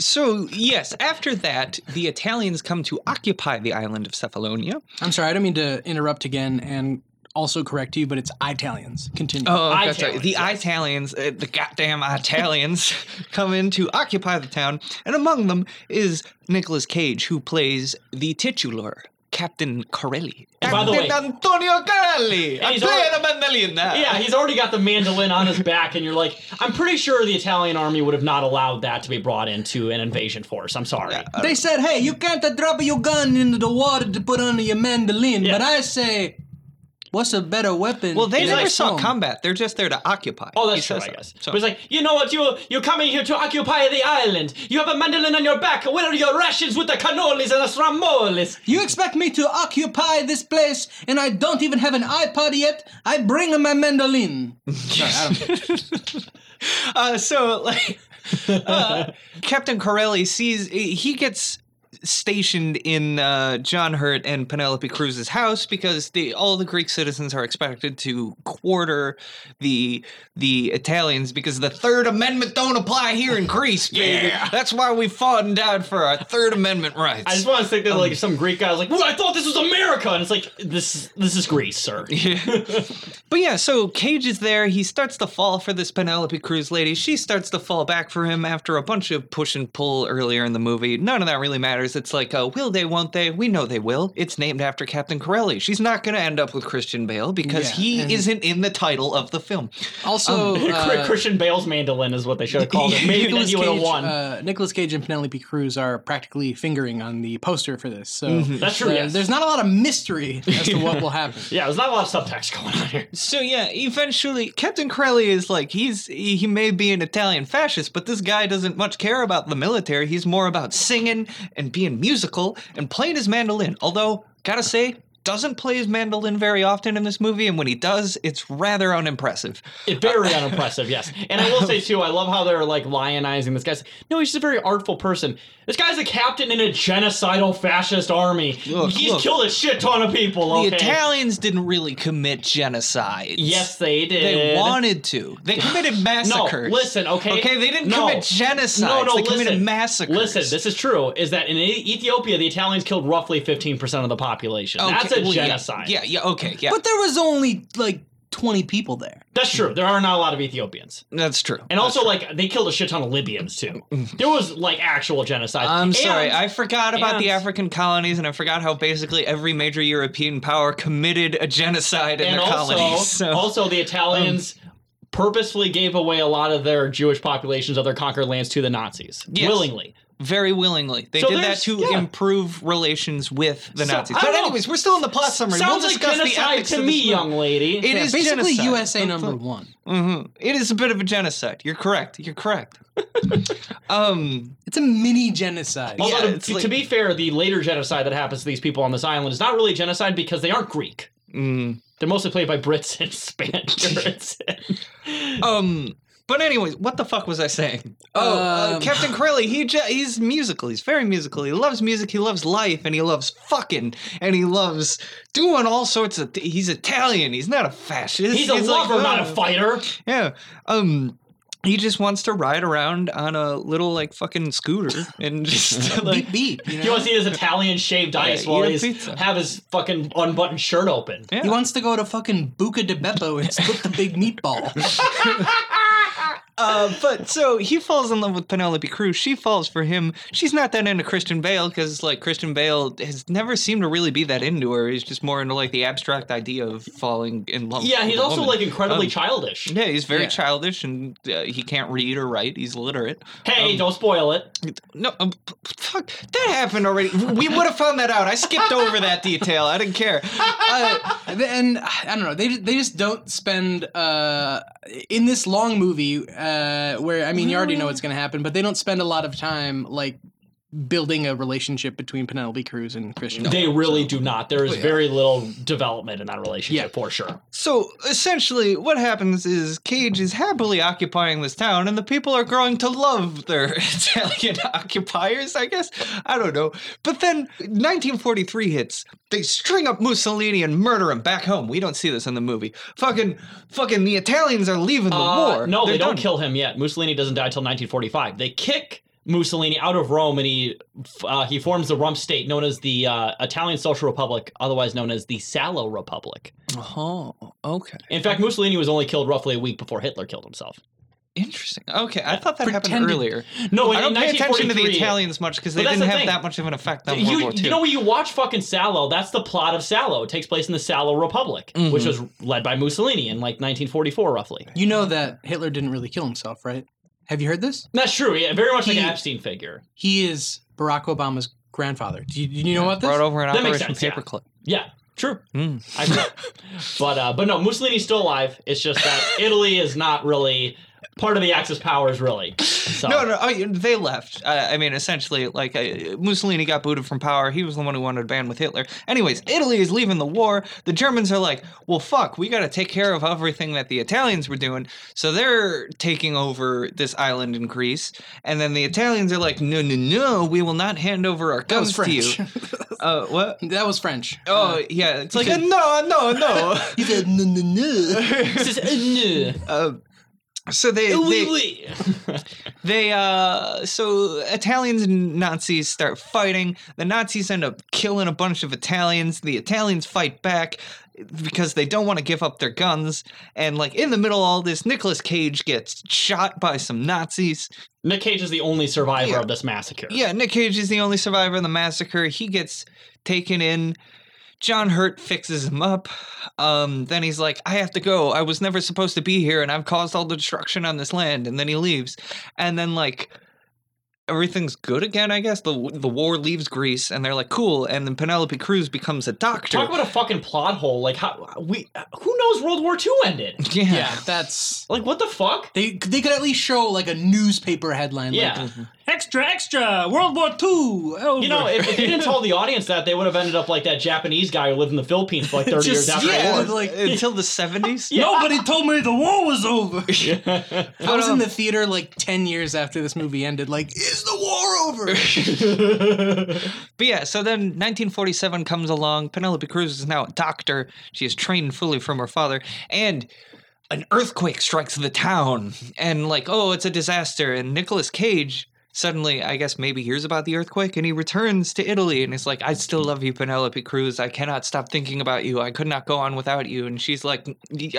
So, yes, after that, the Italians come to occupy the island of Cephalonia.
I'm sorry. I don't mean to interrupt again and also correct you, but it's Italians. Continue.
Oh, that's right.
Italians,
The Italians, uh, the goddamn Italians, come in to occupy the town. And among them is Nicolas Cage, who plays the titular Captain Corelli.
by the way-
Captain Antonio Corelli! I
he's
play
already-
the mandolin now.
Yeah, he's already got the mandolin on his back, and you're like, I'm pretty sure the Italian army would have not allowed that to be brought into an invasion force. I'm sorry.
they said, hey, you can't uh, drop your gun into the water to put under your mandolin.
Yeah.
But I say, what's a better weapon?
Well, they
than
never
a
saw
song?
combat. They're just there to occupy.
Oh,
He
that's true,
says
I
that.
guess.
So-
But it's like, you know what? You you're coming here to occupy the island. You have a mandolin on your back. Where are your rations with the cannolis and the stramolis?
You expect me to occupy this place, and I don't even have an iPod yet. I bring my mandolin. Sorry, I don't-
Uh, so like uh, Captain Corelli sees he gets stationed in uh, John Hurt and Penelope Cruz's house because the all the Greek citizens are expected to quarter the the Italians because the Third Amendment don't apply here in Greece, baby. That's why we fought and died for our Third Amendment rights.
I just want to think that like some Greek guy was like, "Well, I thought this was America," and it's like this this is Greece, sir.
But yeah, so Cage is there. He starts to fall for this Penelope Cruz lady. She starts to fall back for him after a bunch of push and pull earlier in the movie. None of that really matters. It's like, uh, will they, won't they? We know they will. It's named after Captain Corelli. She's not going to end up with Christian Bale because
Yeah,
he
and-
isn't in the title of the film.
Also,
Cri-
uh,
Christian Bale's mandolin is what they should have called it. Um, Maybe then
Nicolas
you would have
Cage,
won.
uh, Nicolas Cage and Penelope Cruz are practically fingering on the poster for this, so
Mm-hmm. That's true.
there-
yes.
there's not a lot of mystery as to what will happen.
yeah, there's not a lot of subtext going on here.
So yeah, eventually Captain Corelli is like he's he he may be an Italian fascist, but this guy doesn't much care about the military. He's more about singing and being musical and playing his mandolin. Although, gotta say, doesn't play his mandolin very often in this movie, and when he does, it's rather unimpressive.
It, very unimpressive, yes. And I will say too, I love how they're like lionizing this guy's. No, he's just a very artful person. This guy's a captain in a genocidal fascist army.
Look,
he's
look.
killed a shit ton of people.
The
Okay.
Italians didn't really commit genocide.
yes, they did.
They wanted to. They committed massacres.
listen, okay?
Okay, they didn't
No.
commit genocide.
No, no,
they committed
listen.
massacres.
Listen, this is true. Is that in E- Ethiopia, the Italians killed roughly 15% of the population.
Okay,
That's a
well, yeah,
genocide.
Yeah, yeah, okay, yeah.
But there was only like 20 people there.
That's true. There are not a lot of Ethiopians.
that's true.
And also, like, they killed a shit ton of Libyans, too. There was, like, actual genocide.
I'm
And-
Um, sorry, I forgot about the
and-
African colonies, and I forgot how basically every major European power committed a genocide in
and
their
also,
colonies. So. Um,
also the Italians purposefully gave away a lot of their Jewish populations of their conquered lands to the Nazis
Yes.
willingly.
very willingly, they
So
did that
there's-
to
yeah.
improve relations with the
So,
Nazis.
I
But
don't know.
anyways, we're still in the plot summary.
Sounds
we'll
like
discuss the
genocide
ethics
to
of this
me,
movie.
young lady.
It
Yeah,
is
basically
genocide.
USA number one.
Mhm. It is a bit of a genocide. You're correct. You're correct. um,
It's a mini genocide.
Yeah,
Although, to-
it's
to,
like-
to be fair, the later genocide that happens to these people on this island is not really genocide because they aren't Greek.
mm.
They're mostly played by Brits and Spaniards.
um. But anyways, what the fuck was I saying? Oh, uh,
Um.
Captain Corelli, he ju- he's musical. He's very musical. He loves music. He loves life, and he loves fucking, and he loves doing all sorts of. Th- he's Italian. He's not a fascist.
He's a
like,
lover, not a
"Oh."
fighter.
Yeah. Um. He just wants to ride around on a little like fucking scooter and just like
beep beep. You know?
He wants to eat his Italian shaved ice
Yeah,
while
eat a
he's
pizza.
have his fucking unbuttoned shirt open.
yeah.
He wants to go to fucking Buca de Beppo and split the big meatball.
Uh, but so he falls in love with Penelope Cruz. She falls for him. She's not that into Christian Bale because like Christian Bale has never seemed to really be that into her. He's just more into like the abstract idea of falling in love.
Yeah,
with
he's Um,
a
also
woman.
like incredibly childish.
Yeah, he's very
Yeah.
childish and uh, he can't read or write. He's illiterate.
Hey,
um,
don't spoil it.
No, um, p- p- fuck, that happened already. We would have found that out. I skipped over that detail. I didn't care.
uh, and I don't know. They they just don't spend uh, in this long movie uh, where I mean you already know what's going to happen, but they don't spend a lot of time like building a relationship between Penelope Cruz and Christian. Bale.
They really do not. There is
oh,
very little development in that relationship
Yeah.
for sure.
So essentially, what happens is Cage is happily occupying this town, and the people are growing to love their Italian occupiers, I guess. I don't know. But then 1943 hits. They string up Mussolini and murder him back home. We don't see this in the movie. Fucking, fucking, the Italians are leaving the
Uh,
war.
No,
They're
they don't
done.
kill him yet. Mussolini doesn't die till 1945. They kick Mussolini out of Rome, and he uh, he forms the rump state known as the uh, Italian Social Republic, otherwise known as the Salo Republic.
Oh, okay.
In fact, Mussolini was only killed roughly a week before Hitler killed himself.
Interesting. Okay, I thought that happened
Pretended-
earlier.
No, in,
I don't
in
pay attention to the
1943
Italians much because they
Well, that's
didn't
the
have
thing.
that much of an effect on World
You,
War II.
you know when you watch fucking Salo, that's the plot of Salo. It takes place in the Salo Republic, which
Mm-hmm.
was led by Mussolini in like 1944, roughly.
You know that Hitler didn't really kill himself, right? Have you heard this?
That's true. Yeah, very much like
He-
an Epstein figure.
He is Barack Obama's grandfather. Do you, do you know about this?
brought over an
That makes
Operation
sense, yeah.
Paperclip. Hmm.
Yeah, true. I agree. but uh, but no, Mussolini's still alive. It's just that Italy is not really part of the Axis powers, really. So.
No, no, I, they left. I, I mean, essentially, like I, Mussolini got booted from power. He was the one who wanted to band with Hitler. Anyways, Italy is leaving the war. The Germans are like, well, fuck, we got to take care of everything that the Italians were doing. So they're taking over this island in Greece, and then the Italians are like, no, no, no, we will not hand over our
That was
guns to you.
French.
Uh, what?
that was French.
Oh yeah, it's like no, no, no.
He said, no, no, no.
This is- uh,
So they
no.
Uh, they,
Oui, oui.
they uh so Italians and Nazis start fighting. The Nazis end up killing a bunch of Italians. The Italians fight back because they don't want to give up their guns. And like in the middle of all this, Nicolas Cage gets shot by some Nazis.
Nick Cage is the only survivor
Yeah.
of this massacre.
Yeah, Nick Cage is the only survivor of the massacre. He gets taken in. John Hurt fixes him up. Um, then he's like, I have to go. I was never supposed to be here, and I've caused all the destruction on this land. And then he leaves. And then, like, everything's good again, I guess. The, the war leaves Greece, and they're like, cool. And then Penelope Cruz becomes a doctor.
Talk about a fucking plot hole. Like how we who knows World War II ended?
yeah.
yeah, that's
Like what the fuck?
they. They could at least show like a newspaper headline. like, uh,
Yeah.
Extra, extra! World War II! Over.
You know, if, if they didn't tell the audience that, they would have ended up like that Japanese guy who lived in the Philippines for like 30 years
Just-
after
Yeah,
the war.
like until the 70s.
Nobody told me the war was over!
I was in the theater like ten years after this movie ended. Like, is the war over?
But yeah, so then 1947 comes along. Penelope Cruz is now a doctor. She is trained fully from her father, and an earthquake strikes the town. And like, oh, it's a disaster. And Nicolas Cage suddenly, I guess, maybe hears about the earthquake, and he returns to Italy, and is like, I still love you, Penelope Cruz. I cannot stop thinking about you. I could not go on without you. And she's like,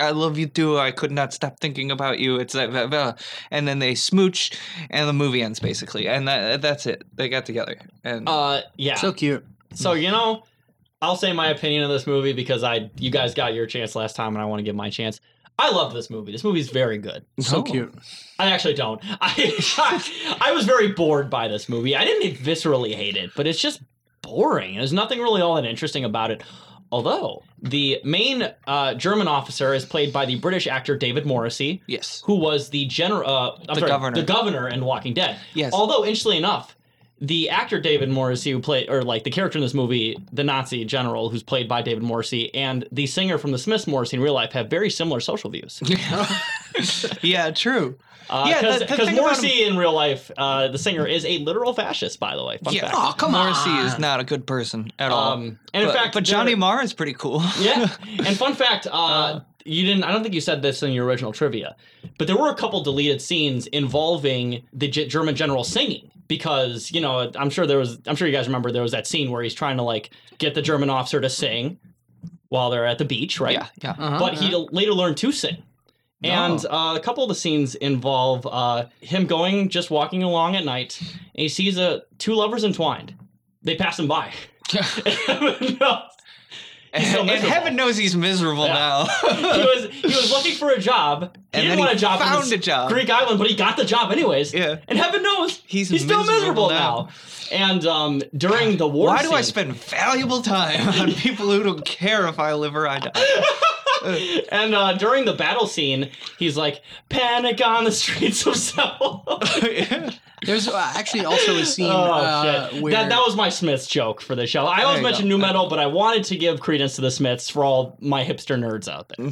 I love you too. I could not stop thinking about you. It's like, blah, blah. and then they smooch, and the movie ends basically, and that, that's it. They got together, and.
Uh, yeah.
so
So,
cute.
you know, I'll say my opinion of this movie because I you guys got your chance last time and I want to give my chance. I love this movie. This movie's very good.
So
Oh.
cute.
I actually don't. I I was very bored by this movie. I didn't viscerally hate it, but it's just boring. There's nothing really all that interesting about it. Although the main uh, German officer is played by the British actor David Morrissey,
Yes.
who was the general, uh, I'm
The
sorry,
governor.
the governor in Walking Dead.
Yes.
Although interestingly enough, the actor David Morrissey, who played or like the character in this movie, the Nazi general, who's played by David Morrissey, and the singer from the Smiths, Morrissey, in real life, have very similar social views.
Yeah, true. Yeah,
Because
the- the
because
thing about
Morrissey in real life, uh, the singer is a literal fascist, by the way. Fun
Yeah.
fact.
Oh, come
Morrissey
on.
is not a good person at all.
Um, and in
but,
fact,
but Johnny
there-
Marr is pretty cool.
yeah. And fun fact, uh, you didn't. I don't think you said this in your original trivia, but there were a couple deleted scenes involving the G- German general singing because you know I'm sure there was. I'm sure you guys remember there was that scene where he's trying to like get the German officer to sing while they're at the beach, right? Uh-huh.
Yeah, yeah.
but he later learned to sing. And uh, a couple of the scenes involve uh, him going, just walking along at night, and he sees a two lovers entwined. They pass him by. No. He's so
and
miserable.
heaven knows he's miserable
Yeah.
now.
he was he was looking for a job. He
And
didn't
then
want
he
a job. in
found
this
a job.
Greek island, but he got the job anyways.
Yeah.
And heaven knows
He's
he's, still
miserable
miserable
now.
now. And um, during the war,
Why do I spend
scene-
valuable time on people who don't care if I live or I die?
And uh, during the battle scene, he's like, "Panic on the streets of Seoul."
There's uh, actually also a scene
Oh
uh,
shit!
where
That that was my Smiths joke for the show. I
you
always
go.
mention new metal, but I wanted to give credence to the Smiths for all my hipster nerds out there.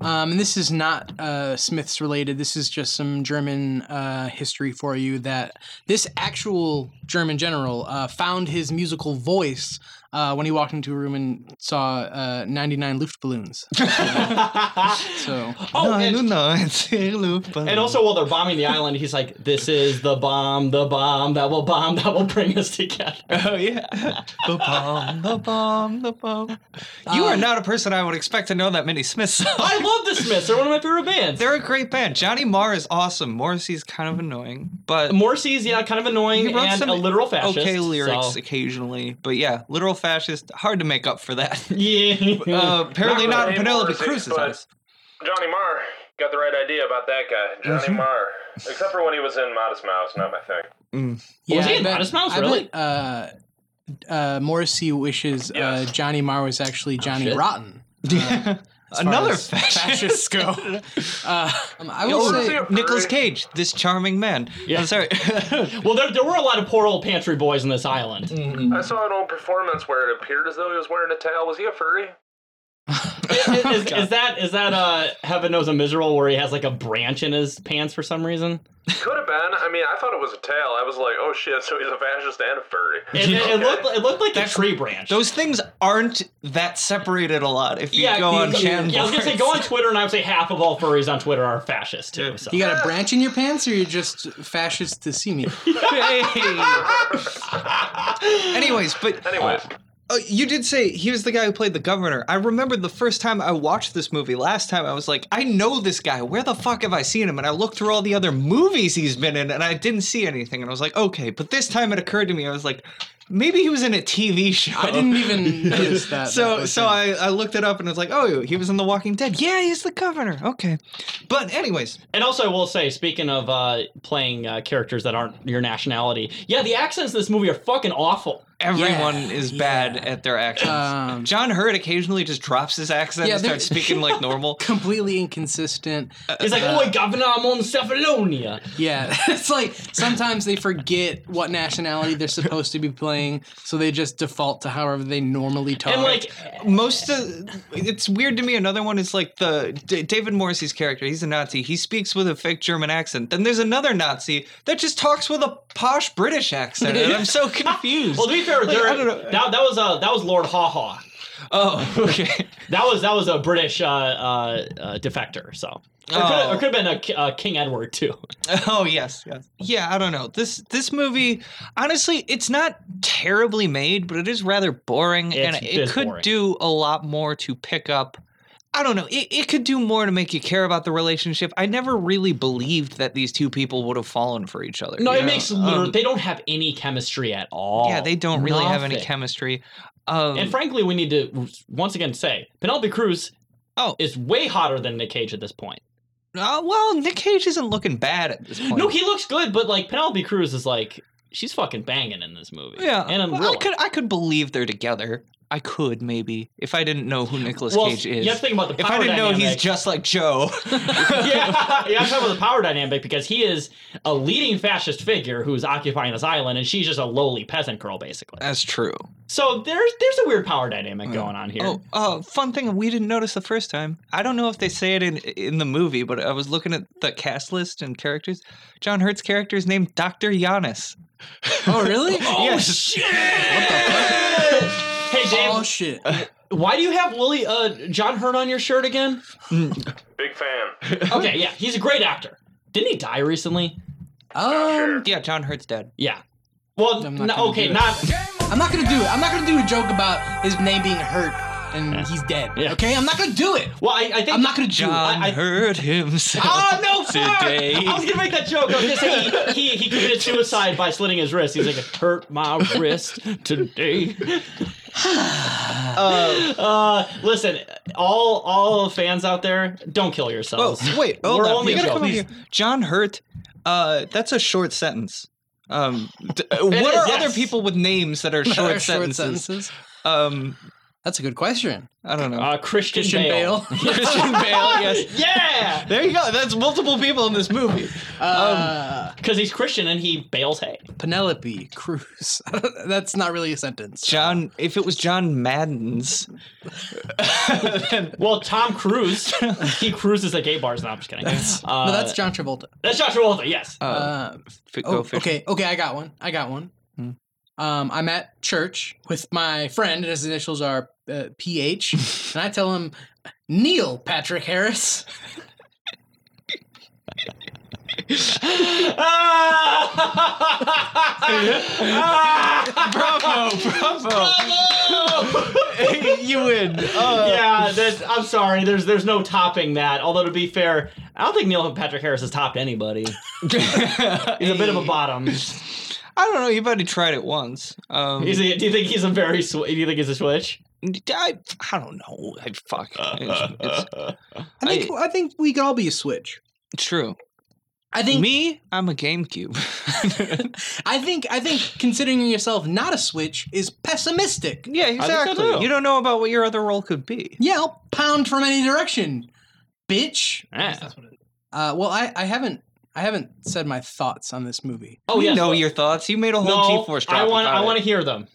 Um, and this is not uh, Smiths related. This is just some German uh, history for you. That this actual German general uh, found his musical voice uh, when he walked into a room and saw uh, 99 Luftballons. so
Oh,
I
and,
don't know. It's a loop, but-
and also while they're bombing the island, he's like, "This is the bomb, the bomb that will bomb that will bring us together."
Oh yeah, the bomb, the bomb, the bomb. You are not a person I would expect to know that many Smiths songs.
Um, I love the Smiths. They're one of my favorite bands.
They're a great band. Johnny Marr is awesome. Morrissey's kind of annoying, but
Morrissey's yeah, kind of annoying
He wrote
and
some
a literal fascist.
okay lyrics
so-
occasionally, but yeah, literal fascist. Hard to make up for that.
Yeah.
Uh, apparently not,
really
in Penelope
Morrissey,
Cruz's
but-
eyes.
Johnny Marr got the right idea about that guy. Johnny Marr. Except for when he was in Modest Mouse, not my thing.
yeah,
was he
I
in
bet-
Modest Mouse,
I
really?
bet, uh, uh, Morrissey wishes uh,
Yes.
Johnny Marr was actually Johnny
Oh, shit.
Rotten. as far
Another
as
fascist.
fascists go. Uh, um, I will
Oh,
say,
yeah.
Nicholas Cage, this charming man. Yeah. I'm sorry.
Well, there, there were a lot of poor old pantry boys in this island.
Mm.
I saw an old performance where it appeared as though he was wearing a tail. Was he a furry?
is, is- is that is that uh heaven knows a miserable where he has like a branch in his pants for some reason?
Could have been. I mean, I thought it was a tail. I was like, oh shit, so he's a fascist and a furry.
It, it- it looked it looked like a tree branch.
Those things aren't that separated a lot if you
yeah,
go on
yeah,
Chan.
yeah, I was gonna say go on Twitter, and I would say half of all furries on Twitter are fascist too. So.
you got a branch in your pants, or you're just fascist to see me?
Anyways, but
Anyways,
uh, you did say he was the guy who played the governor. I remember the first time I watched this movie. Last time I was like, I know this guy. Where the fuck have I seen him? And I looked through all the other movies he's been in, and I didn't see anything. And I was like, okay. But this time it occurred to me, I was like, maybe he was in a TV show.
I didn't even notice that. that
So
was
so
him.
I, I looked it up and it's like, oh, he was in The Walking Dead. Yeah, he's the governor. Okay. But anyways,
And also, I will say, speaking of uh, playing uh, characters that aren't your nationality, yeah, the accents in this movie are fucking awful.
everyone
Yeah,
is bad at their accents.
Um,
John Hurt occasionally just drops his accent
Yeah,
and starts
they're-
speaking like normal.
completely inconsistent.
It's like, "Oi, governor, I'm on Cephalonia."
Yeah, it's like sometimes they forget what nationality they're supposed to be playing, so they just default to however they normally talk.
And like,
Most of it's weird to me. Another one is like the D- David Morrissey's character. He's a Nazi. He speaks with a fake German accent. Then there's another Nazi that just talks with a posh British accent, and I'm so confused.
well, to be fair, there,
I don't know.
that, that was uh, that was Lord Haw Haw.
oh, okay.
That was that was a British uh, uh, uh, defector. So. Or could, have,
Oh.
or could have been a, K- uh, King Edward too.
Oh yes, yes. Yeah, I don't know. This this movie, honestly, it's not terribly made, but it is rather boring, and
It's-
it
it's
could
boring.
do a lot more to pick up. I don't know. It, it could do more to make you care about the relationship. I never really believed that these two people would have fallen for each other.
No,
you
it
know?
makes literally,
Um,
they don't have any chemistry at all.
yeah, they don't really have any
Nothing.
chemistry. Um,
And frankly, we need to once again say Penelope Cruz
Oh.
is way hotter than Nick Cage at this point.
uh, well, Nick Cage isn't looking bad at this point.
No, he looks good, but like Penelope Cruz is like she's fucking banging in this movie.
yeah,
and in
well,
real
I could I could believe they're together. I could maybe if I didn't know who Nicolas
Well,
Cage is.
you have to think about the
If
power
I didn't know
dynamic.
he's just like Joe.
yeah, yeah, I'm talking about the power dynamic because he is a leading fascist figure who's occupying this island, and she's just a lowly peasant girl, basically.
That's true.
So there's there's a weird power dynamic going on here.
Oh, uh, fun thing we didn't notice the first time. I don't know if they say it in in the movie, but I was looking at the cast list and characters. John Hurt's character is named Dr. Giannis.
oh really?
yes.
Hey, Dave,
Oh shit!
why do you have Willie uh, John Hurt on your shirt again?
big fan.
Okay, yeah, he's a great actor. Didn't he die recently?
Um,
Yeah, John Hurt's dead.
Yeah. Well,
I'm not
no-
gonna
okay,
do it.
not
I'm not gonna do it. I'm not gonna do a joke about his name being hurt and he's dead.
Yeah.
Okay, I'm not gonna do it.
well. I, I think
I'm not gonna do
John
I-
Hurt himself.
Oh no! fuck!
Today.
I was gonna make that joke. I was gonna say he, he, he committed suicide by slitting his wrist. He's like, "It hurt my wrist today. uh, listen, all all fans out there, don't kill yourselves.
Oh, wait. Hold
We're
on.
only
You gotta come
joking.
over here. John Hurt, uh, that's a short sentence. Um, d- uh, what
is,
are
yes.
other people with names that are short,
Short, short
sentences?
sentences.
Um,
That's a good question.
I don't know.
Uh, Christian,
Christian
Bale.
Bale.
Christian Bale, yes.
yeah,
There you go. That's multiple people in this movie.
Uh,
because he's Christian and he bales hay.
Penelope Cruz. That's not really a sentence.
John, if it was John Madden's,
Well, Tom Cruise, he cruises at gay bars. No, I'm just kidding. Uh,
no, that's John Travolta.
that's Josh Travolta. Yes.
Uh,
fi- go
oh,
fish.
okay, okay, I got one. I got one.
Hmm.
Um, I'm at church with my friend, and his initials are uh, PH, and I tell him Neil Patrick Harris.
Ah!
Bravo, bravo. you win. Uh,
yeah, that's, I'm sorry. There's there's no topping that. Although to be fair, I don't think Neil Patrick Harris has topped anybody. He's a bit of a bottom. Is
I don't know. You've already tried it once. Um,
he, do you think he's a very? Sw- do you think he's a switch?
I, I don't know. I, fuck. It's, it's
I think I, think we could all be a switch.
true.
I think
Me, I'm a GameCube.
I think I think considering yourself not a Switch is pessimistic.
yeah, exactly.
too.
You don't know about what your other role could be.
Yeah, I'll pound from any direction, bitch.
Ah.
Uh, well, I, I haven't I haven't said my thoughts on this movie.
Oh
you
yes.
know your thoughts. You made a whole
no,
G-force drop.
I want.
about
I
it.
want to hear them.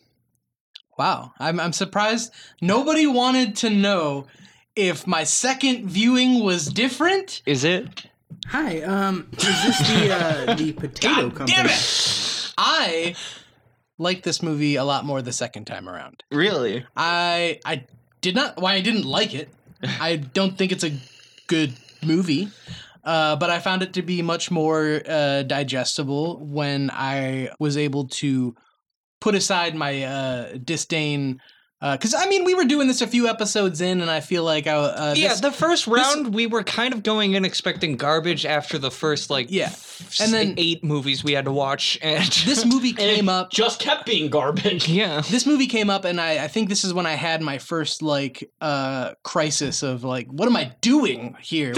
Wow, I'm I'm surprised nobody wanted to know if my second viewing was different.
Is it?
Hi, um, is this the uh, the potato company?
Damn it! I liked this movie a lot more the second time around.
Really?
I I did not. Why I didn't like it. I don't think it's a good movie. Uh, but I found it to be much more uh, digestible when I was able to put aside my uh, disdain. Because I mean, we were doing this a few episodes in, and I feel like I uh,
yeah,
this-
the first round we were kind of going in expecting garbage after the first like
Yeah.
f-
And then-
eight movies we had to watch and
this movie
And it
came up.
Just kept being garbage.
yeah.
this movie came up and I, I think this is when i had my first like uh crisis of like what am i doing here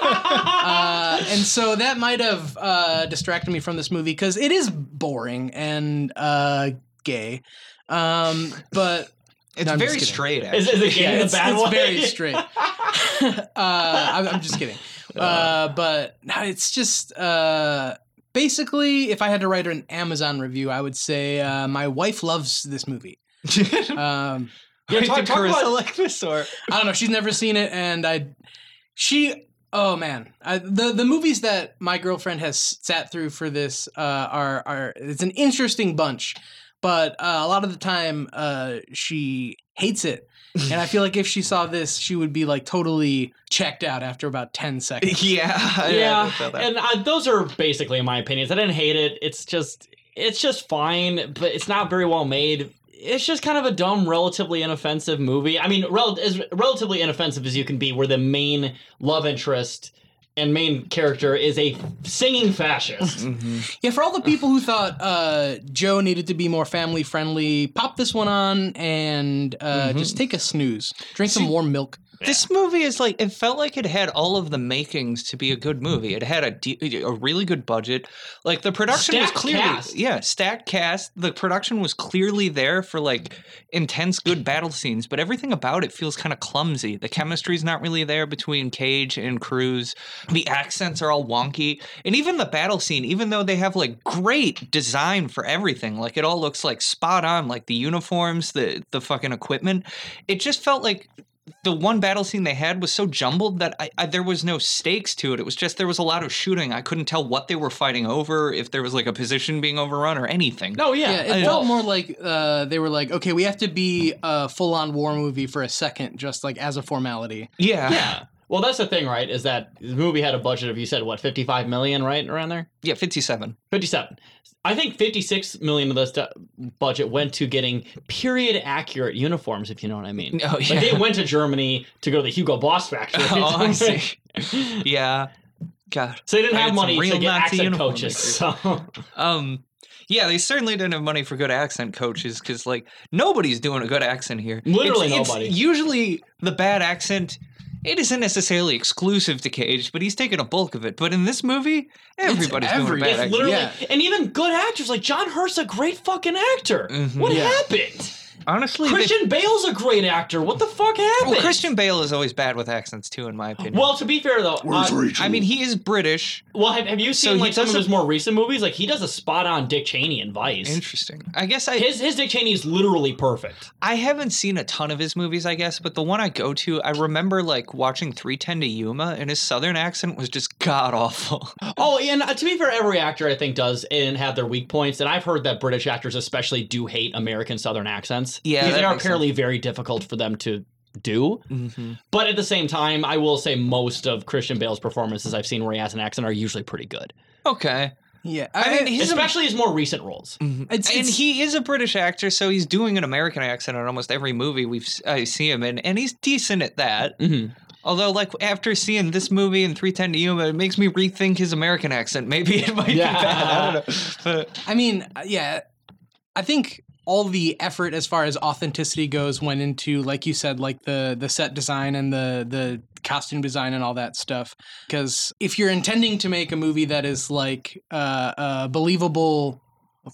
Why? uh, and so that might have uh distracted me from this movie because it is boring and uh gay um but
It's
No, I'm just
very
kidding.
straight. Actually.
Is, is it
yeah,
in
it's,
a bad
it's
way?
very straight uh I'm, I'm just kidding uh but no, it's just uh Basically, if I had to write an Amazon review, I would say uh, my wife loves this movie. Um,
Yeah, talk,
Did
talk
Carissa
about
like this or
I don't know. She's never seen it, and I, she, oh man, I, the the movies that my girlfriend has sat through for this uh, are are it's an interesting bunch, but uh, a lot of the time uh, she hates it, and I feel like if she saw this, she would be like totally checked out after about ten seconds.
yeah, I- I
yeah,
felt that.
and uh those are basically my opinions. I didn't hate it. It's just, it's just fine, but it's not very well made. It's just kind of a dumb, relatively inoffensive movie. I mean, rel- as relatively inoffensive as you can be, where the main love interest and main character is a singing fascist.
Yeah, for all the people who thought uh, Joe needed to be more family friendly, pop this one on and uh, just take a snooze, drink some warm milk.
This movie is like it felt like it had all of the makings to be a good movie. It had a de- a really good budget. Like the production
Stacked
was clearly
cast.
yeah, stacked cast. The production was clearly there for like intense good battle scenes, but everything about it feels kind of clumsy. The chemistry's not really there between Cage and Cruz. The accents are all wonky, and even the battle scene, even though they have like great design for everything, like it all looks like spot on, like the uniforms, the the fucking equipment, it just felt like the one battle scene they had was so jumbled that I, I there was no stakes to it. It was just there was a lot of shooting. I couldn't tell what they were fighting over, if there was like a position being overrun or anything.
No, yeah,
Yeah, it felt more like uh, they were like, okay, we have to be a full-on war movie for a second, just like as a formality.
Yeah. Yeah.
yeah. Well, that's the thing, right? Is that the movie had a budget of you said what, fifty-five million, right, around there?
57.
57. I think 56 million of this du- budget went to getting period accurate uniforms, if you know what I mean.
Oh, yeah.
Like they went to Germany to go to the Hugo Boss factory.
Oh, I see. yeah. God.
So they didn't
I
have
had
money
some
to
real
get
Nazi
accent
uniform
coaches.
makers.
So
Um yeah, they certainly didn't have money for good accent coaches cuz like nobody's doing a good accent here.
Literally
It's- it's
nobody.
usually the bad accent it isn't necessarily exclusive to Cage, but he's taking a bulk of it. But in this movie, everybody's
every-
doing a bad
it's
accent.
literally,
Yeah.
and even good actors like John Hurt's a great fucking actor.
Mhm.
What
Yeah.
happened?
Honestly, they-
Christian Bale's a great actor. What the fuck happened?
Well, Christian Bale is always bad with accents too, in my opinion.
Well, to be fair though,
Where's
uh,
Rachel?
I mean, he is British.
well, have, have you
So
seen
he
like some of
doesn't-
his more recent movies? Like he does a spot on Dick Cheney in Vice.
Interesting. I guess I
His his Dick Cheney is literally perfect.
I haven't seen a ton of his movies, I guess, but the one I go to, I remember like watching 310 to Yuma, and his southern accent was just god awful.
Oh, and uh, to be fair, every actor I think does and have their weak points. And I've heard that British actors especially do hate American Southern accents.
Yeah,
because
that
they are
makes
apparently very difficult for them to do. But at the same time, I will say most of Christian Bale's performances I've seen where he has an accent are usually pretty good,
Okay,
Yeah,
I mean, he's a,
especially his more recent roles.
it's,
and
it's-
he is a British actor, so he's doing an American accent in almost every movie we've s- I see him in, and he's decent at that.
Mhm.
Although, like after seeing this movie and 310 to Yuma, it makes me rethink his American accent. Maybe it might
Yeah.
be bad. I don't know. But-
I mean, uh, yeah, I think all the effort as far as authenticity goes went into, like you said, like the the set design and the the costume design and all that stuff. Because if you're intending to make a movie that is like uh, uh, believable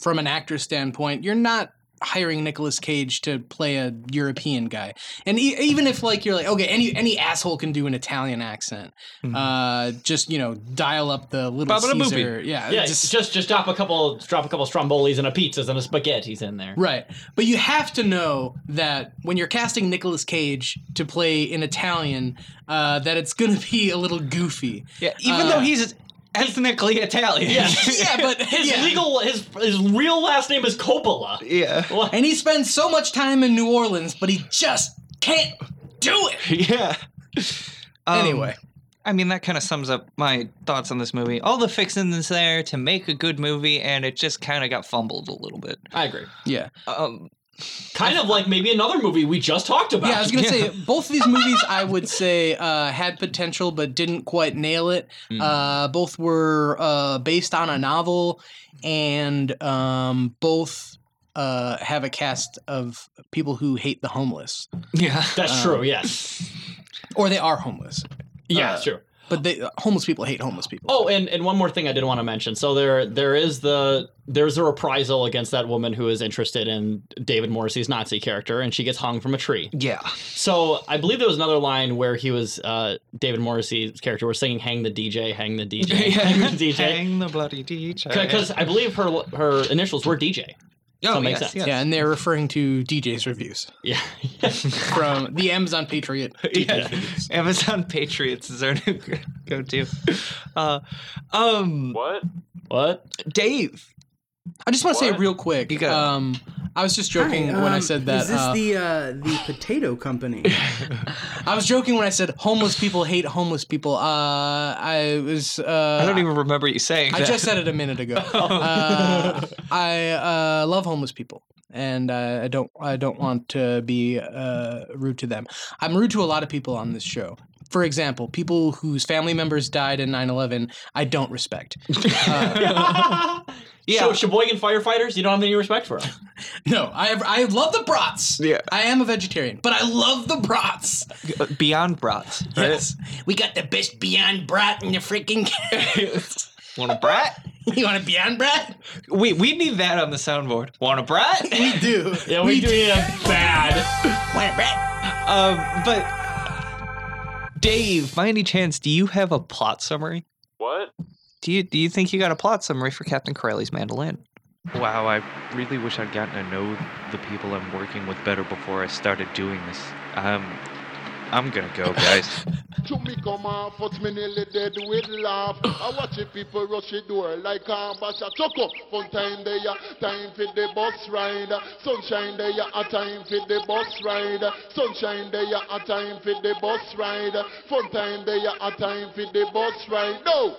from an actor standpoint, you're not hiring Nicolas Cage to play a European guy. And e- even if like you're like okay, any any asshole can do an Italian accent. Uh, just you know, dial up the little
Baba da
Caesar. Yeah,
Yeah,
just-
just, just drop a couple drop a couple strombolis and a pizzas and a spaghetti's in there.
Right. But you have to know that when you're casting Nicolas Cage to play an Italian, uh, that it's going to be a little goofy.
Yeah, even
Uh,
though he's ethnically Italian. Yeah.
yeah, but
His
yeah.
legal his his real last name is Coppola.
yeah.
And he spends so much time in New Orleans, but he just can't do it.
Um,
anyway,
I mean, that kind of sums up my thoughts on this movie. All the fixings there to make a good movie, and it just kind of got fumbled a little bit.
I agree.
yeah.
Um,
Kind of like maybe another movie we just talked about.
Yeah, I was going to say both of these movies I would say uh, had potential but didn't quite nail it. Uh, both were uh, based on a novel and um, both uh, have a cast of people who hate the homeless.
yeah.
That's true. Yes.
or they are homeless.
Yeah, that's true.
But they homeless people hate homeless people.
Oh, and, and one more thing I did want to mention. So there there is the there's a reprisal against that woman who is interested in David Morrissey's Nazi character, and she gets hung from a tree.
Yeah.
So I believe there was another line where he was uh, David Morrissey's character was singing "Hang the DJ, hang the DJ, hang the DJ,"
Hang the bloody DJ.
because I believe her her initials were DJ.
oh,
that makes
yes,
sense.
yes.
yeah, and they're referring to DJ's reviews
Yeah,
from the Amazon Patriot. DJ's reviews.
Amazon Patriots is our new go-to. Uh, um,
What?
what?
Dave.
I just want to say
What?
real quick.
You got it.
um, I was just joking
Hi,
when I
um,
said that.
Is this
uh,
the uh, the potato company?
I was joking when I said homeless people hate homeless people. Uh, I was. Uh,
I don't even remember you saying
I
that.
just said it a minute ago. uh, I uh, love homeless people, and uh, I don't. I don't want to be uh, rude to them. I'm rude to a lot of people on this show. For example, people whose family members died in 9/11, I don't respect.
Yeah. So Sheboygan firefighters, you don't have any respect for them.
No, I have, I love the brats.
Yeah.
I am a vegetarian, but I love the brats.
Uh, Beyond Brats. Right?
Yes, we got the best Beyond Brat in the freaking.
Want a brat?
you want a Beyond Brat?
We we need that on the soundboard. Want a brat?
We do.
Yeah, we, do need a bad.
Want a brat?
Um, but Dave, by any chance, do you have a plot summary?
What?
Do you do you think you got a plot summary for Captain Corelli's mandolin?
Wow, I really wish I'd gotten to know the people I'm working with better before I started doing this. Um, I'm gonna go, guys.
To me come off, but me nearly dead with laugh. I watch the people rush the door like a bash a choco. Fun time there, time for the bus ride. Sunshine there, a time for the bus ride. Sunshine there, a time for the bus ride. Fun time there, a time for the bus ride. No.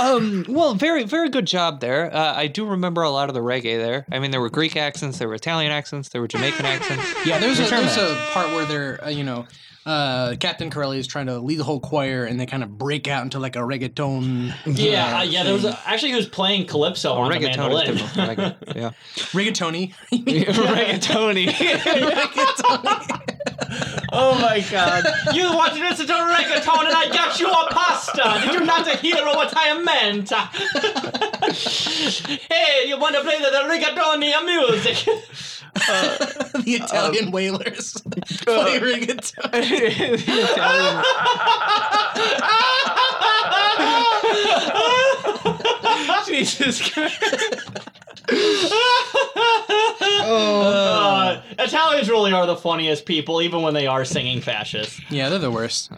Um, well, very very good job there. Uh, I do remember a lot of the reggae there. I mean, there were Greek accents, there were Italian accents, there were Jamaican accents.
Yeah, there's a, there's a part where they're uh, you know. Uh, Captain Corelli is trying to lead the whole choir, and they kind of break out into like a reggaeton.
Yeah, uh, yeah. There was a, actually he was playing calypso on the
Reggaeton
mandolin.
is different from reggae. Yeah.
reggaetoni.
Reggaetoni. oh my god.
You wanted to listen to reggaeton and I got you a pasta. Did you not hear what I meant? hey, you want to play the, the reggaeton music?
the Italian whalers play reggaeton.
Jesus Christ.
Oh.
Uh, Italians really are the funniest people, even when they are singing fascist.
Yeah, they're the worst.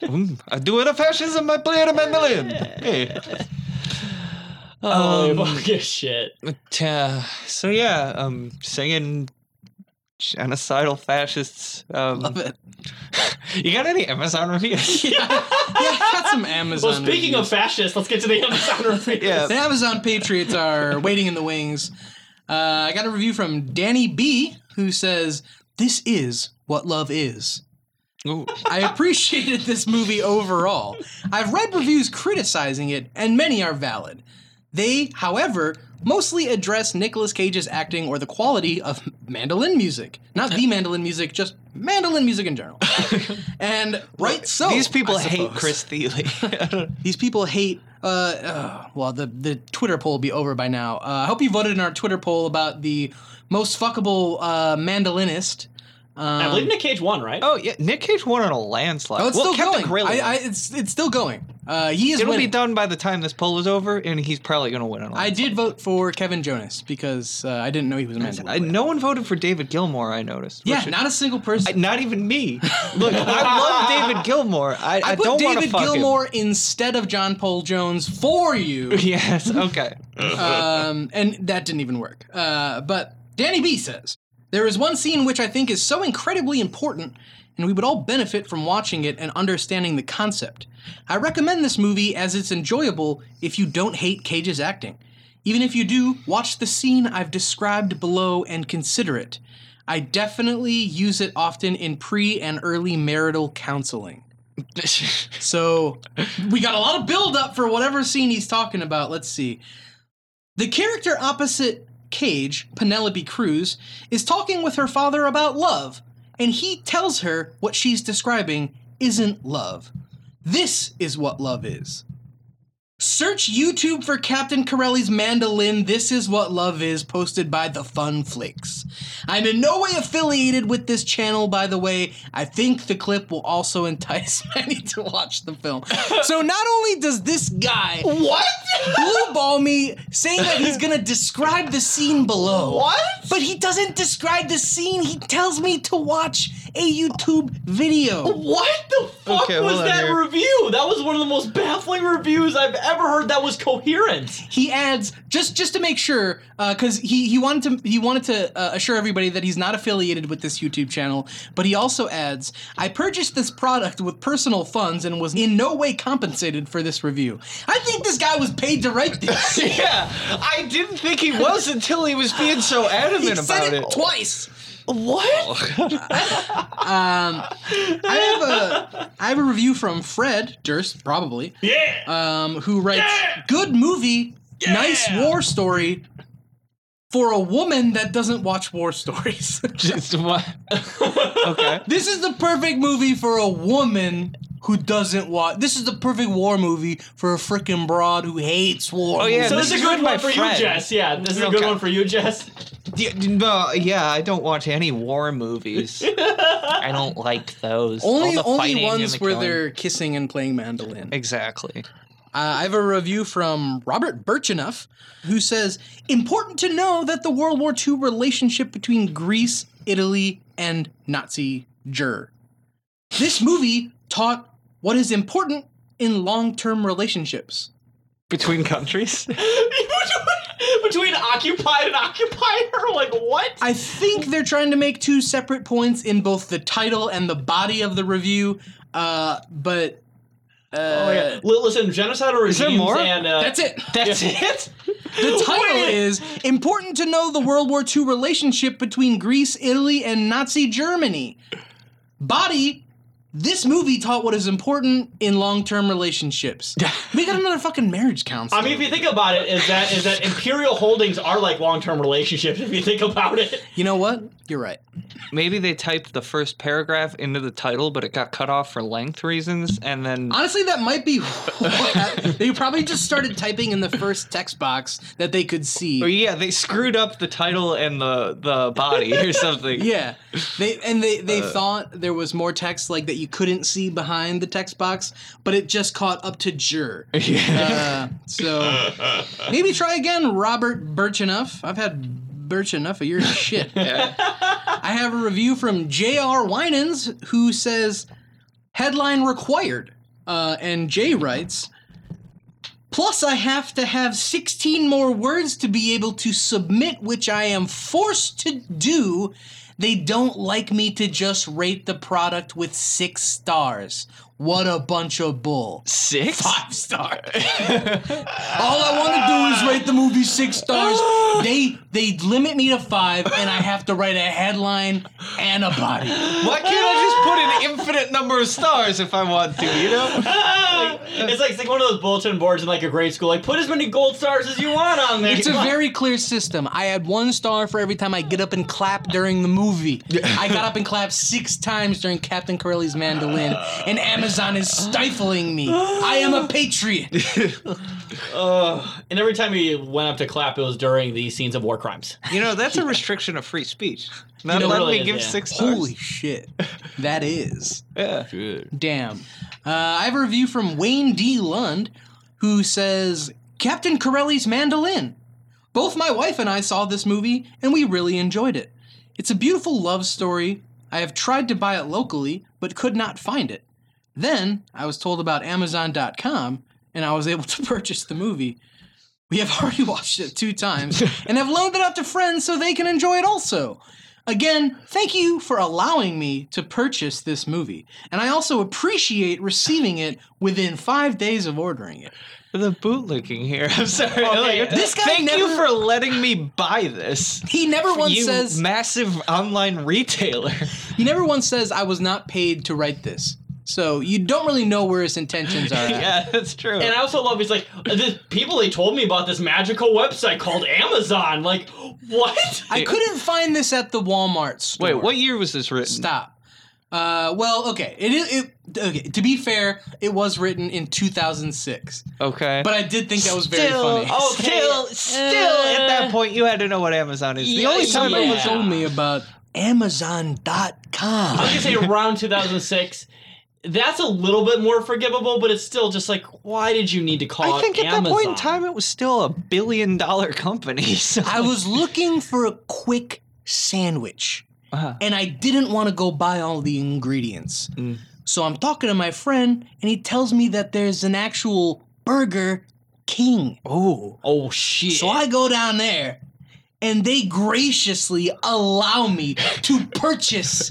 Mm, I do it a fascism, I play the mandolin. Hey. Um,
Oh, fucking shit.
But, uh, so yeah, um, singing genocidal fascists. Um,
Love it.
you got any Amazon reviews?
Yeah, I got some Amazon.
Well, speaking of
reviews.
fascists, let's get to the Amazon review.
yeah.
the Amazon Patriots are waiting in the wings. Uh, I got a review from Danny B, who says, "This is what love is."
Ooh.
I appreciated this movie overall. I've read reviews criticizing it, and many are valid. They, however, mostly address Nicolas Cage's acting or the quality of mandolin music. Not the mandolin music, just mandolin music in general. and right so
These people
I
hate
suppose.
Chris Thiele.
These people hate. Uh, uh, well, the the Twitter poll will be over by now. Uh, I hope you voted in our Twitter poll about the most fuckable uh, mandolinist.
I believe
Um,
Nick Cage won, right?
oh yeah, Nick Cage won on a landslide.
oh, it's
well,
still
Captain
going.
Grille
I, I,
won.
it's it's still going. Uh, he is
It'll
winning.
be done by the time this poll is over, and he's probably going to win on a
I
landslide.
did vote for Kevin Jonas because uh, I didn't know he was a mandolin.
I, no one voted for David Gilmore. I noticed.
yeah,
which is-
not a single
I-
person.
not even me. Look, I love David Gilmore. I, I,
I, put
don't want to
David
fuck him.
Gilmore instead of John Paul Jones for you.
Yes. Okay.
um, and that didn't even work. Uh, but Danny B says there is one scene which I think is so incredibly important, and we would all benefit from watching it and understanding the concept. I recommend this movie as it's enjoyable if you don't hate Cage's acting. Even if you do, watch the scene I've described below and consider it. I definitely use it often in pre and early marital counseling. so we got a lot of build up for whatever scene he's talking about. Let's see. The character opposite Cage, Penelope Cruz, is talking with her father about love, and he tells her what she's describing isn't love. This is what love is. Search YouTube for Captain Corelli's Mandolin This Is What Love Is, posted by The Fun Flicks. I'm in no way affiliated with this channel, by the way. I think the clip will also entice many to watch the film. So not only does this guy What blue ball me saying that he's gonna describe the scene below. What? But he doesn't describe the scene, he tells me to watch a YouTube video.
What the fuck
Okay,
was
hold on
that
here.
review? That was one of the most baffling reviews I've ever heard. That was coherent.
he adds just just to make sure because he he wanted to he wanted to uh, assure everybody that he's not affiliated with this YouTube channel, but he also adds, "I purchased this product with personal funds and was in no way compensated for this review." I think this guy was paid to write this. he
yeah, I didn't think he was until he was being so adamant about
said it, twice.
What?
Um, I have a I have a review from Fred Durst probably.
Yeah.
um, who writes good movie, nice war story for a woman that doesn't watch war stories.
Just what? okay.
this is the perfect movie for a woman who doesn't watch. This is the perfect war movie for a freaking broad who hates war.
Oh, yeah,
so
this
this is a
is
good
my
one for
friend.
you, Jess. Yeah, this is a good
Okay.
one for you, Jess.
D- d- No, yeah, I don't watch any war movies. I don't like those.
only
All the
only
fighting and
ones
the
where
killing.
they're kissing and playing mandolin.
Exactly.
Uh, I have a review from Robert Birchenough, who says, Important to know that the World War II relationship between Greece, Italy, and Nazi Ger. This movie taught what is important in long term relationships.
Between countries?
Between occupied and occupier, like what?
I think they're trying to make two separate points in both the title and the body of the review, uh, but. Uh,
Oh, L- Listen, genocidal regimes
Oh, there more?
and uh,
That's it.
That's it?
The title
Wait.
is Important to Know the World War II Relationship Between Greece, Italy, and Nazi Germany. Body, this movie taught what is important in long term relationships. We got another fucking marriage counselor.
I mean, if you think about it, is that is that imperial holdings are like long-term relationships? If you think about it,
you know what? You're right.
Maybe they typed the first paragraph into the title, but it got cut off for length reasons, and then.
Honestly, that might be. they probably just started typing in the first text box that they could
Oh,
see.
yeah, they screwed up the title and the, the body or something.
Yeah, they and they they thought there was more text like that you couldn't see behind the text box, but it just caught up to jur. Uh, so maybe try again, Robert Birch enough. I've had Birch enough of your shit. I have a review from J.R. Winans who says headline required. Uh, and Jay writes, plus I have to have 16 more words to be able to submit, which I am forced to do. They don't like me to just rate the product with six stars. What a bunch of bull.
Six?
Five star. All I want to do is rate the movie six stars. They they limit me to five, and I have to write a headline and a body.
Why can't I just put an infinite number of stars if I want to, you know?
it's like it's like one of those bulletin boards in like a grade school. Like put as many gold stars as you want on there.
It's a
Like,
very clear system. I had one star for every time I get up and clap during the movie. I got up and clapped six times during Captain Corelli's mandolin, and Amazon is stifling me. I am a patriot.
and every time we went up to clap, it was during the scenes of war crimes.
You know, that's a restriction of free speech. Not
know,
let
really
me
is,
give
yeah.
six stars.
Holy shit. That is.
Yeah.
Damn. Uh, I have a review from Wayne D. Lund who says Captain Corelli's Mandolin. Both my wife and I saw this movie and we really enjoyed it. It's a beautiful love story. I have tried to buy it locally but could not find it. Then I was told about Amazon.com and I was able to purchase the movie. We have already watched it two times and have loaned it out to friends so they can enjoy it also. Again, thank you for allowing me to purchase this movie, and I also appreciate receiving it within five days of ordering it.
The bootlicking here. I'm sorry. Like,
This guy
Thank you
never-
for letting me buy this.
He never once
you
says
massive online retailer.
he never once says I was not paid to write this, so you don't really know where his intentions are. At.
yeah, that's true.
And I also love. He's like uh, the people. They told me about this magical website called Amazon. Like what?
I couldn't find this at the Walmart store.
Wait, what year was this written?
Stop. Uh, well, okay. It is. It, okay. To be fair, it was written in 2006,
Okay.
but I did think that was very
still, oh, Uh,
funny.
Okay.
still, still at that point, you had to know what Amazon is. The only time I
Somebody
was.
told me about Amazon.com.
I was gonna say around 2006. That's a little bit more forgivable, but it's still just like, why did you need to call?
I think
it
at that point in
Amazon?
time, it was still a billion dollar company. So.
I was looking for a quick sandwich and I didn't want to go buy all the ingredients. So I'm talking to my friend and he tells me that there's an actual Burger King. Oh.
Oh shit!
So I go down there and they graciously allow me to purchase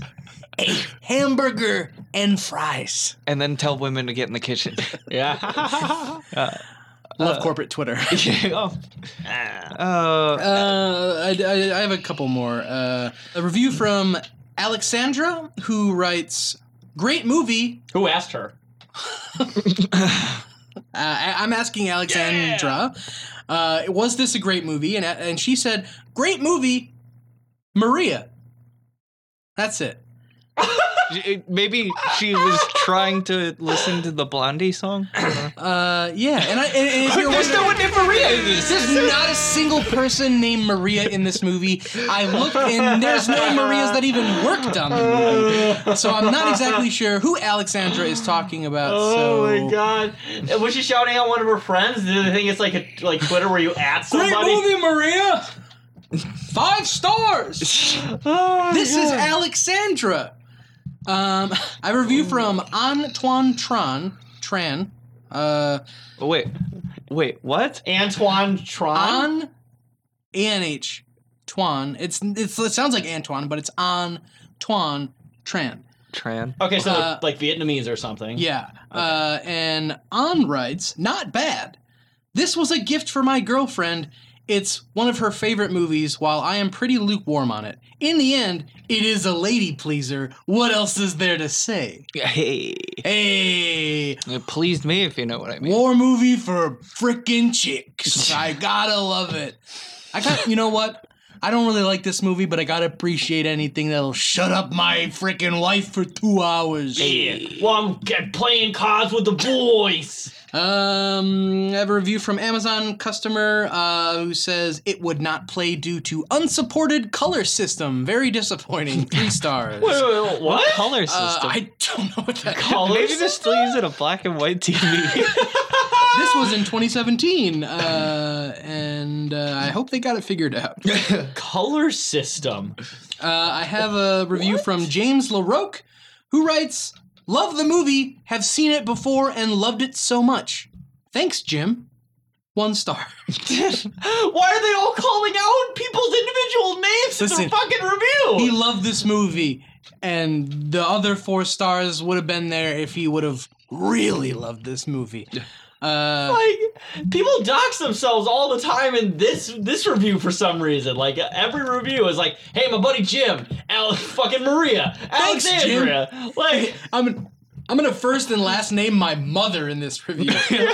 a hamburger and fries.
and then tell women to get in the kitchen.
yeah.
Love corporate Twitter.
oh. Uh,
Uh, I, I, I have a couple more. Uh, a review from Alexandra, who writes, "Great movie."
Who asked her?
Uh, I, I'm asking Alexandra, uh, was this a great movie? And uh, and she said, "Great movie, Maria." That's it.
j- maybe she was trying to listen to the Blondie song.
Uh, yeah, and I and, and if you're wondering-
named Maria in this.
There's not a single person named Maria in this movie. I looked and there's no Marias that even worked on the movie. So I'm not exactly sure who Alexandra is talking about.
Oh
so.
my god! Was she shouting at one of her friends? Do they think it's like a, like Twitter where you at
Great
somebody?
movie, Maria! Five stars!
Oh,
this is Alexandra. Um, I review from Antoine Tran. Tran. Uh,
Wait, wait, what?
Antoine Tron.
on A-N-H, Twan. It's, it's it sounds like Antoine, but it's on Twan Tran.
Tran.
Okay, so
Uh,
like Vietnamese or something.
Yeah. Uh, and on writes, not bad. This was a gift for my girlfriend. It's one of her favorite movies, while I am pretty lukewarm on it. In the end, it is a lady pleaser. What else is there to say?
Hey,
Hey,
it pleased me if you know what I mean.
war movie for frickin' chicks. I gotta love it. I got, you know what? I don't really like this movie, but I gotta appreciate anything that'll shut up my frickin' wife for two hours.
Well, I'm g- playing cards with the boys.
Um, I have a review from Amazon customer uh, who says it would not play due to unsupported color system. Very disappointing. Three stars.
What color system?
Uh, I don't know what that.
Maybe this still use it a black and white TV.
This was in 2017, uh, and uh, I hope they got it figured out.
Color system.
Uh, I have a review from James LaRoque, who writes, Love the movie, have seen it before, and loved it so much. Thanks, Jim. One star.
Why are they all calling out people's individual names
Listen,
in the fucking review?
he loved this movie, and the other four stars would have been there if he would have really loved this movie. Uh,
Like people dox themselves all the time in this this review for some reason. Like every review is like, "Hey, my buddy Jim, Al- fucking Maria,
Thanks, Jim.
Alexandria." Like
I'm I'm gonna first and last name my mother in this review.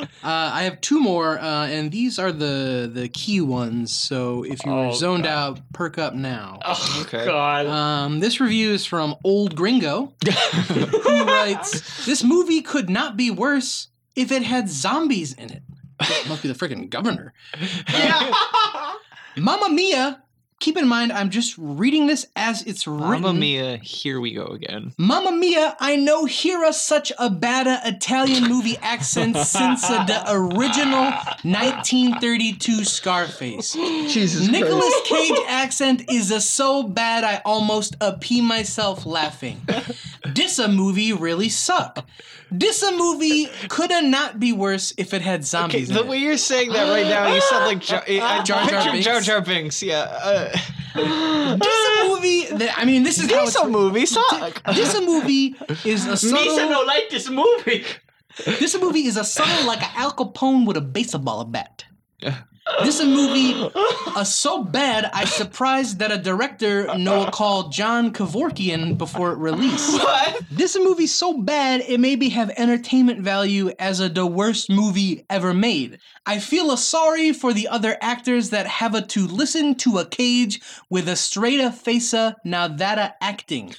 Uh, I have two more, uh, and these are the the key ones. So if you were zoned out, perk up now.
Oh
Okay.
God.
Um, this review is from Old Gringo, who writes, "This movie could not be worse if it had zombies in it." Must be the freaking governor.
Yeah.
Mamma Mia. Keep in mind, I'm just reading this as it's written.
Mamma Mia, here we go again.
Mamma mia, I no hear such a bada Italian movie accent since the original 1932 Scarface.
Jesus
Nicolas Cage accent is a so bad I almost a pee myself laughing. This a movie really suck. This a movie coulda not be worse if it had
Okay,
zombies.
the
in it.
way you're saying that right now, you sound like jo- I
Jar Jar
picture
Binks.
Jar Jar Binks. Yeah. Uh,
This a movie that I mean, this is how
these
it's.
are movies suck.
This a movie is a
Misa
subtle.
don't like this movie.
This a movie is a subtle like an Al Capone with a baseball bat. This a movie uh, so bad I surprised that a director Noah called John Kevorkian before it released.
What?
This a movie so bad it maybe have entertainment value as a the worst movie ever made. I feel a sorry for the other actors that have a to listen to a cage with a straighta faca now that a acting.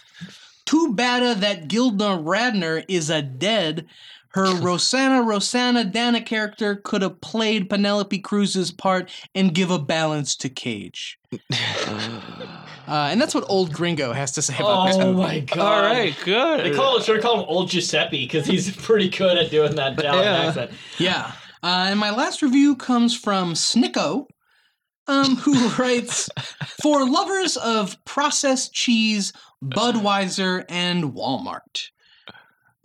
Too bad that Gilda Radner is a dead. Her Rosanna Rosanna Dana character could have played Penelope Cruz's part and give a balance to Cage. Uh, and that's what old Gringo has to say about this
Oh
movie.
my God.
All right,
They
good.
call him, should have called him Old Giuseppe because he's pretty good at doing that Italian
Yeah.
accent.
Yeah. Uh, and my last review comes from Snicko, um, who writes For lovers of processed cheese, Budweiser, and Walmart.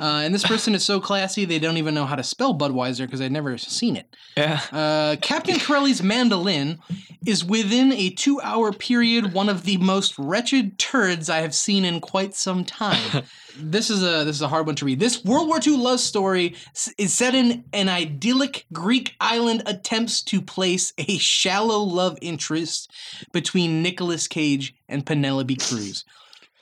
Uh, and this person is so classy, they don't even know how to spell Budweiser because I'd never seen it.
Yeah.
Uh, Captain Corelli's mandolin is within a two hour period one of the most wretched turds I have seen in quite some time. this is a this is a hard one to read. This World War II love story s- is set in an idyllic Greek island attempts to place a shallow love interest between Nicolas Cage and Penelope Cruz.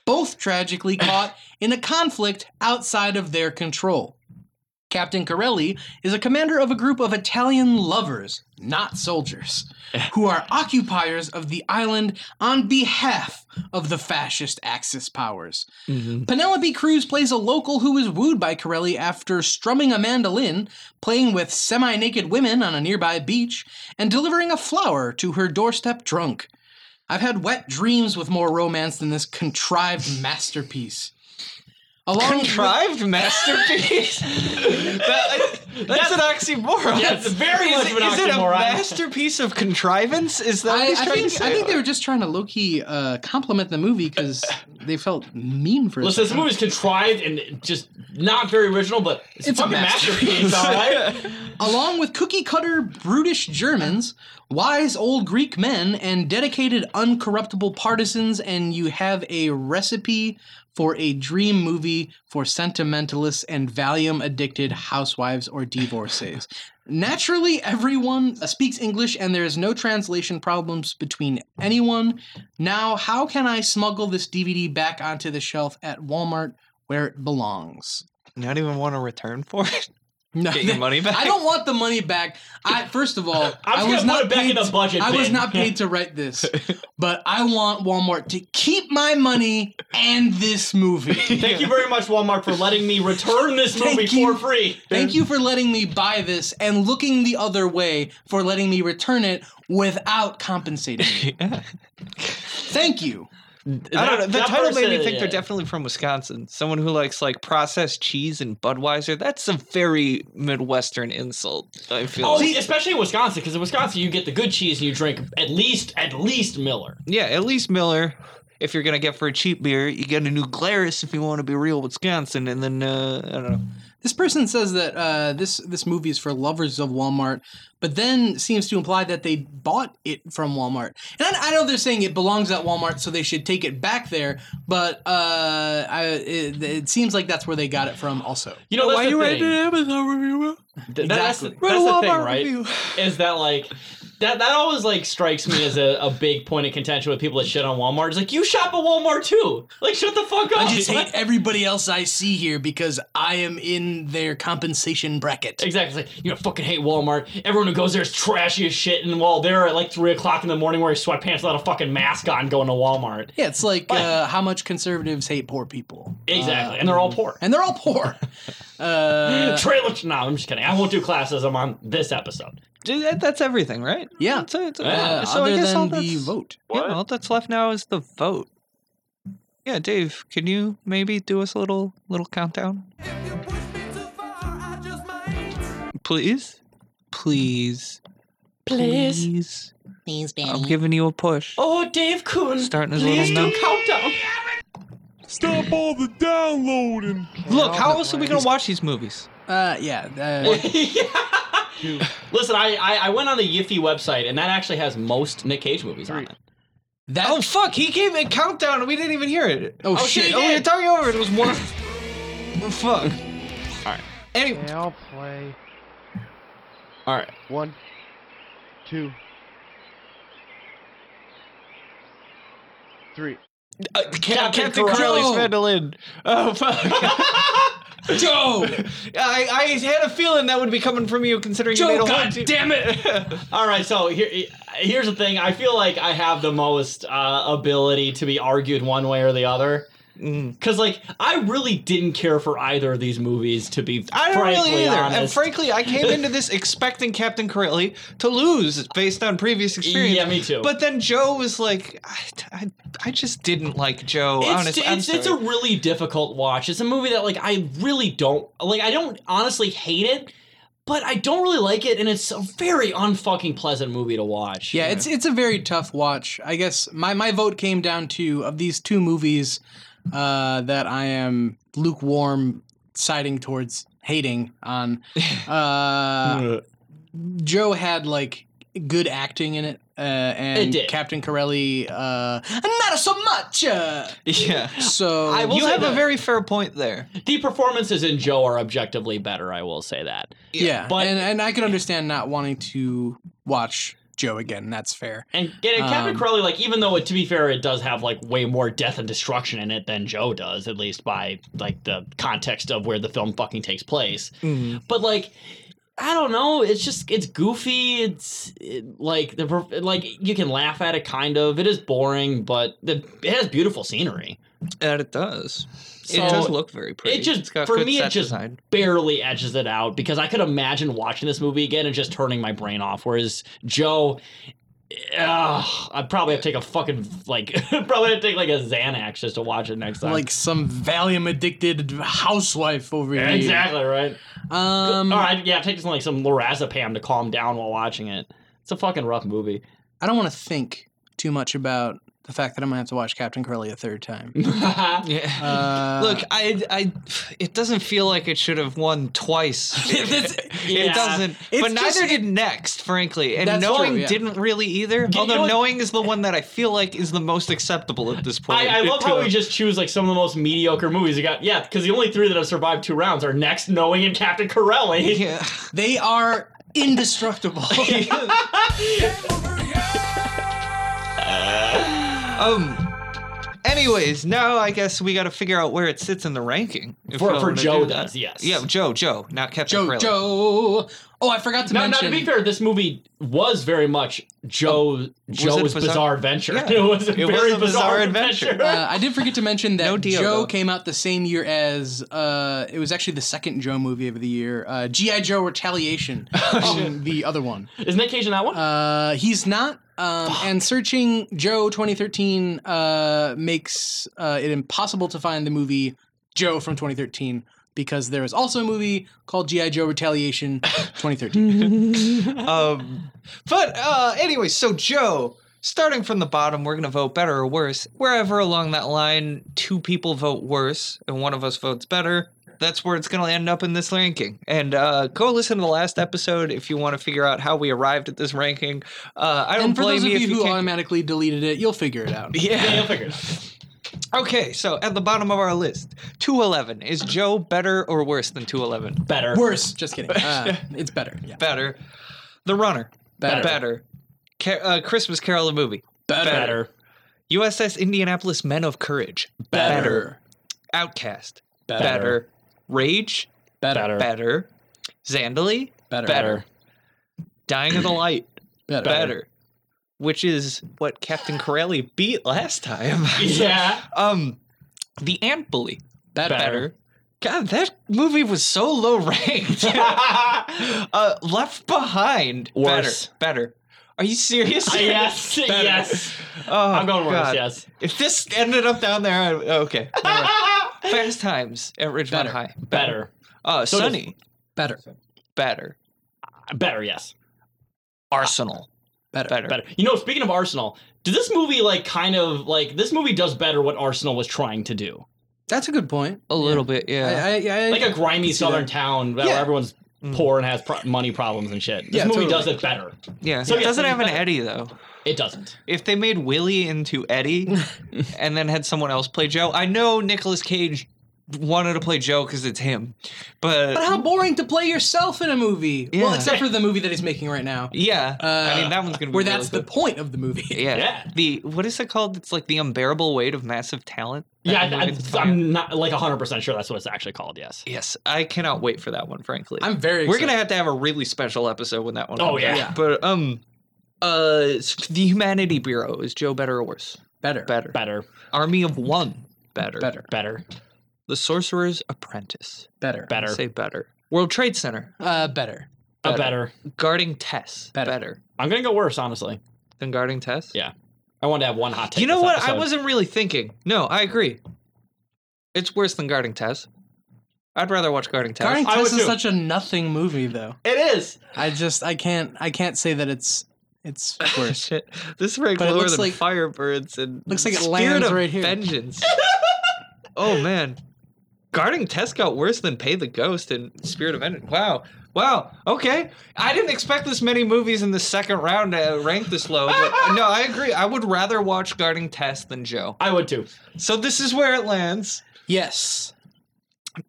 Both tragically caught in a conflict outside of their control. Captain Corelli is a commander of a group of Italian lovers, not soldiers, who are occupiers of the island on behalf of the fascist Axis powers. Penelope Cruz plays a local who is wooed by Corelli after strumming a mandolin, playing with semi naked women on a nearby beach, and delivering a flower to her doorstep drunk. I've had wet dreams with more romance than this contrived masterpiece. Along with-
Contrived masterpiece. That- that's, an oxymoron.
That's very
is,
much of an
is it a
oxymoron.
masterpiece of contrivance? Is that what
I,
he's
I
trying
think,
to say?
I think they were just trying to low key uh, compliment the movie because they felt mean for
Listen,
it.
this movie's contrived and just not very original, but it's,
It's a
a fucking
masterpiece.
masterpiece, all right?
Along with cookie cutter, brutish Germans, wise old Greek men, and dedicated, uncorruptible partisans, and you have a recipe for a dream movie for sentimentalists and Valium addicted housewives or divorcees. Naturally, everyone speaks English and there is no translation problems between anyone. Now, how can I smuggle this DVD back onto the shelf at Walmart where it belongs?
Not even want a return for it.
No,
Get your money back.
I don't want the money back. I first of all, I
I'm
was
just gonna
not
put it back
paid.
in the budget.
I was
bin.
not paid to write this, but I want Walmart to keep my money and this movie.
Thank you very much, Walmart, for letting me return this
Thank
movie
you.
for free.
Thank you for letting me buy this and looking the other way for letting me return it without compensating me. Thank you.
I don't know.
That-
The
that
title made me
person-
think they're
yeah.
definitely from Wisconsin. Someone who likes like processed cheese and Budweiser. That's a very Midwestern insult. I feel.
Oh,
like.
especially in Wisconsin, because in Wisconsin you get the good cheese and you drink at least at least Miller.
Yeah, at least Miller. If you're gonna get for a cheap beer, you get a new Glarus if you want to be real Wisconsin, and then uh, I don't know.
This person says that uh, this this movie is for lovers of Walmart, but then seems to imply that they bought it from Walmart. And I, I know they're saying it belongs at Walmart, so they should take it back there. But uh, I, it, it seems like that's where they got it from. Also,
You know, that's the thing.
Amazon review?
Th- That's,
Exactly.
the- that's
Read a
the thing,
Walmart
right?
review.
Is that like that? That always like strikes me as a, a big point of contention with people that shit on Walmart. It's like you shop at Walmart too. Like shut the fuck up.
I just hate everybody else I see here because I am in their compensation bracket.
Exactly. It's like, you know, fucking hate Walmart. Everyone who goes there is trashy as shit, and while they're at like three o'clock in the morning wearing sweatpants without a fucking mask on, going to Walmart.
Yeah, it's like uh, how much conservatives hate poor people. Uh,
Uh,
Exactly, and they're all poor.
And they're all poor. uh,
Trailer. No, I'm just kidding. I won't do classism on this episode.
That- That's everything, right?
yeah.
That's it.
Yeah.
Uh, so I
other
guess all
than
that's,
the vote.
Yeah, all that's left now is the vote. Yeah, Dave, can you maybe do us a little little countdown? Please, please, please.
Please,
I'm giving you a push.
Oh, Dave Kuhn.
Starting as little now.
countdown.
Look, how else are we gonna watch these movies?
Uh, yeah. Uh,
Listen, I, I I went on the Yiffy website, and that actually has most Nick Cage movies on it.
that.
Oh fuck, he gave a countdown and we didn't even hear it.
Oh, shit.
Oh, you're talking over it. It was one. fuck. All right. Anyway,
Yeah, I'll play.
All right.
One, two, three.
uh, Captain,
Captain
Corelli's
Corelli.
mandolin. Oh fuck.
Joe!
I, I had a feeling that would be coming from you, considering you made a
Joe,
whole
god
two-
damn it!
All right, so here, here's the thing. I feel like I have the most uh, ability to be argued one way or the other.
Mm.
Because, like, I really didn't care for either of these movies, to be
I don't
frankly
really either. And
honest.
frankly, I came into this expecting Captain Corelli to lose based on previous experience.
Yeah, me too.
But then Joe was like, I, I, I just didn't like Joe.
it's,
honestly,
it's, it's a really difficult watch. It's a movie that, like, I really don't, like, I don't honestly hate it, but I don't really like it, and it's a very unfucking pleasant movie to watch.
Yeah, it's it's a very tough watch. I guess my, my vote came down to of these two movies uh, that I am lukewarm siding towards hating on. Uh, Joe had like good acting in it, uh,
It
and
did.
Captain Corelli uh, not so much. Uh,
yeah.
so
I will
You
say
have a
that
very fair point there.
the performances in Joe are objectively better, I will say that.
yeah,
but-
and and I can understand not wanting to watch Joe again. That's fair.
And, and Captain
Um,
Crowley, like, even though it, to be fair, it does have like way more death and destruction in it than Joe does, at least by like the context of where the film fucking takes place. But like, I don't know. It's just it's goofy. It's it, like the per- like you can laugh at it kind of. It is boring, but the, it has beautiful scenery.
And it does.
So,
it does look very pretty.
It just
It's got
for
good
me,
set
it just
design.
barely edges it out because I could imagine watching this movie again and just turning my brain off. Whereas Joe, ugh, I'd probably have to take a fucking like probably have to take like a Xanax just to watch it next time.
Like some Valium addicted housewife over here.
exactly right.
Um,
All right, yeah, take some like some lorazepam to calm down while watching it. It's a fucking rough movie.
I don't want to think too much about the fact that I'm gonna have to watch Captain Curly a third time.
Yeah.
Uh,
Look, I, I, it doesn't feel like it should have won twice.
That's-
It
Yeah.
doesn't,
It's
but
just-
neither did next, frankly. And
That's true,
knowing
yeah.
didn't really either.
you know
although
what-
knowing is the one that I feel like is the most acceptable at this point.
I, I love
to
how
a-
we just choose like some of the most mediocre movies. You got yeah, because the only three that have survived two rounds are next, knowing, and Captain Corelli.
Yeah.
they are indestructible.
Um. Anyways, now I guess we got to figure out where it sits in the ranking. if
For-
we
for
wanna
Joe
do that.
does, yes.
Yeah, Joe, Joe, not Captain
Joe,
Corelli.
Joe. Oh, I forgot to
Now, now,
mention.
to be fair, this movie was very much Joe Joe's
Oh, it bizarre?
bizarre, adventure.
Yeah.
It was a
It was
very
a bizarre
bizarre,
adventure.
adventure.
uh, I did forget to mention that
No deal,
Joe
though.
came out the same year as uh, it was actually the second Joe movie of the year, uh, GI Joe Retaliation, um, the other one.
Is Nick Cage in that one?
Uh, he's not. Um, and searching Joe 2013 uh, makes uh, it impossible to find the movie Joe from 2013 because there is also a movie called G.I. Joe Retaliation 2013.
Um, but uh, anyway, so Joe, starting from the bottom, we're gonna vote better or worse. Wherever along that line, two people vote worse and one of us votes better. that's where it's going to end up in this ranking. And uh, go listen to the last episode if you want to figure out how we arrived at this ranking. Uh, I don't
and for
blame
those of
you if
you
you
who
can't.
automatically deleted it, you'll figure it out.
yeah.
You'll figure it out.
Okay, so at the bottom of our list, 211. Is Joe better or worse than 211?
Better.
Worse. Just kidding. Uh, it's better. Yeah.
Better. The Runner.
Better.
Better. Ca- uh, Christmas Carol the movie.
Better.
USS Indianapolis Men of Courage.
Better.
Outcast.
Better.
Better. Rage.
Better.
Better. Xandaly.
Better.
Better. Dying of the Light.
Better.
Better. Which is what Captain Corelli beat last time.
Yeah.
um, The Ant Bully.
Better.
Better. God, that movie was so low ranked. uh, left Behind.
Worse.
Better. Better. Are you serious?
yes. Yes.
Oh,
I'm going worse.
God.
Yes.
If this ended up down there, I, okay. never mind. Fast Times at Ridgemont
Better.
High.
Better.
Uh,
So does-
Sunny.
Better.
Better.
Better. Yes.
Arsenal.
Better.
Better.
Better. You know, speaking of Arsenal, did this movie like kind of like this movie does better what Arsenal was trying to do,
That's a good point.
A little bit, yeah.
I, I, I,
like a grimy
see that.
southern town where
Yeah.
everyone's poor and has
Mm.
pro- money problems and shit. This
Yeah,
movie
totally.
does it better.
yeah.
So
it
yeah,
doesn't
Sunny's
have an
better.
Eddie, though.
It doesn't.
If they made Willie into Eddie and then had someone else play Joe, I know Nicolas Cage wanted to play Joe because it's him. But,
But how boring to play yourself in a movie. Well,
Yeah.
except for the movie that he's making right now,
yeah, I
Uh,
mean, that one's going to be
where that's the
really
point of the movie.
good. Yeah.
Yeah.
The what is it called? It's like the unbearable weight of massive talent.
Yeah,
That
I,
movie that's
I,
coming out.
I'm not like 100% sure that's what it's actually called. Yes.
Yes, I cannot wait for that one. Frankly,
I'm very.
We're
excited.
gonna have to have a really special episode when that one.
Oh,
comes
yeah.
out.
Yeah.
But um, uh, s- the Humanity Bureau is Joe better or worse?
better.
Better.
Better.
Army of One. Better.
Better.
Better.
The Sorcerer's Apprentice.
Better.
Better.
Say better. World Trade Center.
Uh, better.
A better.
Guarding Tess.
Better.
I'm gonna go worse, honestly.
than guarding Tess.
Yeah. I wanted to have one hot take.
You know
this
what? I
episode.
wasn't really thinking. No, I agree. It's worse than guarding Tess. I'd rather watch guarding Tess.
Guarding
I
Tess
would
is
too.
such a nothing movie, though.
It is.
I just I can't I can't say that it's it's worse.
Shit. This ranked
But it
lower
looks
than
like-
Firebirds and
looks like it
Spirit
lands
of
right here.
Vengeance. oh man, guarding Tess got worse than Pay the Ghost and Spirit of Vengeance. Wow, wow. Okay, I didn't expect this many movies in the second round to rank this low. But no, I agree. I would rather watch guarding Tess than Joe.
I would too.
So this is where it lands.
yes.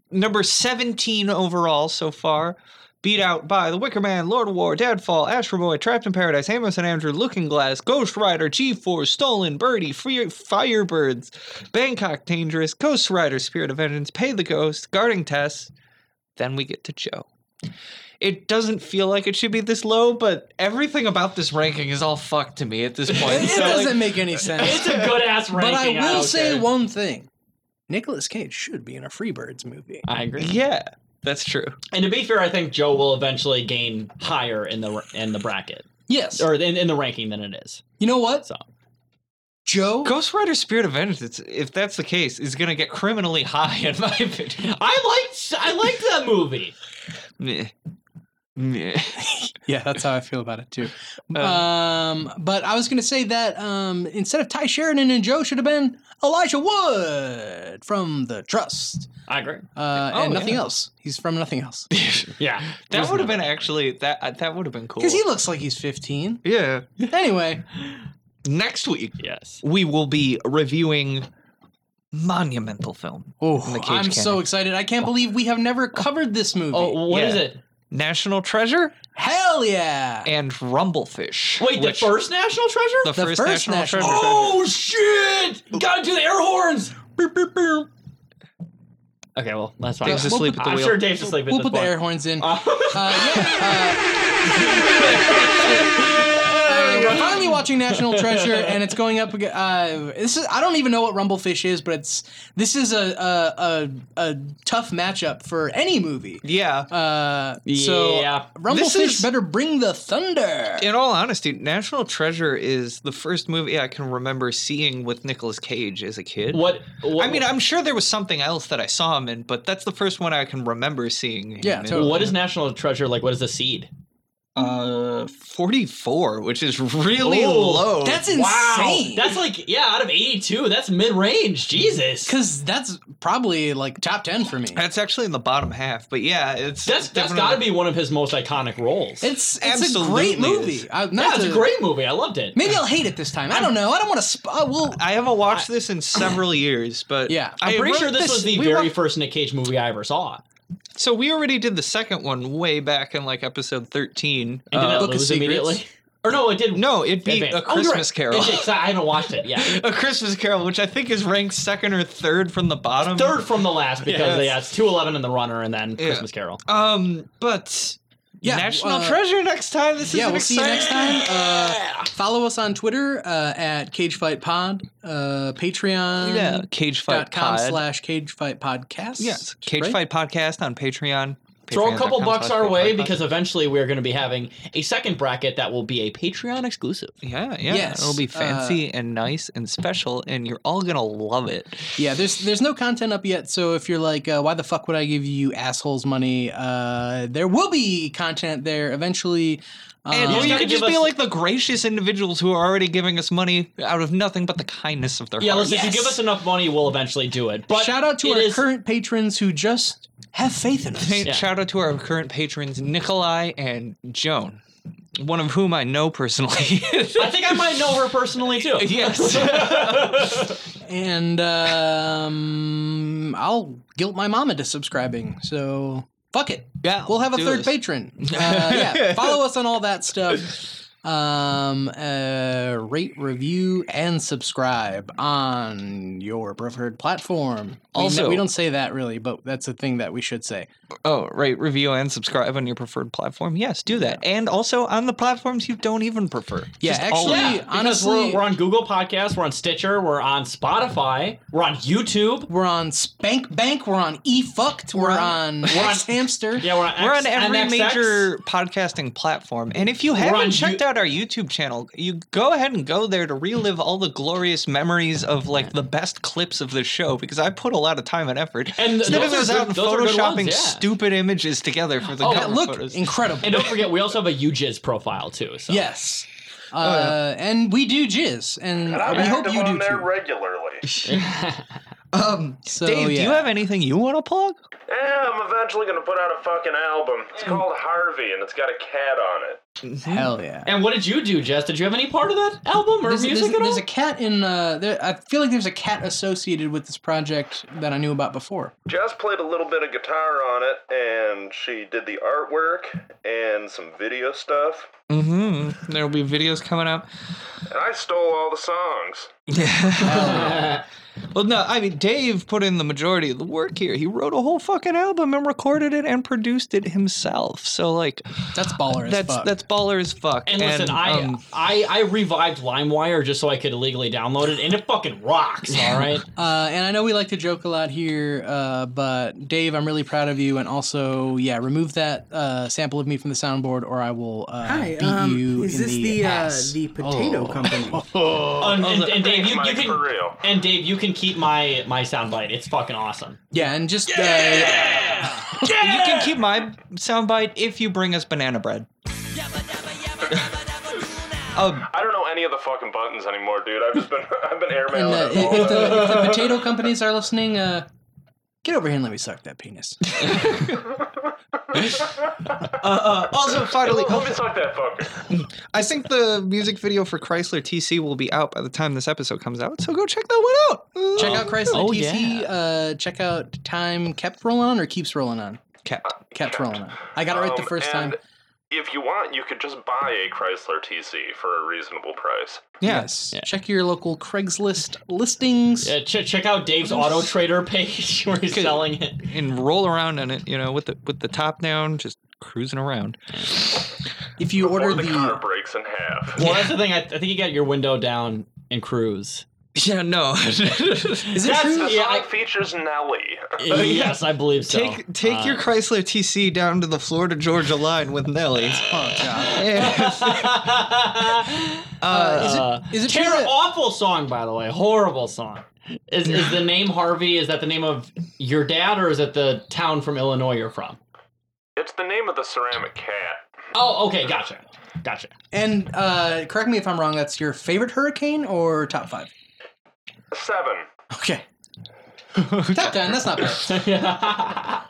Number seventeen overall so far. Beat out by The Wicker Man, Lord of War, Deadfall, Astro Boy, Trapped in Paradise, Amos and Andrew, Looking Glass, Ghost Rider, G4, Stolen, Birdie, Free, Firebirds, Bangkok Dangerous, Ghost Rider, Spirit of Vengeance, Pay the Ghost, Guarding Tess. Then we get to Joe. It doesn't feel like it should be this low, but everything about this ranking is all fucked to me at this point.
It
So, like,
doesn't make any
It's
sense.
a good ass ranking.
But I will
don't
say
care.
one thing. Nicolas Cage should be in a Freebirds movie.
Uh,
I agree.
yeah, that's true.
And to be fair, I think Joe will eventually gain higher in the in the bracket
Yes.
or in, in the ranking than it is.
you know what?
So
Joe
Ghost Rider Spirit of Vengeance, if that's the case, is going to get criminally high in my opinion.
I liked I liked that movie.
Meh. Meh.
Yeah, that's how I feel about it too.
Uh,
Um, but I was gonna say that um, instead of Ty Sheridan and Joe should have been Elijah Wood from The Trust
I agree.
uh,
Oh,
and nothing
yeah.
else. He's from nothing else
Yeah.
that would have been actually that uh, that would have been cool.
because he looks like he's 15.
yeah.
Anyway,
Next week
Yes.
we will be reviewing monumental film
oh,
the cage
I'm so
cannon.
excited! I can't believe we have never covered this movie.
Oh, what is
Yeah.
it?
National Treasure
hell yeah!
and Rumblefish.
Wait,
which-
the first National Treasure?
the,
The
first,
first
National,
National
Treasure.
oh shit! Gotta do the air horns. Beep, beep, beep. Okay, well that's fine.
Dave's asleep at the
I'm
wheel.
sure Dave's asleep
we'll
at
put
this
the
point.
air horns in.
Uh,
Uh, yeah, uh, we're finally watching National Treasure, and it's going up. ag- Uh, this is I don't even know what Rumblefish is, but it's this is a a, a, a tough matchup for any movie.
Yeah.
Uh, so
Yeah.
This
Rumblefish
is-
better bring the thunder.
in all honesty, National Treasure is the first movie I can remember seeing with Nicolas Cage as a kid.
what, what?
I mean, I'm sure there was something else that I saw him in, but that's the first one I can remember seeing. Him
Yeah,
in.
totally.
what is National Treasure like? What is the seed?
Uh, 44, which is really
Oh,
low.
That's
Wow.
insane.
That's like, yeah, out of 82, that's mid range. Jesus.
Because that's probably like top 10 for me.
That's actually in the bottom half, but yeah, it's
That's that's
definitely-
got to be one of his most iconic roles.
It's, it's a
Absolutely
great
is.
movie. I, not
yeah, it's
to-
a great movie. I loved it.
Maybe I'll hate it this time. I don't know. I don't want to. Sp- uh, well,
I haven't watched this in several years, but
Yeah.
I'm
I
pretty
wrote
sure this, was the
we
very
wa-
first Nick Cage movie I ever saw.
So we already did the second one way back in like episode 13.
And did
Uh,
it
Book of
lose immediately?
Secrets?
Or no, it did.
no, it beat
Advance.
A
Oh, you're
Christmas
right.
Carol.
It did, 'cause I I haven't watched it yet.
a Christmas Carol, which I think is ranked second or third from the bottom.
Third from the last because
Um, Yes.
yeah, it's two eleven in the runner and then
Yeah.
Christmas Carol.
Um, but
Yeah,
National
uh,
Treasure next time. This
yeah,
is
we'll see you
exciting.
next time. Uh, follow us on Twitter uh, at Cage Fight Pod, uh, Patreon.
Yeah, Cage Fight
Dot com
Pod.
slash cage fight podcast.
yes, Cage
right?
Fight Podcast on Patreon.
Throw a couple
patreon.com
bucks
slash
our
Cage
way
Fight Pod.
because eventually we're going to be having a second bracket that will be a Patreon exclusive.
yeah, yeah,
Yes,
it'll be
uh,
fancy and nice and special, and you're all gonna love it.
Yeah, there's there's no content up yet, so if you're like, uh, why the fuck would I give you assholes money? Uh, there will be content there eventually. Uh,
And or
you just
you
gotta
could just
give
be
us-
like the gracious individuals who are already giving us money out of nothing but the kindness of their
Yeah,
hearts.
listen, if you give us enough money, we'll eventually do it. But
Shout out to
it
our
is-
current patrons who just have faith in us.
Hey, Shout out to our current patrons, Nikolai and Joan, one of whom I know personally.
I think I might know her personally too.
yes.
And um, I'll guilt my mom into subscribing. So fuck it.
Yeah,
we'll have a
do
third
this.
patron. Uh, yeah, follow us on all that stuff. Um, uh, rate, review, and subscribe on your preferred platform. We kn-
Also-
we don't say that really, but that's a thing that we should say.
Oh, right. Review and subscribe on your preferred platform. Yes, do that. And also on the platforms you don't even prefer.
Yeah,
Just all
actually,
of them.
Yeah, because
honestly,
we're, we're on Google Podcasts, we're on Stitcher, we're on Spotify, we're on YouTube.
We're on Spank Bank. We're on E Fucked. We're on Wax Hamster.
Yeah, we're on,
We're
X-
on every
NXX.
major podcasting platform. And if you
on
haven't checked
you-
out our YouTube channel, you go ahead and go there to relive all the glorious memories of like the best clips of the show because I put a lot of time and effort.
And
Instead of
those
those
are
out and
good- those are good
photoshopping
ones, yeah.
stupid images together for the
Oh,
cover
Look,
photos.
incredible.
And don't forget, we also have a UJiz profile too. So.
Yes.
Oh,
Uh, And we do jizz, and,
I'm
we hope
active
you
on
do
there
too.
regularly.
um,
So,
oh,
Dave, do
yeah.
you have anything you want to plug?
Yeah, I'm eventually gonna put out a fucking album. It's called Harvey, and it's got a cat on it.
Hell yeah.
And what did you do, Jess? Did you have any part of that album or
There's,
music
there's,
at all?
there's a cat in. Uh, there, I feel like there's a cat associated with this project that I knew about before.
Jess played a little bit of guitar on it, and she did the artwork and some video stuff.
Mm-hmm. There will be videos coming up.
And I stole all the songs.
Well, no, I mean, Dave put in the majority of the work here. He wrote a whole fucking album and recorded it and produced it himself. So, like,
That's baller as
that's
fuck.
that's baller as fuck.
And listen, I,
um,
I I revived LimeWire just so I could illegally download it, and it fucking rocks. All right,
uh, and I know we like to joke a lot here, uh, but Dave, I'm really proud of you. And also, yeah, remove that uh, sample of me from the soundboard, or I will uh,
Hi,
beat
um,
you
is
in
this
the,
the uh,
ass. Oh.
the potato company?
Um, and, and, and Dave,
Thanks,
you, you
Mike, for
can
real.
and Dave, you can keep my my soundbite. It's fucking awesome.
Yeah, and just uh,
you can keep my soundbite if you bring us banana bread. um,
I don't know any of the fucking buttons anymore, dude. I've just been I've been
uh, and
airmailing.
uh,
it all
if,
the-
the, if the potato companies are listening, uh, get over here and let me suck that penis.
uh, also, finally,
Let me suck that fucker.
I think the music video for Chrysler TC will be out by the time this episode comes out. So go check that one out. Um,
Check out Chrysler
oh,
TC. Uh, check out Time Kept Rolling On or Keeps Rolling On?
Kept.
Kept Rolling On. I got it right the
Um,
first
and
time.
If you want, you could just buy a Chrysler TC for a reasonable price.
Yeah.
Yes. Check your local Craigslist listings.
Yeah, Uh, ch- check out Dave's Auto Trader page where he's selling it.
and roll around in it, you know, with the with the top down, just cruising around.
If you
Or
order
the,
the,
car breaks in half.
Well, that's the thing. I, I think you got your window down and cruise.
Yeah, no.
is it
That's-
true?
The
Yeah,
song
I-
features Nelly.
Uh, yes, I believe so.
take take your Chrysler TC down to the Florida Georgia line with Nelly.
Oh, God.
Yeah.
Uh, is it, is it true?
Terror,
That,
awful song, by the way. Horrible song. Is, is the name Harvey? Is that the name of your dad, or is it the town from Illinois you're from?
It's the name of the ceramic cat.
Oh, okay, gotcha, gotcha.
And uh, correct me if I'm wrong. That's your favorite hurricane or top five?
Seven.
Okay. top ten. That's not bad.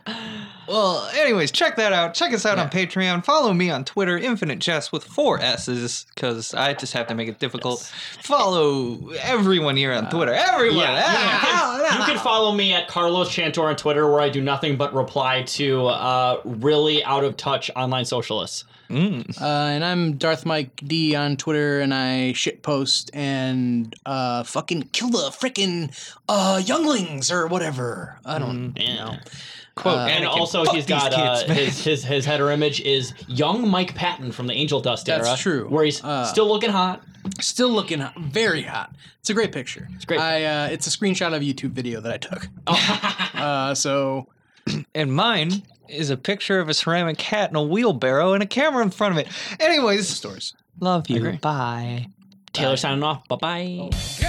Well, anyways, check that out. Check us out on Patreon. Follow me on Twitter, Infinite Jess with four S's, because I just have to make it difficult. Follow everyone here on Twitter. Everyone. Ah,
you, can, you can follow me at Carlos Chantor on Twitter, where I do nothing but reply to uh, really out of touch online socialists.
Uh, and I'm Darth Mike D on Twitter, and I shit post and uh, fucking kill the frickin' uh, younglings or whatever. I don't know.
Quote, Uh, and also
fuck
he's got
these
uh,
kids, man.
his, his his header image is young Mike Patton from the Angel Dust
That's
era.
true.
Where he's
Uh,
still looking hot.
Still looking hot, very hot. It's a great picture. It's
great.
I uh, it's a screenshot of a YouTube video that I took. uh, so
and mine is a picture of a ceramic hat and a wheelbarrow and a camera in front of it. Anyways,
stores.
love you. Bye.
Taylor signing off. Bye bye.
Oh,